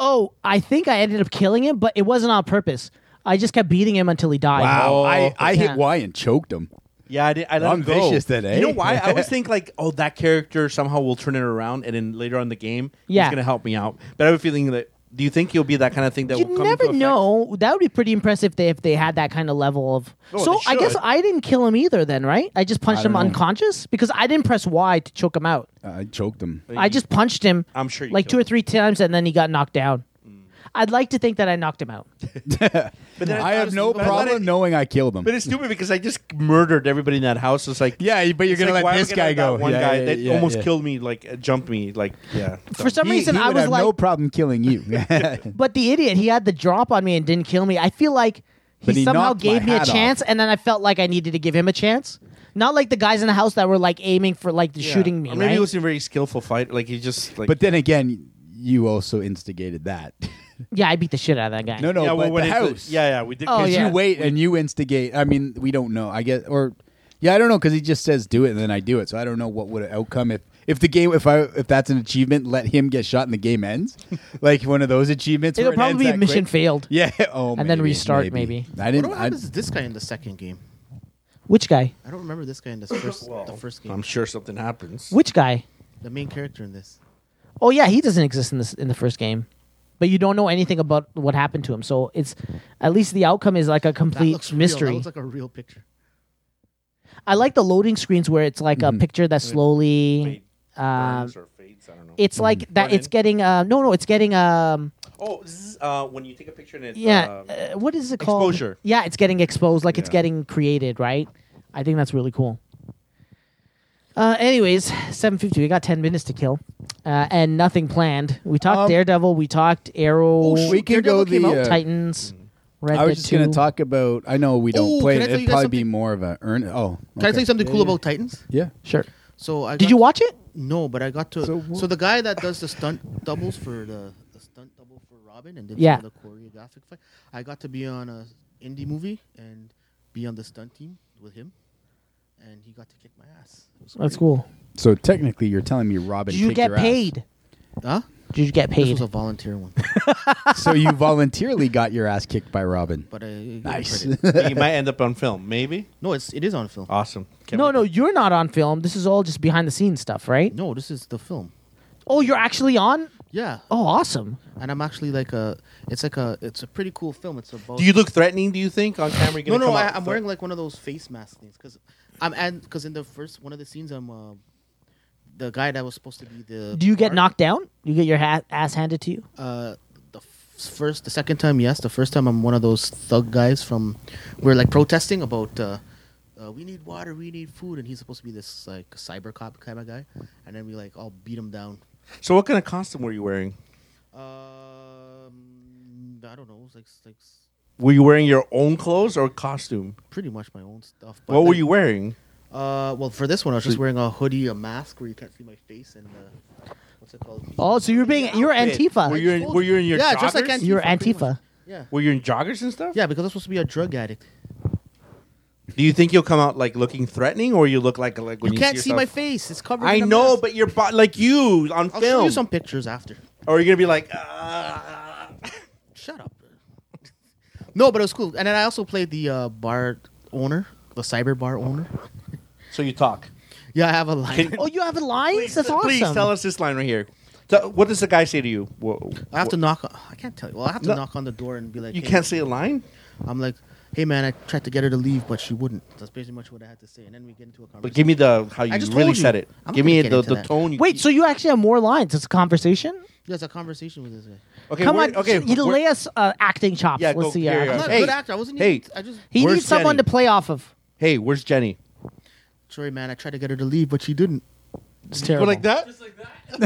Oh, I think I ended up killing him, but it wasn't on purpose. I just kept beating him until he died. Wow. Oh, I, I yeah. hit Y and choked him. Yeah, I did. I let I'm him go. vicious then, eh? You know why? I always think like, oh, that character somehow will turn it around, and then later on in the game, Yeah. he's gonna help me out. But I have a feeling that. Do you think he'll be that kind of thing that you will come never into effect? know. That would be pretty impressive if they, if they had that kind of level of. Oh, so they I guess should. I didn't kill him either. Then right? I just punched I him don't know. unconscious because I didn't press Y to choke him out. Uh, I choked him. I just punched him. I'm sure you like two killed or three times, and then he got knocked down. Mm. I'd like to think that I knocked him out. But then I have honestly, no but I let problem it- knowing I killed him. But it's stupid because I just murdered everybody in that house. It's like Yeah, but you're It's gonna like, let why this would guy I let that go. One Yeah, guy yeah, that yeah, almost yeah. killed me, like uh, jumped me, like yeah. For some He- reason, he I would was have like, no problem killing you. but the idiot, he had the drop on me and didn't kill me. I feel like he, But he somehow knocked my gave me a hat off. chance, and then I felt like I needed to give him a chance. Not like the guys in the house that were like aiming for like the shooting me. Or maybe right? it was a very skillful fight. Like he just like. But then again, you also instigated that. yeah, I beat the shit out of that guy. No, no, yeah, but well, the when it- house. yeah, yeah, we did. Oh, Because yeah. you wait and you instigate. I mean, we don't know. I guess or yeah, I don't know because he just says do it and then I do it. So I don't know what would outcome if if the game if I if that's an achievement, let him get shot and the game ends, like one of those achievements. where It'll it probably be ends that mission quick. failed. Yeah. Oh. And then maybe, restart, I What didn't. I, happens to this guy in the second game? Which guy? I don't remember this guy in the first, the first game. I'm sure something happens. Which guy? the main character in this. Oh yeah, he doesn't exist in this in the first game. But you don't know anything about what happened to him. So it's at least the outcome is like a That complete looks real. mystery. That looks like a real picture. I like the loading screens where it's like Mm-hmm. a picture that slowly um, Burns or fades, I don't know. Mm. it's like that Burn it's in. getting uh no no it's getting um oh, this is, uh, when you take a picture and it. yeah um, uh, what is it called exposure. yeah it's getting exposed like it's Yeah. getting created right i think that's really cool Uh, anyways, seven fifty. We got ten minutes to kill, uh, and nothing planned. We talked Um, oh, Daredevil. We talked Arrow. shoot, we can Daredevil go came the, out, uh, Titans. Red I Dead was just going 2. to talk about. I know we don't Ooh, play can I it. tell you It'd guys probably be something? more of a earn. Oh, Can I okay. say something cool about Titans? Yeah. Sure. So I Did got- you watch it? No, but I got So to. So, wha- the guy that does the stunt doubles for the, the stunt double for Robin and did Yeah. some of the choreographic fight. I got to be on a indie movie and be on the stunt team with him, and he got to kick my ass. It was That's great. cool. So technically, you're telling me Robin. Did you kicked get your ass. paid? Huh? Did you get This paid? was a volunteer one, so you voluntarily got your ass kicked by Robin. but I give him Nice. credit. you might end up on film, maybe. No, it's it is on film. Awesome. Can't no, wait. no, you're not on film. This is all just behind the scenes stuff, right? No, this is the film. Oh, you're actually on. Yeah, Oh, awesome. and I'm actually like a. It's like a. It's a pretty cool film. It's about. Do you look threatening? Do you think on camera? You're gonna No, no, come I, out I'm threat- wearing like one of those face mask things because I'm and because in the first one of the scenes, I'm uh, the guy that was supposed to be the. Do you get guard, knocked down? You get your ha- ass handed to you? Uh, the f- first, the second time, yes. The first time, I'm one of those thug guys from. We're like protesting about. Uh, uh, we need water. We need food, and he's supposed to be this like cyber cop kind of guy, and then we like all beat him down. So what kind of costume were you wearing? Um, I don't know. It was like, s- like s- Were you wearing your own clothes or costume? pretty much my own stuff. what were like, you wearing? Uh, well, for this one, I was just wearing a hoodie, a mask where you can't see my face, and uh, what's it called? Oh, so you're being you're Antifa. Were you in, were you in your yeah, joggers? just like Antifa. You're pretty much. Antifa. Yeah, Were you in joggers and stuff? yeah, because I'm supposed to be a drug addict. Do you think you'll come out like looking threatening, or you look like like when you you, can't see, my yourself- face; it's covered. I in a know, mask. but you're bo- like you on I'll show film, you some pictures after. or you're gonna be like, "Ah." Shut up. no, but it was cool, and then I also played the uh, bar owner, the cyber bar owner. so you talk. Yeah, I have a line. Oh, you have lines? That's awesome. Please tell us this line right here. So, what does the guy say to you? Whoa, I have to knock. On, I can't tell you. Well, I have to No. knock on the door and be like, You "Hey." can't say a line, I'm like, "Hey, man, I tried to get her to leave, but she wouldn't." That's basically much what I had to say, and then we get into a conversation. but give me the how you I just really told you. said it. I'm not give gonna me get the, into the that. tone. You Wait, so you actually have more lines? It's a conversation. Yeah, it's a conversation with this guy. okay, Come we're- on, okay, you we're- lay us uh, acting chops. Yeah, Let's go- see. your here you I'm acting go. not chops. Hey. a good actor. I wasn't. Hey. even- I just. He Where's needs someone to Jenny? play off of. Hey, where's Jenny? Sorry, man. I tried to get her to leave, but she didn't. It's terrible. that? and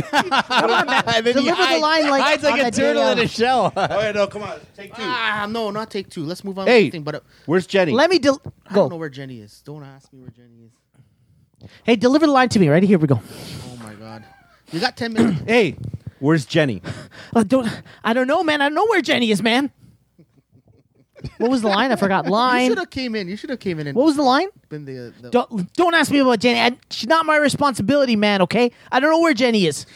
then Deliver the line like, hides like on a that day turtle in of- a shell. Oh yeah, no, come on, take two. Ah, no, not take two. Let's move on. Hey. With the thing, but uh, Where's Jenny? Let me del- I don't go. know where Jenny is. Don't ask me where Jenny is. Hey, deliver the line to me. Ready? Here we go. Oh my God. You got ten minutes. hey, where's Jenny? Uh, don't. I don't know, man. I don't know where Jenny is, man. what was the line? I forgot. you Line. should have came in. You should have came in and What was the line? been the. the Don't don't ask me about Jenny. I, she's not my responsibility, man. Okay. I don't know where Jenny is.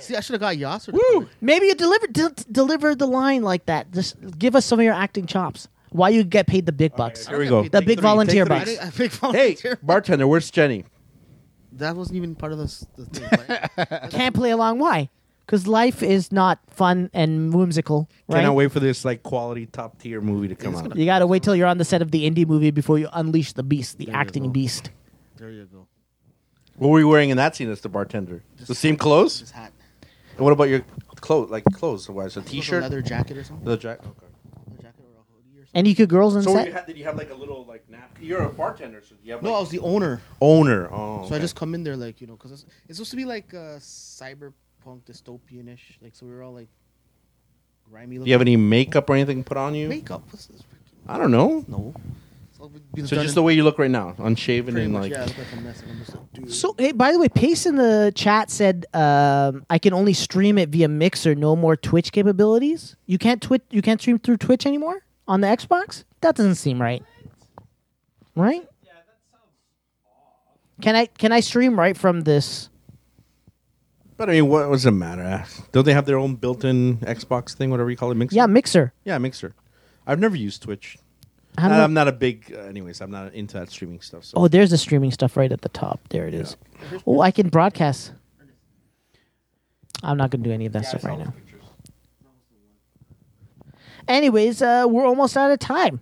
see, I should have got Yasser. to come in. Maybe you deliver del- deliver the line like that. Just give us some of your acting chops. Why you get paid the big bucks? Here we go. The big volunteer I bucks. didn't- I think Hey, volunteer- bartender, where's Jenny? that wasn't even part of the, s- the thing. right? Can't play along. Why? Because life is not fun and whimsical. Right? Cannot wait for this like quality top tier movie to come out. You gotta wait till you're on the set of the indie movie before you unleash the beast, the you acting go. beast. there you go. What were you wearing in that scene as the bartender? The same clothes? His hat. And what about your clothes? Like clothes? What is it, a Was it t-shirt? a leather jacket or something. The jacket. Okay. A jacket or a hoodie or something. And you could girls on So you set. had, did you have like a little like napkin? You're a bartender, so you have No, I was the owner. owner. Oh, So I just come in there like you know, cause it's, it's supposed to be like uh, cyberpunk dystopian-ish. Like so, we were all like grimy. Do you have any makeup or anything put on you? makeup? What's this freaking? I don't know. No. So, So just the way you look right now, unshaven and like. yeah, I look like a mess. and I'm just like, dude. So hey, by the way, Pace in the chat said um, I can only stream it via Mixer. No more Twitch capabilities. You can't Twitch. You can't stream through Twitch anymore on the Xbox. That doesn't seem right. Right? Yeah, that sounds off. Can I can I stream right from this? But I mean, what does it matter? Uh, Don't they have their own built-in Xbox thing, whatever you call it, mixer? Yeah, Mixer. yeah, mixer. I've never used Twitch. How do And I- I'm not a big, uh, anyways. I'm not into that streaming stuff. So. oh, there's the streaming stuff right at the top. There it is. Oh, I can broadcast. I'm not gonna do any of that stuff right now. Anyways, uh, we're almost out of time.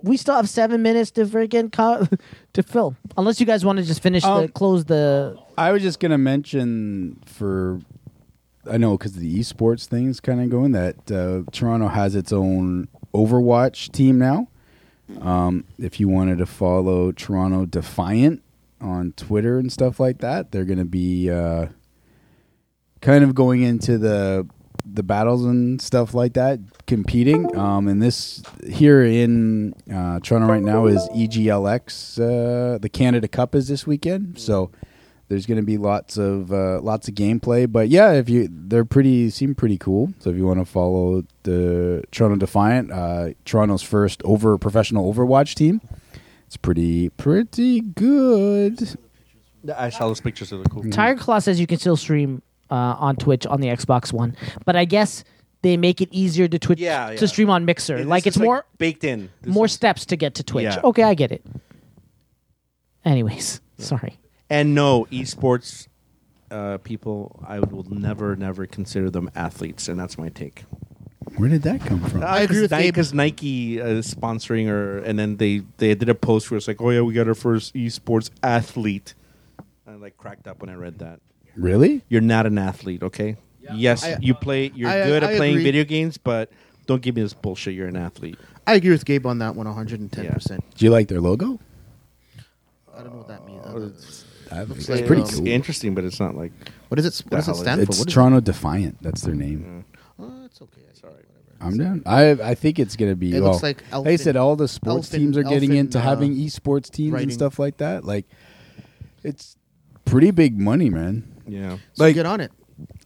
We still have seven minutes to freaking co- to fill. Unless you guys want to just finish the Um, close Oh. the. I was just gonna mention for I know because the esports thing's kind of going that uh, Toronto has its own Overwatch team now. Um, if you wanted to follow Toronto Defiant on Twitter and stuff like that. They're going to be uh, kind of going into the the battles and stuff like that, competing. Um, and this here in uh, Toronto right now is EGLX. Uh, the Canada Cup is this weekend, so there's going to be lots of uh, lots of gameplay. But yeah, if you they're pretty seem pretty cool. So if you want to follow the Toronto Defiant, uh, Toronto's first over professional Overwatch team. It's pretty pretty good. I saw those pictures. They're cool. Tiger Claw says you can still stream uh, on Twitch on the Xbox One, but I guess they make it easier to Twitch Yeah, yeah. to stream on Mixer. This like it's is, more baked in. This more is- steps to get to Twitch. Yeah. Okay, I get it. Anyways, sorry. and no esports uh, people. I will never, never consider them athletes, and that's my take. Where did that come from? I agree with Abe. because Nike uh, is sponsoring her, and then they they did a post where it's like, oh yeah, we got our first esports athlete. I like cracked up when I read that. Really? You're not an athlete, okay? Yes, I- you play. You're I- good I at playing agree. video games, but don't give me this bullshit. You're an athlete. I agree with Gabe on that one, 110. percent Do you like their logo? I don't know what that means. Uh, That looks like, pretty um, cool. Interesting, but it's not like What is it? What does it Valid. stand for? It's What is Toronto Defiant. That's their name. It? Oh, it's okay. It's all right. I'm down. I I think it's gonna be. It well, looks like they elfin- said all the sports elfin- teams are getting elfin, into uh, having esports teams writing. and stuff like that. Like, it's pretty big money, man. yeah. So Like, get on it.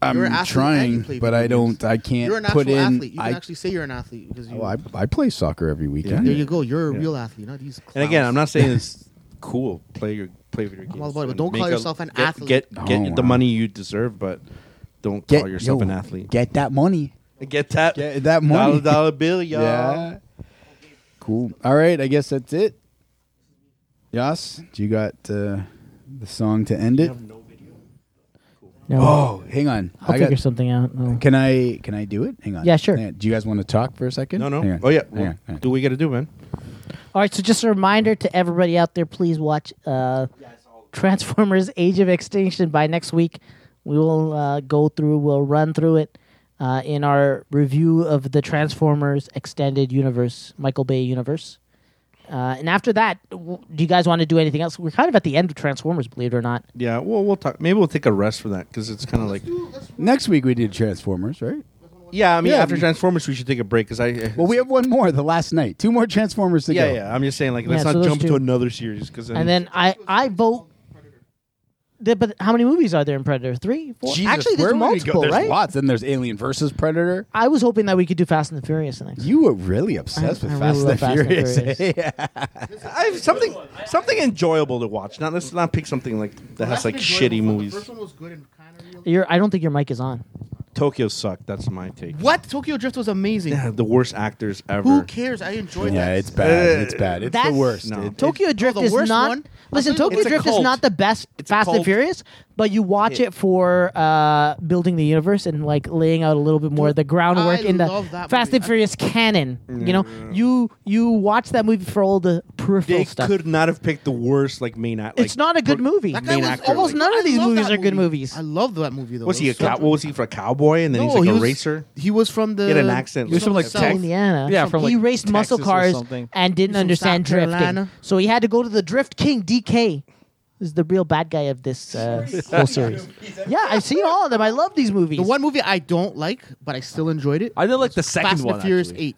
I'm You're an athlete and you trying, play but video I don't. games. I can't You're an put actual in. athlete. You can I, actually say you're an athlete because you. oh, I I play soccer every weekend. there you go. You're a Yeah. real athlete, not these. And again, clowns. I'm not saying it's cool. Play your play video games. all about it, but and don't call make yourself an get, athlete. Get get Oh, the wow. money you deserve, but don't call yourself yo, an athlete. Get that money. Get, that Get that dollar money. dollar bill, y'all. Yeah. Cool. All right. I guess that's it. Yas, do you got uh, the song to end it? No, Oh, hang on. I'll I figure got, something out. No. can I can I do it? Hang on. Yeah, sure. Hang on. Do you guys want to talk for a second? No, Hang no. on. Oh yeah. Hang Well, on, hang on. Do we got to do, man? All right, so just a reminder to everybody out there: please watch uh, Transformers: Age of Extinction by next week. We will uh, go through, we'll run through it uh, in our review of the Transformers Extended Universe, Michael Bay universe. Uh, and after that, w- do you guys want to do anything else? We're kind of at the end of Transformers, believe it or not. Yeah. Well, we'll talk. Maybe we'll take a rest from that because it's kind of like. Next week we did Transformers, right? Yeah, I mean, Yeah, after we- Transformers, we should take a break because I. Well, we have one more. The last night. Two more Transformers to Yeah, go. yeah. I'm just saying, like, let's Yeah, so not those jump two. to another series because then. And then I, I vote. The- but how many movies are there in Predator? Three, four? Jesus, Actually, there's where would we go? multiple, There's right? lots. Then there's Alien versus Predator. I was hoping that we could do Fast and the Furious next. You were really obsessed I- I with really love Fast and Furious. eh? Furious. I have something something enjoyable to watch. Not let's not pick something like that has like shitty The movies. first one was good and kind of real. Your, I don't think your mic is on. Tokyo sucked. That's my take. What Tokyo Drift was amazing. Yeah, the worst actors ever. Who cares? I enjoyed yeah, that. it's bad. It's bad. It's the That's- worst. No. It- Tokyo Drift the is worst not. one? Listen, It's Tokyo a Drift is cult. not the best It's a Fast and cult. Furious, but you watch it for uh, building the universe and like laying out a little bit more of the groundwork I in the love that Fast movie. and Furious canon. You know, you you watch that movie for all the peripheral They stuff. could not have picked the worst like main act. it's not a good pro- movie. That guy Main was- actor. Almost like, none of I these love movies that are good movie. movies. I love that movie though. Was It he a so cow? What was he for a cowboy? And then he's like he a was, racer. He was from the. He had an accent. He was from like South Indiana. Yeah, from, he like, raced muscle Texas or cars something. and didn't He's from understand South drifting, Carolina. so he had to go to the Drift King DK. Is the real bad guy of this uh, whole series? Yeah, I've seen all of them. I love these movies. The one movie I don't like, but I still enjoyed it. I did like the second Fast one. and Furious actually. Eight.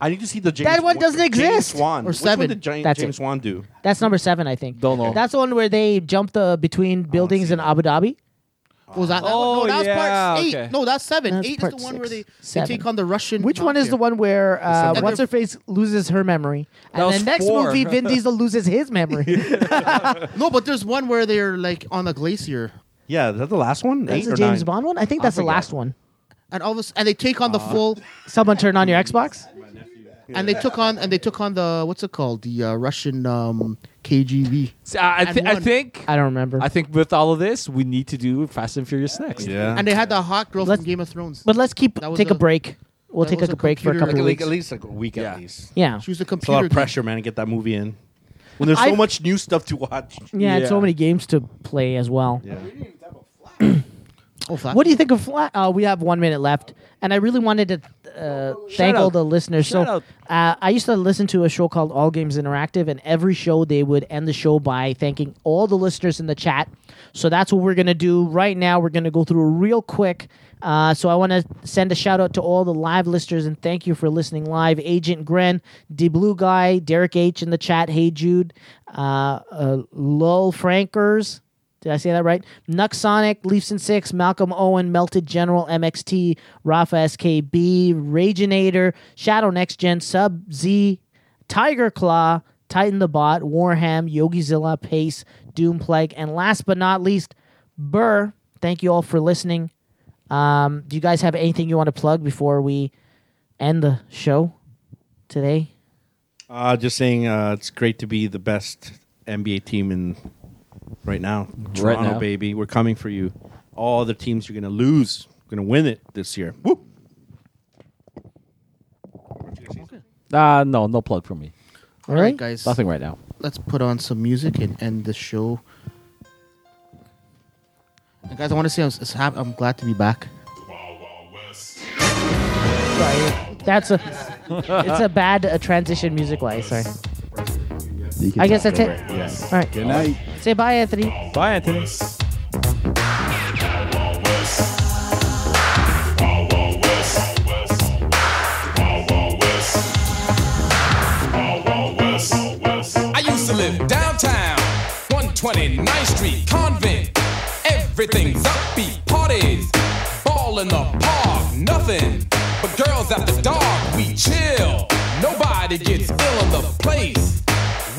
I need to see the James That one Wan- doesn't James exist. Wan. Or Which seven. One did Giant That's James it. Wan do? That's number seven, I think. Don't know. That's the one where they jump the between buildings in Abu Dhabi. Was that? that Oh, one? No, that's yeah, part eight. okay. No, that's seven. That's eight is part the one six. where they, they Seven. take on the Russian. Which one is mafia. the one where uh, Seven. what's her face loses her memory, That and was then next four. movie Vin Diesel loses his memory? No, but there's one where they're like on a glacier, Yeah, is that the last one? that's Eight the or James nine? Bond one. I think that's the forget. last one. and all of a s- and they take on the full, Someone turn on your Xbox. and they took on and they took on the what's it called the uh, Russian um, KGB. So, I, I, And thi- I one. think. I don't remember. I think with all of this, we need to do Fast and Furious next. Yeah. And they had the hot girl Let's- from Game of Thrones. But let's keep That was take a, a- break. We'll that take was a, a break for a computer- couple of Like, like weeks. at least like a week Yeah. at least. Yeah. She was a It's computer. a lot of geek. pressure, man, to get that movie in. When there's I've- so much new stuff to watch. yeah, and so Yeah. many games to play as well. Yeah. Oh, fuck. What do you think of Flash? Uh, we have one minute left, and I really wanted to uh, thank all out. the listeners. Shout so uh, I used to listen to a show called All Games Interactive, and every show they would end the show by thanking all the listeners in the chat. So that's what we're gonna do right now. We're gonna go through real quick. Uh, so I want to send a shout out to all the live listeners and thank you for listening live. Agent Gren, D Blue Guy, Derek H in the chat. Hey Jude, uh, uh, Lul Frankers. Did I say that right? Nuxonic, Leafs and Six, Malcolm Owen, Melted General, MXT, Rafa SKB, Raginator, Shadow Next Gen, Sub Z, Tiger Claw, Titan the Bot, Warham, Yogizilla, Pace, Doom Plague, and last but not least, Burr. Thank you all for listening. Um, do you guys have anything you want to plug before we end the show today? Uh, just saying, uh, it's great to be the best NBA team in right now. Toronto, now. baby, we're coming for you. All the teams you're gonna lose, gonna win it this year. Woo! Ah, no, no plug for me. All right. guys. Nothing right now. Let's put on some music and end the show. And guys, I want to say I'm, s- hap- I'm glad to be back. Sorry. That's a it's a bad uh, transition music wise. Sorry. I guess that's it. All right. Good night. Say bye, Anthony. Bye, Anthony. I used to live downtown, 129th Street, convent. Everything's upbeat, parties, ball in the park, nothing but girls after dark. We chill, nobody gets ill in the place.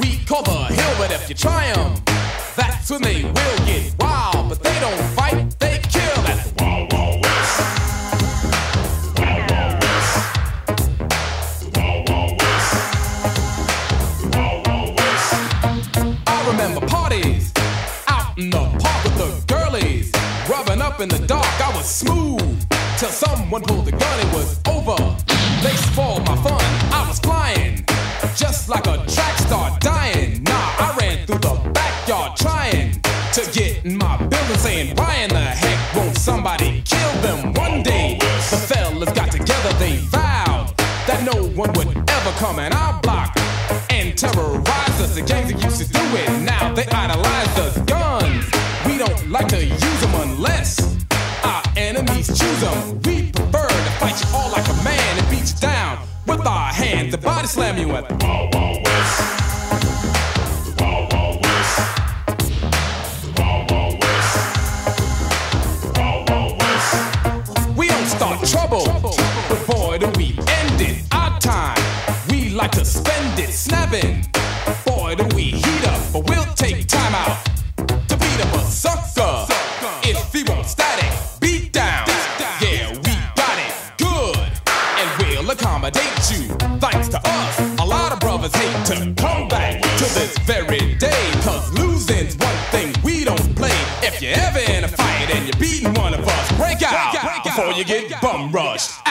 We call the hill, but if you try 'em, that's when they will get wild. But they don't fight, they kill. That's Wild Wild West. Wild Wild West. Wild Wild West. Wild Wild West. I remember parties out in the park with the girlies, rubbing up in the dark. I was smooth till someone pulled the gun. It was over. They spoiled my fun. I was flying just like a track star dying. Nah, I ran through the backyard trying to get in my building, saying, Why in the heck won't somebody kill them one day? The fellas got together, they vowed that no one would ever come in our block and terrorize us. The gangs that used to do it now they idolize us. Guns, we don't like to use them unless our enemies choose them. We prefer to fight you all like a man and beat you down with our hands and body slam you at the Wild Wild West. Wild Wild West. Wild Wild West. Wild Wild West. We don't start trouble, but boy, do we end it. Our time, we like to spend it snapping. Boy, do we heat up, but we'll take time out to beat up a sucker. If he won't static, beat down. Yeah, we got it good, and we'll accommodate you. Thanks to us, a lot of brothers hate to come back to this very day, cause losing's one thing we don't play. If you're ever in a fight and you're beating one of us, break out, before you get bum rushed.